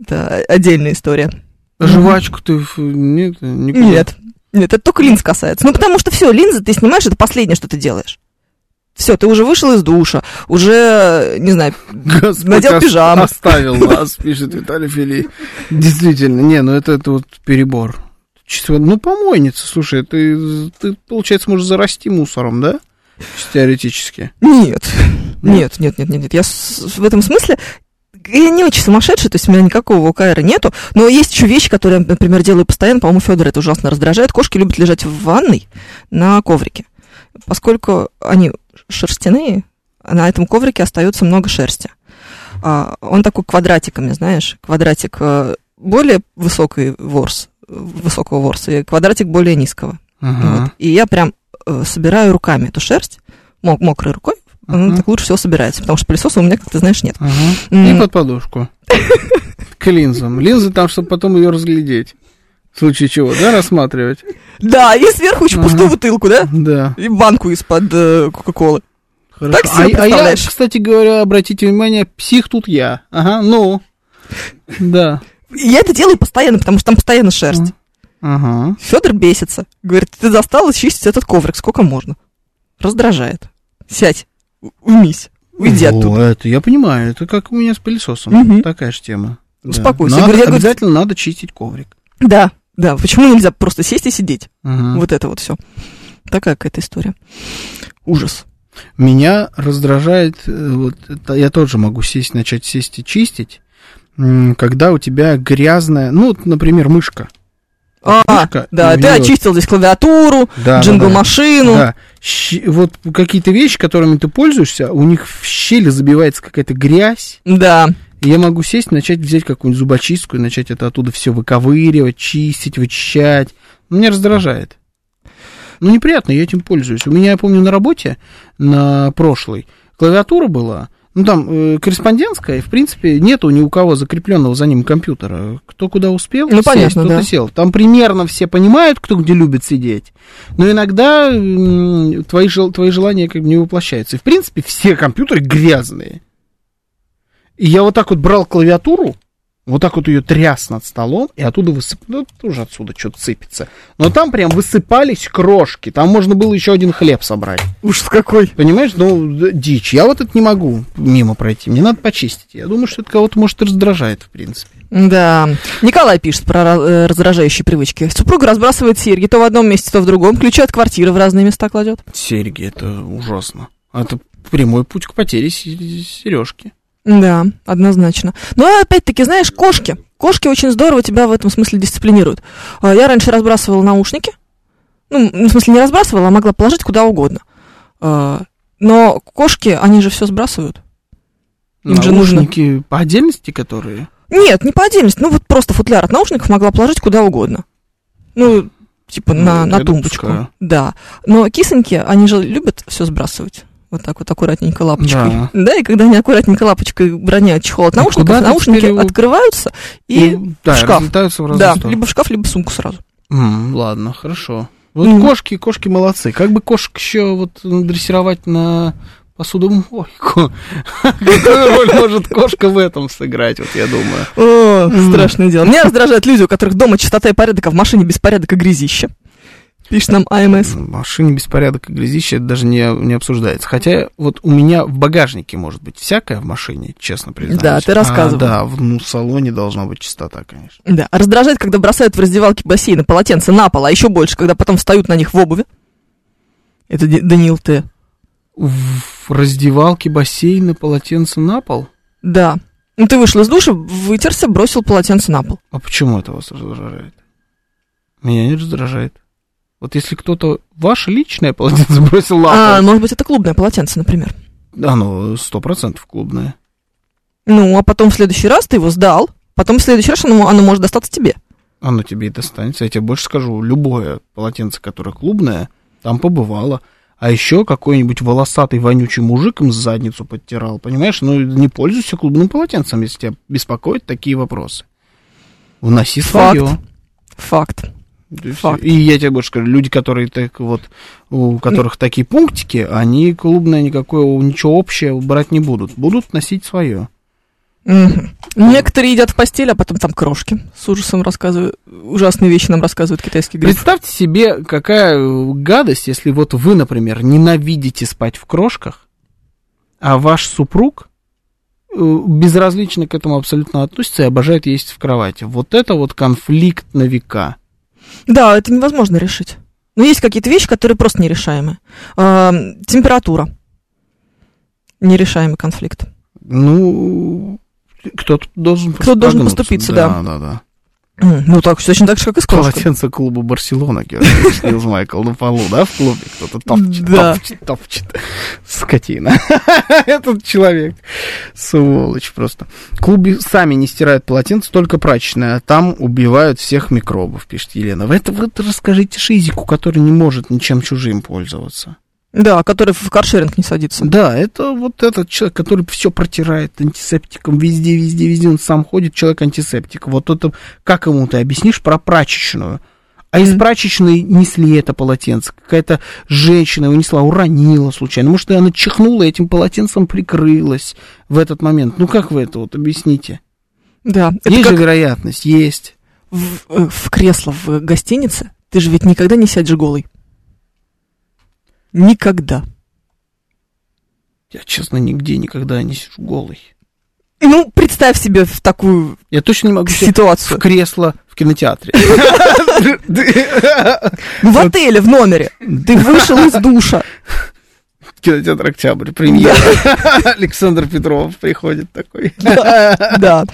S2: Это отдельная история.
S1: Жвачку ты... ф- Нет, никуда.
S2: Нет. Нет, это только линз касается. Ну, потому что все, линзы ты снимаешь, это последнее, что ты делаешь. Все, ты уже вышел из душа, уже, не знаю,
S1: Господь,
S2: Надел
S1: ос-
S2: пижаму. (laughs)
S1: Оставил нас, пишет Виталий Фили. Действительно, не, ну это, это вот перебор. Чистой воды- Ну, помойница, слушай, ты, ты, получается, можешь зарасти мусором, да? Чисто Теоретически.
S2: нет,
S1: Нет?
S2: нет, нет, нет, нет, нет. Я с- в этом смысле я не очень сумасшедшая, то есть у меня никакого ОКР нету, но есть еще вещи, которые я, например, делаю постоянно, по-моему, Федор это ужасно раздражает. Кошки любят лежать в ванной на коврике, поскольку они шерстяные, а на этом коврике остается много шерсти. А, он такой квадратиками, знаешь, квадратик э, более высокий ворс, э, высокого ворса и квадратик более низкого. Вот.
S1: Ага.
S2: И я прям э, собираю руками эту шерсть, мок- мокрой рукой, она
S1: Мгм.
S2: так лучше всего собирается, потому что пылесоса у меня, как ты знаешь, нет.
S1: Ага. И
S2: М,
S1: под подушку. К линзам. Линзы там, чтобы потом ее разглядеть. В случае чего, да, рассматривать?
S2: Да, и сверху еще пустую
S1: Ага.
S2: бутылку, да?
S1: Да.
S2: И банку из-под э, Кока-Колы.
S1: Хорошо.
S2: себе
S1: А, а я,
S2: представляешь.
S1: кстати говоря, обратите внимание, псих тут я. Ага, ну. Да.
S2: И я это делаю постоянно, потому что там постоянно шерсть.
S1: Ага.
S2: Федор бесится. Говорит, ты застала чистить этот коврик, сколько можно. Раздражает. Сядь, у- уймись. Уйди
S1: Во,
S2: оттуда.
S1: это я понимаю, это как у меня с пылесосом,
S2: Мгм.
S1: такая же тема. Да.
S2: Успокойся.
S1: Надо-
S2: Говорю, я говорю-
S1: обязательно надо чистить коврик.
S2: Да, да. Почему нельзя просто сесть и сидеть?
S1: Мгм.
S2: Вот это вот все. Такая какая-то история. Ужас.
S1: Меня раздражает, э, вот это я тоже могу сесть, начать сесть и чистить, м, когда у тебя грязная, ну, вот, например, мышка.
S2: А,
S1: Мышка,
S2: да,
S1: у
S2: ты
S1: неё-
S2: очистил здесь клавиатуру,
S1: Да, да, да.
S2: джингл-машину.
S1: Да. Щи- вот какие-то вещи, которыми ты пользуешься, у них в щели забивается какая-то грязь.
S2: Да.
S1: И я могу сесть, начать взять какую-нибудь зубочистку и начать это оттуда все выковыривать, чистить, вычищать. Ну, Меня раздражает. Ну, неприятно, я этим пользуюсь. У меня, я помню, на работе, на прошлой, клавиатура была, ну, там, э, корреспондентская, и, в принципе, нету ни у кого закрепленного за ним компьютера. Кто куда успел,
S2: Ну,
S1: сесть,
S2: понятно,
S1: тот
S2: да.
S1: и сел. Там примерно все понимают, кто где любит сидеть, но иногда м, твои, жел- твои желания как бы не воплощаются. И, в принципе, все компьютеры грязные. И я вот так вот брал клавиатуру, вот так вот ее тряс над столом, и оттуда высып... Ну, тоже отсюда что-то сыпется. Но там прям высыпались крошки. Там можно было еще один хлеб собрать.
S2: Ужас какой.
S1: Понимаешь, ну, д- дичь. Я вот это не могу мимо пройти. Мне надо почистить. Я думаю, что это кого-то, может, и раздражает, в принципе.
S2: Да. Николай пишет про ра- э, раздражающие привычки. Супруга разбрасывает серьги то в одном месте, то в другом, ключи от квартиры в разные места кладет.
S1: Серьги, это ужасно. А Это прямой путь к потере сережки.
S2: Да, однозначно. Но опять-таки, знаешь, кошки. Кошки очень здорово тебя в этом смысле дисциплинируют. А, Я раньше разбрасывала наушники. Ну, ну, в смысле, не разбрасывала, а могла положить куда угодно. А, Но кошки, они же все сбрасывают. Им же нужно.
S1: Наушники по отдельности, которые...
S2: Нет, не по отдельности. Ну, вот просто футляр от наушников могла положить куда угодно. Ну, типа
S1: Ну,
S2: на,
S1: это
S2: на
S1: я
S2: тумбочку.
S1: допускаю.
S2: Да. Но кисоньки, они же любят все сбрасывать. Вот так вот аккуратненько лапочкой.
S1: Да.
S2: и когда они аккуратненько лапочкой броняют чехол от
S1: И
S2: наушников,
S1: куда ты
S2: наушники
S1: теперь его-
S2: открываются и...
S1: Ну, да,
S2: в шкаф.
S1: разлетаются в разные
S2: да,
S1: стороны.
S2: либо в шкаф, либо в сумку сразу.
S1: М, ладно, хорошо. Вот
S2: Мгм.
S1: кошки, кошки молодцы. Как бы кошек еще вот дрессировать на посудомойку? (laughs) Какую роль может кошка в этом сыграть, вот я думаю.
S2: О, страшное дело. Меня раздражают люди, у которых дома чистота и порядок, а в машине беспорядок и грязище. Пишет нам АМС.
S1: В машине беспорядок и грязище, это даже не, не обсуждается. Хотя вот у меня в багажнике может быть всякое в машине, честно признаюсь.
S2: Да, ты рассказывал.
S1: А, да, в ну, салоне должна быть чистота, конечно.
S2: Да, раздражает, когда бросают в раздевалке бассейна полотенце на пол, а еще больше, когда потом встают на них в обуви. Это Ди- Даниил Т.
S1: В раздевалке бассейна полотенце на пол?
S2: Да. Ну, ты вышел из душа, вытерся, бросил полотенце на пол.
S1: А почему это вас раздражает? Меня не раздражает. Вот если кто-то ваше личное полотенце (laughs) бросил
S2: А,
S1: лапу,
S2: может быть, это клубное полотенце, например.
S1: оно сто процентов клубное.
S2: Ну, а потом в следующий раз ты его сдал, потом в следующий раз оно, оно может достаться тебе.
S1: Оно тебе и достанется. Я тебе больше скажу, любое полотенце, которое клубное, там побывало. А еще какой-нибудь волосатый вонючий мужик им задницу подтирал, понимаешь? Ну, не пользуйся клубным полотенцем, если тебя беспокоят такие вопросы. Уноси
S2: Факт.
S1: свое.
S2: Факт.
S1: Да и всё.
S2: Факт.
S1: И я тебе больше скажу, люди, которые так вот, у которых такие пунктики, они клубное никакое, ничего общего брать не будут. Будут носить свое.
S2: Мгм. Некоторые едят в постель, а потом там крошки. С ужасом рассказывают. Ужасные вещи нам рассказывают китайские грибы.
S1: Представьте себе, какая э, гадость, если вот вы, например, ненавидите спать в крошках, а ваш супруг э, безразлично к этому абсолютно относится и обожает есть в кровати. Вот это вот конфликт на века.
S2: Да, это невозможно решить. Но есть какие-то вещи, которые просто нерешаемы. А, температура. Нерешаемый конфликт.
S1: Ну, кто-то должен
S2: Кто-то должен
S1: прогнуться.
S2: поступиться,
S1: Да, да, да.
S2: М, Ну, так, точно так же, как и с крошкой.
S1: Полотенце клуба Барселона, Георгий Михаилович Майкл, на полу, да, в клубе кто-то топчет,
S2: Да.
S1: топчет, топчет. Скотина. (laughs) Этот человек. Сволочь просто. Клубы сами не стирают полотенце, только прачечное. а Там убивают всех микробов, пишет Елена. Вы это вот расскажите Шизику, который не может ничем чужим пользоваться.
S2: Да, который в каршеринг не садится.
S1: Да, это вот этот человек, который все протирает антисептиком везде, везде, везде. Он сам ходит, человек антисептик. Вот это, как ему ты объяснишь про прачечную? А из
S2: Мгм.
S1: прачечной несли это полотенце. Какая-то женщина его несла, уронила случайно. Может, и она чихнула, и этим полотенцем прикрылась в этот момент. Ну, как вы это вот объясните?
S2: Да. Это
S1: есть
S2: как
S1: же вероятность, есть.
S2: в, э, в кресло в гостинице. Ты же ведь никогда не сядешь голый. Никогда.
S1: Я, честно, нигде никогда не сижу голый.
S2: Ну, представь себе в такую
S1: Я точно не могу сесть в
S2: ситуацию.
S1: кресло в
S2: (laughs)
S1: кинотеатре. (laughs)
S2: Ну, в отеле, в номере. Ты вышел из (laughs) душа.
S1: Кинотеатр «Октябрь», премьера. (laughs) Александр Петров приходит такой.
S2: Да.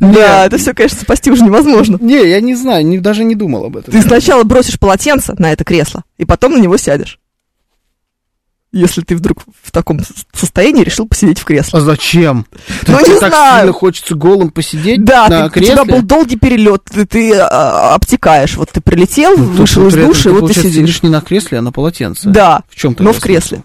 S2: Да, это все, конечно, спасти уже невозможно.
S1: Не, я не знаю, не- даже не думал об этом.
S2: Ты сначала бросишь полотенце на это кресло, и потом на него сядешь. Если ты вдруг в таком с- состоянии решил посидеть в кресле.
S1: А зачем?
S2: Ну,
S1: Ты
S2: не
S1: так
S2: знаю.
S1: сильно хочется голым посидеть на
S2: Да, ты- у тебя
S1: кресле?
S2: был долгий перелет, ты, ты, а, обтекаешь. Вот ты прилетел,
S1: Ну, тут
S2: вышел из
S1: при этом
S2: души,
S1: ты,
S2: вот ты
S1: получается,
S2: сидишь.
S1: сидишь не на кресле, а на полотенце.
S2: Да,
S1: В чем
S2: но в кресле.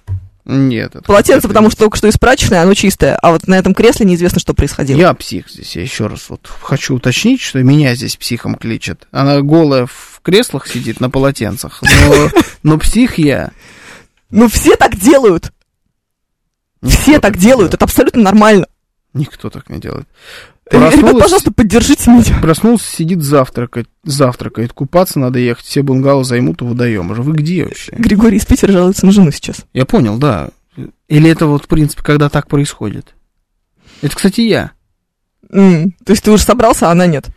S1: Нет. это
S2: Полотенце,
S1: какая-то
S2: потому что только что из прачечной, оно чистое, а вот на этом кресле неизвестно, что происходило.
S1: Я псих здесь, я еще раз вот хочу уточнить, что меня здесь психом кличат. Она голая в креслах сидит на полотенцах,
S2: (laughs)
S1: но, но псих я.
S2: Ну все так делают, все
S1: Никто
S2: так
S1: не
S2: делают, это абсолютно нормально.
S1: делает. Никто так не делает.
S2: Ребят,
S1: Проснулась-
S2: пожалуйста, поддержите меня.
S1: Проснулся, сидит завтракать, завтракает, купаться надо ехать, все бунгало займут и водоем. Уже вы где вообще?
S2: Григорий из Питера жалуется на жену сейчас.
S1: Я понял, да. Или это вот, в принципе, когда так происходит? Это, кстати, я.
S2: М, То есть ты уже собрался, а она нет.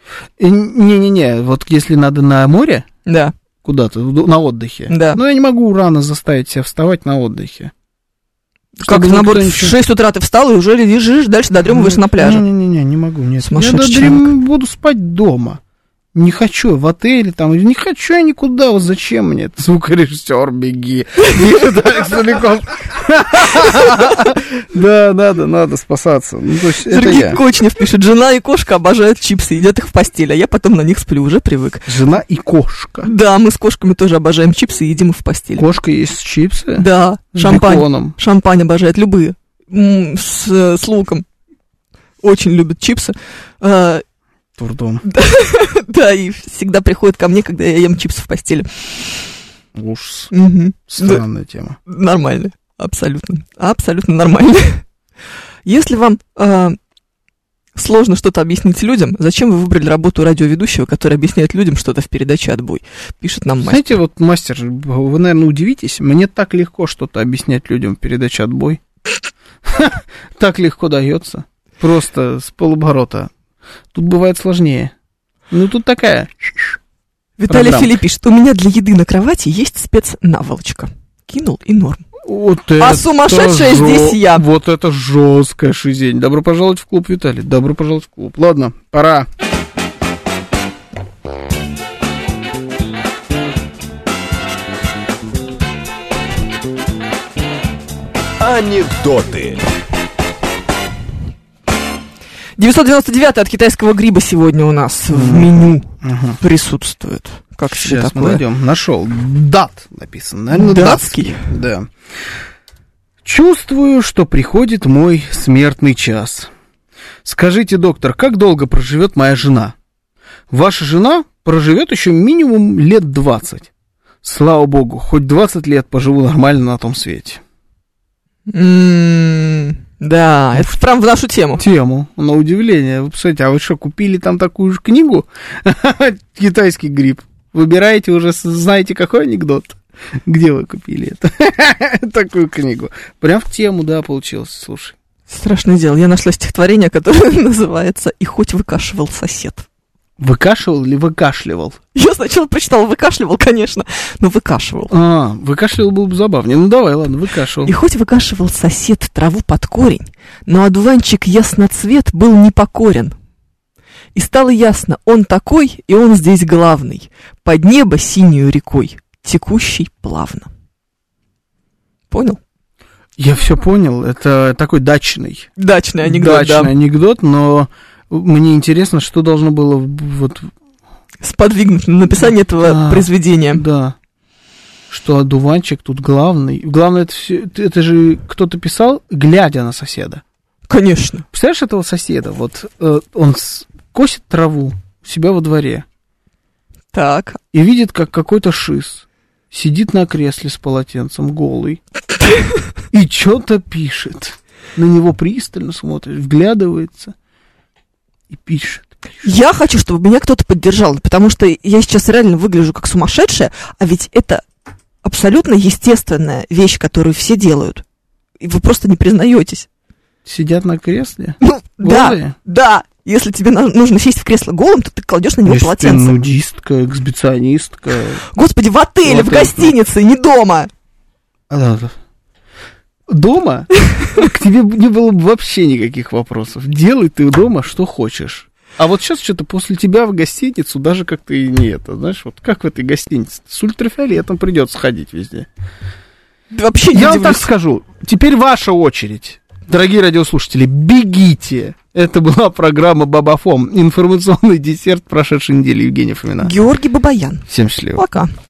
S1: Э, Не-не-не, вот если надо на море,
S2: Да.
S1: куда-то, ду- на отдыхе.
S2: Да.
S1: Но я не могу рано заставить себя вставать на отдыхе.
S2: Как
S1: Чтобы
S2: ты, наоборот,
S1: никто
S2: в
S1: ничего-
S2: 6 утра ты встал и уже лежишь, дальше додремываешь на пляже.
S1: Не-не-не, не могу, нет. Я
S2: Сумасшедший
S1: додрем- буду спать дома. Не хочу в отеле там, не хочу я никуда, вот зачем мне это? Звукорежиссер, беги. Пишет Алекс Поляков. (laughs) Да, надо, надо спасаться. Ну, то есть это
S2: Сергей
S1: я.
S2: Кочнев пишет, жена и кошка обожают чипсы, едят их в постель, а я потом на них сплю, уже привык.
S1: Жена и кошка.
S2: Да, мы с кошками тоже обожаем чипсы и едим их в постели.
S1: Кошка есть чипсы
S2: Да,
S1: с
S2: шампань.
S1: беконом.
S2: Шампань обожает, любые. М, С, э, с луком. Очень любит чипсы. Э,
S1: Турдом.
S2: (laughs) Да, и всегда приходит ко мне, когда я ем чипсы в постели.
S1: Ужас.
S2: Мгм.
S1: Странная тема.
S2: Нормально. Абсолютно. Абсолютно нормально. (laughs) Если вам а, сложно что-то объяснить людям, зачем вы выбрали работу радиоведущего, который объясняет людям что-то в передаче «Отбой»? Пишет нам мать.
S1: Знаете, вот мастер, вы, наверное, удивитесь, мне так легко что-то объяснять людям в передаче «Отбой». (laughs) Так легко дается. Просто с полуборота. Тут бывает сложнее. Ну, тут такая.
S2: Виталий
S1: программка.
S2: Филипп пишет, у меня для еды на кровати есть спецнаволочка. Кинул и норм.
S1: Вот
S2: А
S1: это
S2: сумасшедшая
S1: жё-
S2: здесь я.
S1: Вот это жесткая шизень. Добро пожаловать в клуб, Виталий. Добро пожаловать в клуб. Ладно, пора.
S4: Анекдоты.
S2: 999 от китайского гриба сегодня у нас в меню присутствует. Как тебе
S1: Сейчас мы
S2: такое?
S1: найдем. Нашел. Дат написано. Наверное,
S2: Датский?
S1: Да. Чувствую, что приходит мой смертный час. Скажите, доктор, как долго проживет моя жена? Ваша жена проживет еще минимум лет 20. Слава богу, хоть 20 лет поживу нормально на том свете.
S2: М, Да,
S1: Ну,
S2: это прям в нашу тему.
S1: Тему, на удивление. Вы посмотрите, а вы что, купили там такую же книгу? (laughs) Китайский гриб. Выбираете уже, с- знаете, какой анекдот? Где вы купили это? (laughs) Такую книгу. Прям в тему, да, получилось, слушай.
S2: Страшное дело. Я нашла стихотворение, которое (laughs) называется «И хоть выкашивал сосед».
S1: Выкашивал или выкашливал?
S2: Я сначала прочитала «выкашливал», конечно, но «выкашивал».
S1: А, выкашливал было бы забавнее. Ну давай, ладно, выкашивал.
S2: И хоть выкашивал сосед траву под корень, но одуванчик ясноцвет был непокорен. И стало ясно, он такой, и он здесь главный, под небо синюю рекой, текущий плавно. Понял?
S1: Я все понял, это такой дачный.
S2: Дачный Э, анекдот,
S1: дачный
S2: да.
S1: анекдот, но мне интересно, что должно было в- вот,
S2: Сподвигнуть на написание этого
S1: Да.
S2: произведения.
S1: да, что одуванчик тут главный. Главное, это, все, это же кто-то писал, глядя на соседа.
S2: Конечно.
S1: Представляешь этого соседа, вот э, он с- косит траву у себя во дворе
S2: Так,
S1: и видит, как какой-то шиз сидит на кресле с полотенцем голый и что-то пишет. На него пристально смотрит, вглядывается и пишет.
S2: Я хочу, чтобы меня кто-то поддержал, потому что я сейчас реально выгляжу как сумасшедшая, а ведь это абсолютно естественная вещь, которую все делают. и вы просто не признаетесь.
S1: Сидят на кресле?
S2: Ну, да,
S1: Голые?
S2: да. Если тебе на- нужно сесть в кресло голым, то ты кладешь на него
S1: Если ты
S2: полотенце.
S1: нудистка, эксбиционистка.
S2: Господи, в отеле,
S1: Вот
S2: в
S1: это.
S2: гостинице, не дома.
S1: А, да, да. Дома к тебе не было бы вообще никаких вопросов. Делай ты дома что хочешь. А вот сейчас что-то после тебя в гостиницу даже как-то и не это, знаешь, вот как в этой гостинице? С ультрафиолетом придется ходить везде.
S2: Да Вообще не
S1: Я вам так
S2: удивлюсь.
S1: скажу. Теперь ваша очередь. Дорогие радиослушатели, бегите. Это была программа Бабафом. Информационный десерт прошедшей недели Евгения Фомина.
S2: Георгий Бабаян.
S1: Всем счастливо.
S2: Пока.